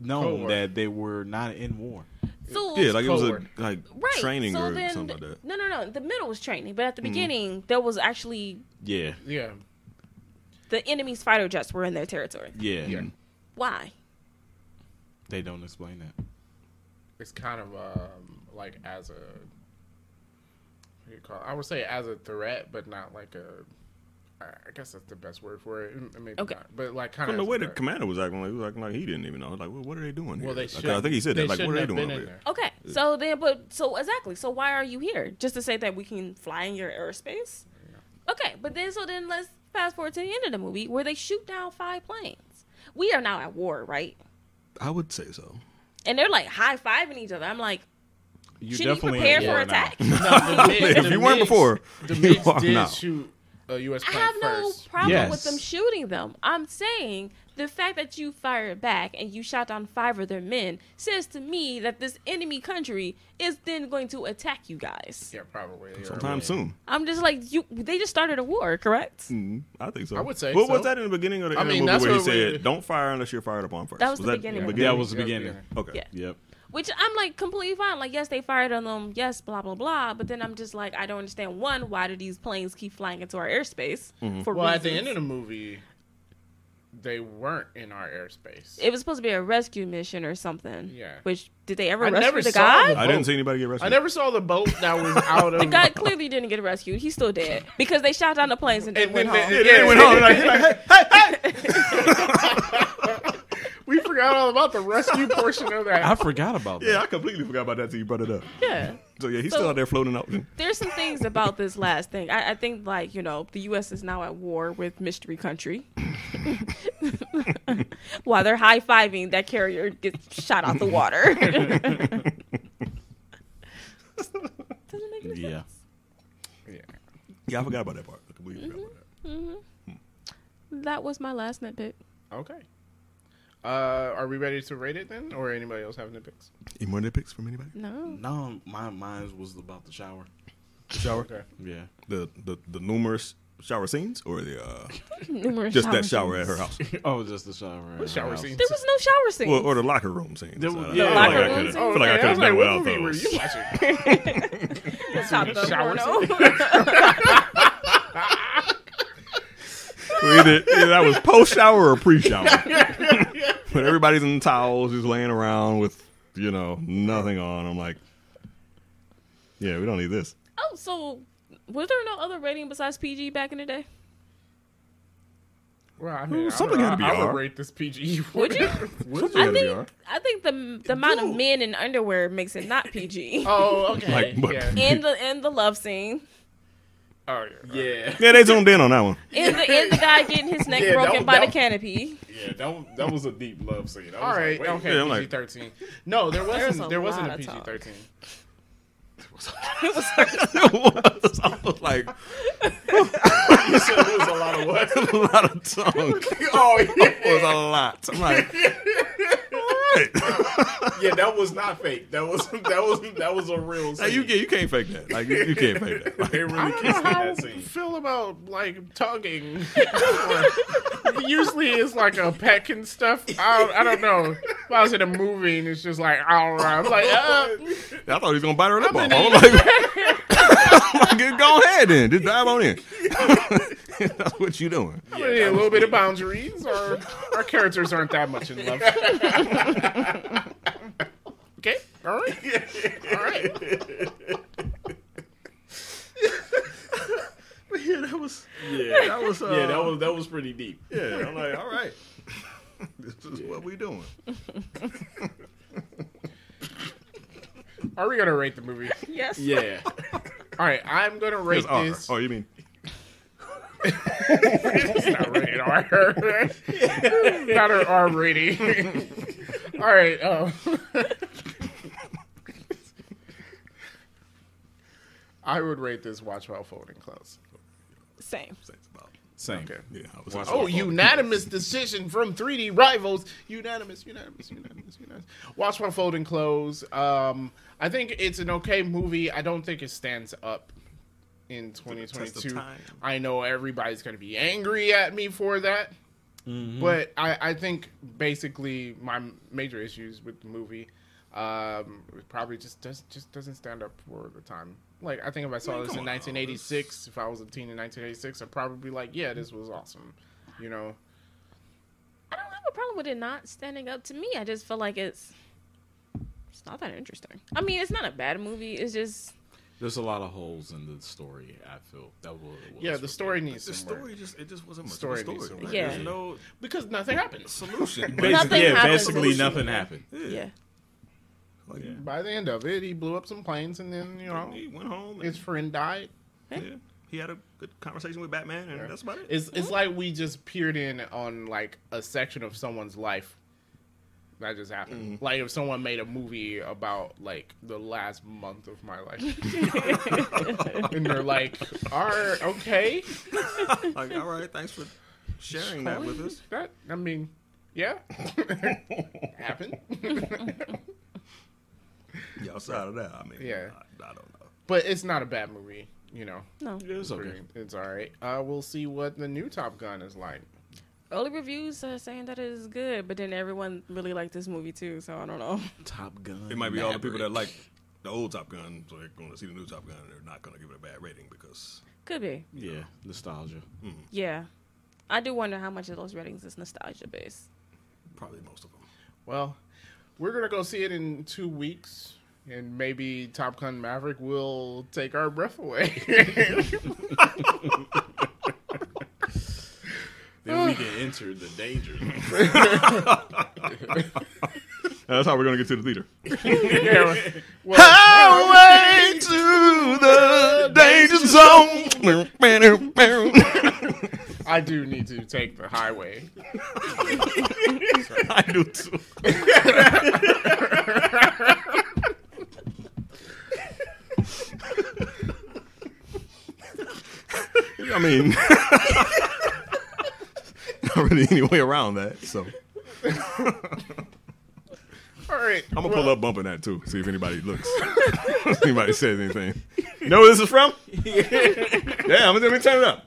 [SPEAKER 3] known
[SPEAKER 1] Cold War.
[SPEAKER 3] that they were not in war.
[SPEAKER 2] So
[SPEAKER 4] Yeah, like it was a
[SPEAKER 1] Forward.
[SPEAKER 4] like
[SPEAKER 2] right.
[SPEAKER 4] training
[SPEAKER 2] so
[SPEAKER 4] or
[SPEAKER 2] then,
[SPEAKER 4] something like that. Mm-hmm.
[SPEAKER 2] No, no, no. The middle was training, but at the beginning, there was actually
[SPEAKER 3] Yeah,
[SPEAKER 1] Yeah,
[SPEAKER 2] the enemy's fighter jets were in their territory.
[SPEAKER 3] yeah.
[SPEAKER 1] Yeah.
[SPEAKER 2] Why?
[SPEAKER 3] They don't explain that.
[SPEAKER 1] it's kind of um like as a what do you call? It? I would say as a threat, but not like a. I I guess that's the best word for it. Mm, Maybe
[SPEAKER 2] Okay.
[SPEAKER 1] not, but like kind
[SPEAKER 4] From
[SPEAKER 1] of
[SPEAKER 4] the
[SPEAKER 1] as a
[SPEAKER 4] way the
[SPEAKER 1] threat.
[SPEAKER 4] commander was acting, like he was acting like he didn't even know. Like, well, what are they doing here?
[SPEAKER 1] Well, they
[SPEAKER 4] Like,
[SPEAKER 1] should.
[SPEAKER 4] I think he said
[SPEAKER 1] they
[SPEAKER 4] that. Like, what
[SPEAKER 1] shouldn't
[SPEAKER 4] are they
[SPEAKER 1] have
[SPEAKER 4] doing
[SPEAKER 1] been
[SPEAKER 4] over
[SPEAKER 1] in
[SPEAKER 4] here?
[SPEAKER 1] there.
[SPEAKER 2] Okay, so then, but so exactly. So why are you here? Just to say that we can fly in your airspace? Okay, but then so then let's fast forward to the end of the movie where they shoot down five planes. We are now at war, right?
[SPEAKER 4] I would say so.
[SPEAKER 2] And they're like high fiving each other. I'm like,
[SPEAKER 3] You
[SPEAKER 2] should you
[SPEAKER 3] definitely
[SPEAKER 2] prepare
[SPEAKER 3] in
[SPEAKER 2] for
[SPEAKER 3] war now.
[SPEAKER 2] attack?
[SPEAKER 1] No, the mid-
[SPEAKER 4] if
[SPEAKER 1] the
[SPEAKER 4] you weren't
[SPEAKER 1] mids-
[SPEAKER 4] before,
[SPEAKER 1] the
[SPEAKER 4] you
[SPEAKER 1] mids
[SPEAKER 4] are
[SPEAKER 1] did
[SPEAKER 4] now.
[SPEAKER 1] shoot a U.S.
[SPEAKER 2] I
[SPEAKER 1] plane
[SPEAKER 2] have no
[SPEAKER 1] first.
[SPEAKER 2] problem with
[SPEAKER 3] Yes.
[SPEAKER 2] them shooting them. I'm saying the fact that you fired back and you shot down five of their men says to me that this enemy country is then going to attack you guys.
[SPEAKER 1] yeah, probably You're
[SPEAKER 4] Sometime
[SPEAKER 1] right.
[SPEAKER 4] soon.
[SPEAKER 2] I'm just like you. They just started a war, correct?
[SPEAKER 4] Mm, I think so.
[SPEAKER 1] I would say
[SPEAKER 4] What was
[SPEAKER 1] so.
[SPEAKER 4] that in the beginning of the
[SPEAKER 1] I
[SPEAKER 4] end of the
[SPEAKER 1] mean,
[SPEAKER 4] movie
[SPEAKER 1] that's
[SPEAKER 4] where he
[SPEAKER 1] what we-
[SPEAKER 4] said, "Don't fire unless you're fired upon first?
[SPEAKER 2] That was the beginning of it.
[SPEAKER 3] That was the
[SPEAKER 1] That's
[SPEAKER 3] beginning.
[SPEAKER 4] Okay.
[SPEAKER 2] Yeah.
[SPEAKER 3] Yep.
[SPEAKER 2] Which I'm like completely fine. Like, yes, they fired on them. Yes, blah blah blah. But then I'm just like, I don't understand. One, why do these planes keep flying into our airspace for
[SPEAKER 1] Well, at the
[SPEAKER 2] reasons?
[SPEAKER 1] end of the movie, they weren't in our airspace.
[SPEAKER 2] it was supposed to be a rescue mission or something.
[SPEAKER 1] Yeah.
[SPEAKER 2] Which did they ever
[SPEAKER 1] I
[SPEAKER 2] rescue
[SPEAKER 1] never
[SPEAKER 2] the
[SPEAKER 1] saw
[SPEAKER 2] guy?
[SPEAKER 1] the-
[SPEAKER 4] I didn't see anybody get
[SPEAKER 1] I
[SPEAKER 4] arrested.
[SPEAKER 1] never saw the boat that was out of.
[SPEAKER 2] The guy clearly didn't get rescued. He's still dead because they shot down the planes and,
[SPEAKER 1] And
[SPEAKER 2] then went
[SPEAKER 1] then
[SPEAKER 2] home.
[SPEAKER 1] they-
[SPEAKER 4] Yeah, they went home. Like, like, hey,
[SPEAKER 1] we forgot all about the rescue portion of that.
[SPEAKER 3] I forgot about that.
[SPEAKER 4] yeah, I completely forgot about that till you brought it up.
[SPEAKER 2] yeah.
[SPEAKER 4] So yeah, he's
[SPEAKER 2] So-
[SPEAKER 4] still out there floating out.
[SPEAKER 2] There's some things about this last thing. I, I think, like, you know, the U.S. is now at war with mystery country. While they're high fiving, that carrier gets shot out the water. Doesn't make any
[SPEAKER 3] Yeah.
[SPEAKER 2] sense.
[SPEAKER 1] Yeah.
[SPEAKER 4] Yeah, I forgot about that part. I completely forgot about
[SPEAKER 1] Mm-hmm.
[SPEAKER 4] that.
[SPEAKER 2] Mm-hmm. That was my last nitpick.
[SPEAKER 1] Okay. Uh, are we ready to rate it then, or anybody else have any picks?
[SPEAKER 4] Any more nitpicks from anybody?
[SPEAKER 2] No.
[SPEAKER 3] No, my mine was about the shower.
[SPEAKER 4] Shower.
[SPEAKER 1] Okay.
[SPEAKER 3] Yeah.
[SPEAKER 4] The, the the numerous shower scenes or the uh,
[SPEAKER 2] Numerous
[SPEAKER 4] just that
[SPEAKER 2] shower
[SPEAKER 4] shower at
[SPEAKER 2] scenes.
[SPEAKER 4] her house
[SPEAKER 3] Oh, just the shower.
[SPEAKER 1] What shower
[SPEAKER 3] House.
[SPEAKER 1] scene?
[SPEAKER 2] There was no shower scene.
[SPEAKER 4] well, or the locker room scenes. Uh,
[SPEAKER 3] There
[SPEAKER 4] I-
[SPEAKER 3] was-
[SPEAKER 4] I
[SPEAKER 3] yeah,
[SPEAKER 4] feel
[SPEAKER 2] locker
[SPEAKER 4] like I
[SPEAKER 2] room
[SPEAKER 4] could've-
[SPEAKER 2] scenes.
[SPEAKER 4] I feel like
[SPEAKER 1] okay.
[SPEAKER 4] I could have done
[SPEAKER 1] what
[SPEAKER 4] without
[SPEAKER 1] movie were
[SPEAKER 4] those.
[SPEAKER 1] you watching?
[SPEAKER 2] Stop the
[SPEAKER 1] shower
[SPEAKER 2] porno.
[SPEAKER 4] Either, either that was post shower or pre shower. but everybody's in towels, just laying around with, you know, nothing on. I'm like, yeah, we don't need this.
[SPEAKER 2] Oh, so was there no other rating besides PG back in the day?
[SPEAKER 1] well, I mean,
[SPEAKER 4] something
[SPEAKER 1] I,
[SPEAKER 4] had to be
[SPEAKER 1] I would
[SPEAKER 4] R.
[SPEAKER 1] rate this PG.
[SPEAKER 2] Would you?
[SPEAKER 4] Something
[SPEAKER 2] I
[SPEAKER 4] had to be
[SPEAKER 2] think
[SPEAKER 4] alright.
[SPEAKER 2] I think the the amount of men in underwear makes it not PG.
[SPEAKER 1] Oh, okay.
[SPEAKER 4] Like, but-
[SPEAKER 1] yeah.
[SPEAKER 2] In the in the love scene,
[SPEAKER 1] Oh, yeah.
[SPEAKER 3] Yeah.
[SPEAKER 4] Yeah, they zoomed in on that one.
[SPEAKER 2] in the in the guy getting his neck
[SPEAKER 3] Yeah, that
[SPEAKER 2] broken
[SPEAKER 3] was-
[SPEAKER 2] by
[SPEAKER 3] that
[SPEAKER 2] the
[SPEAKER 3] was-
[SPEAKER 2] canopy.
[SPEAKER 3] Yeah, that was, that was a deep love scene. I was
[SPEAKER 1] All right.
[SPEAKER 3] like, wait.
[SPEAKER 1] okay.
[SPEAKER 4] Yeah, I'm like-
[SPEAKER 1] PG thirteen. No, there wasn't.
[SPEAKER 2] a
[SPEAKER 1] there wasn't a
[SPEAKER 2] lot of
[SPEAKER 1] PG
[SPEAKER 2] talk.
[SPEAKER 1] thirteen.
[SPEAKER 4] I was like,
[SPEAKER 3] You said it was a lot of what?
[SPEAKER 4] a lot of tongue.
[SPEAKER 3] oh, yeah.
[SPEAKER 4] It was a lot. I'm like, all right.
[SPEAKER 3] yeah, that was not fake. That was that was that was a real.
[SPEAKER 4] Like,
[SPEAKER 3] Scene.
[SPEAKER 4] you, can't- you can't fake that. Like you, you can't fake that. Like,
[SPEAKER 3] They
[SPEAKER 1] I
[SPEAKER 3] really
[SPEAKER 1] don't know
[SPEAKER 3] kissed in
[SPEAKER 1] how I
[SPEAKER 3] that scene.
[SPEAKER 1] feel about like tugging. Usually it's like a peck and stuff. I don't, I don't know. If I was in a movie and it's just like, I don't know. I'm like, uh,
[SPEAKER 4] I thought he was gonna bite her lip off. I was like, like, go ahead then, just dive on in. That's what you doing.
[SPEAKER 1] I'm gonna need a little bit of boundaries. Or our characters aren't that much in love. okay, all right, all right.
[SPEAKER 4] Yeah, that was.
[SPEAKER 3] Yeah,
[SPEAKER 4] That was. Uh,
[SPEAKER 3] yeah, that was that was pretty deep.
[SPEAKER 4] Yeah, I'm like, all right. this is what we doing.
[SPEAKER 1] Are we gonna rate the movie?
[SPEAKER 2] Yes.
[SPEAKER 3] Yeah,
[SPEAKER 1] All right, I'm gonna rate
[SPEAKER 4] It's R.
[SPEAKER 1] this.
[SPEAKER 4] Oh, you mean?
[SPEAKER 1] It's not rated R. not an R rating. All right. Um, I would rate this watch while folding clothes.
[SPEAKER 2] Same.
[SPEAKER 4] Saints about-
[SPEAKER 3] same.
[SPEAKER 4] Yeah, I was
[SPEAKER 3] Watch
[SPEAKER 1] Oh,
[SPEAKER 3] While Folding
[SPEAKER 1] unanimous decision from 3D rivals. Unanimous, unanimous, unanimous, unanimous. Watch while folding clothes. Um, I think it's an okay movie. I don't think it stands up in
[SPEAKER 4] test of
[SPEAKER 1] 2022.
[SPEAKER 4] time.
[SPEAKER 1] I know everybody's going to be angry at me for that.
[SPEAKER 4] Mm-hmm.
[SPEAKER 1] But I, I think basically my major issues with the movie um, it probably just does just doesn't stand up for the time. Like I think if I saw
[SPEAKER 4] Man,
[SPEAKER 1] this
[SPEAKER 4] come
[SPEAKER 1] in
[SPEAKER 4] on now,
[SPEAKER 1] 1986, if I was a teen in 1986, I'd probably be like, yeah, this was awesome. You know,
[SPEAKER 2] I don't have a problem with it not standing up to me. I just feel like it's it's not that interesting. I mean, it's not a bad movie. It's just
[SPEAKER 3] There's a lot of holes in the story. I feel that was, was
[SPEAKER 1] yeah, the story needs
[SPEAKER 3] needs.
[SPEAKER 4] The
[SPEAKER 1] some work.
[SPEAKER 4] story just it just wasn't much
[SPEAKER 1] Story
[SPEAKER 4] of a
[SPEAKER 1] needs
[SPEAKER 4] story.
[SPEAKER 1] some
[SPEAKER 4] right?
[SPEAKER 2] work. Yeah.
[SPEAKER 4] There's no
[SPEAKER 1] because nothing happens
[SPEAKER 4] solution.
[SPEAKER 2] Nothing
[SPEAKER 3] yeah,
[SPEAKER 2] happened.
[SPEAKER 3] basically nothing happened.
[SPEAKER 2] yeah.
[SPEAKER 4] Like,
[SPEAKER 3] Yeah.
[SPEAKER 1] by the end of it. He blew up some planes, and then you know
[SPEAKER 4] He went home. And,
[SPEAKER 1] his friend died.
[SPEAKER 4] yeah, he had a good conversation with Batman, and that's about it.
[SPEAKER 1] It's it's like we just peered in on like a section of someone's life that just happened. Like if someone made a movie about like the last month of my life, and they're like, "Are okay?
[SPEAKER 4] like, all right, thanks for sharing that with us.
[SPEAKER 1] That I mean, yeah, happened."
[SPEAKER 4] Yeah, outside of that, I mean,
[SPEAKER 1] Yeah.
[SPEAKER 4] I, I don't know.
[SPEAKER 1] but it's not a bad movie, you know.
[SPEAKER 2] No.
[SPEAKER 3] It's okay.
[SPEAKER 1] Pretty- It's all right. Uh, we'll see what the new Top Gun is like.
[SPEAKER 2] Early reviews are saying that it is good, but then everyone really liked this movie too, so I don't know.
[SPEAKER 3] Top Gun.
[SPEAKER 4] It might be all the people that
[SPEAKER 3] Maverick.
[SPEAKER 4] like the old Top Gun, so they're going to see the new Top Gun, and they're not going to give it a bad rating because
[SPEAKER 2] Could be.
[SPEAKER 3] Yeah, nostalgia.
[SPEAKER 2] Yeah. I do wonder how much of those ratings is nostalgia based.
[SPEAKER 4] probably most of them.
[SPEAKER 1] Well, we're gonna go see it in two weeks, and maybe Top Gun Maverick will take our breath away.
[SPEAKER 3] Then we can enter the danger. zone.
[SPEAKER 4] that's how we're going to get to the theater.
[SPEAKER 1] yeah, well,
[SPEAKER 4] Highway to the danger zone.
[SPEAKER 1] I do need to take the highway.
[SPEAKER 4] I do too. I mean, not really any way around that. So
[SPEAKER 1] All right,
[SPEAKER 4] I'm gonna pull up bumping that too. See if anybody looks. if anybody says anything. You know where this is from? yeah, I'm gonna let me turn it up.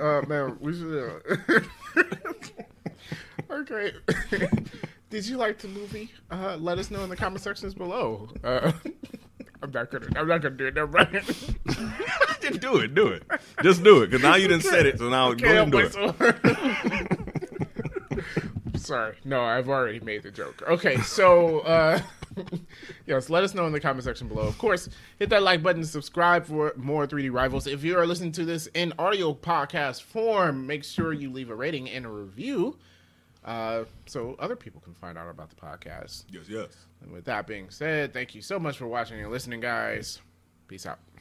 [SPEAKER 1] uh, man. We should. Uh, okay. Did you like the movie? Uh, let us know in the comment sections below. Uh, I'm not gonna. I'm not gonna do it. Never mind.
[SPEAKER 4] Just do it. Do it. Just do it. Cause now you didn't said it, so now go ahead and do it.
[SPEAKER 1] Sorry. No, I've already made the joke. Okay, so uh yes, let us know in the comment section below. Of course, hit that like button, subscribe for more 3D Rivals. If you are listening to this in audio podcast form, make sure you leave a rating and a review. Uh, so other people can find out about the podcast.
[SPEAKER 4] Yes, yes.
[SPEAKER 1] And with that being said, thank you so much for watching and listening, guys. Peace out.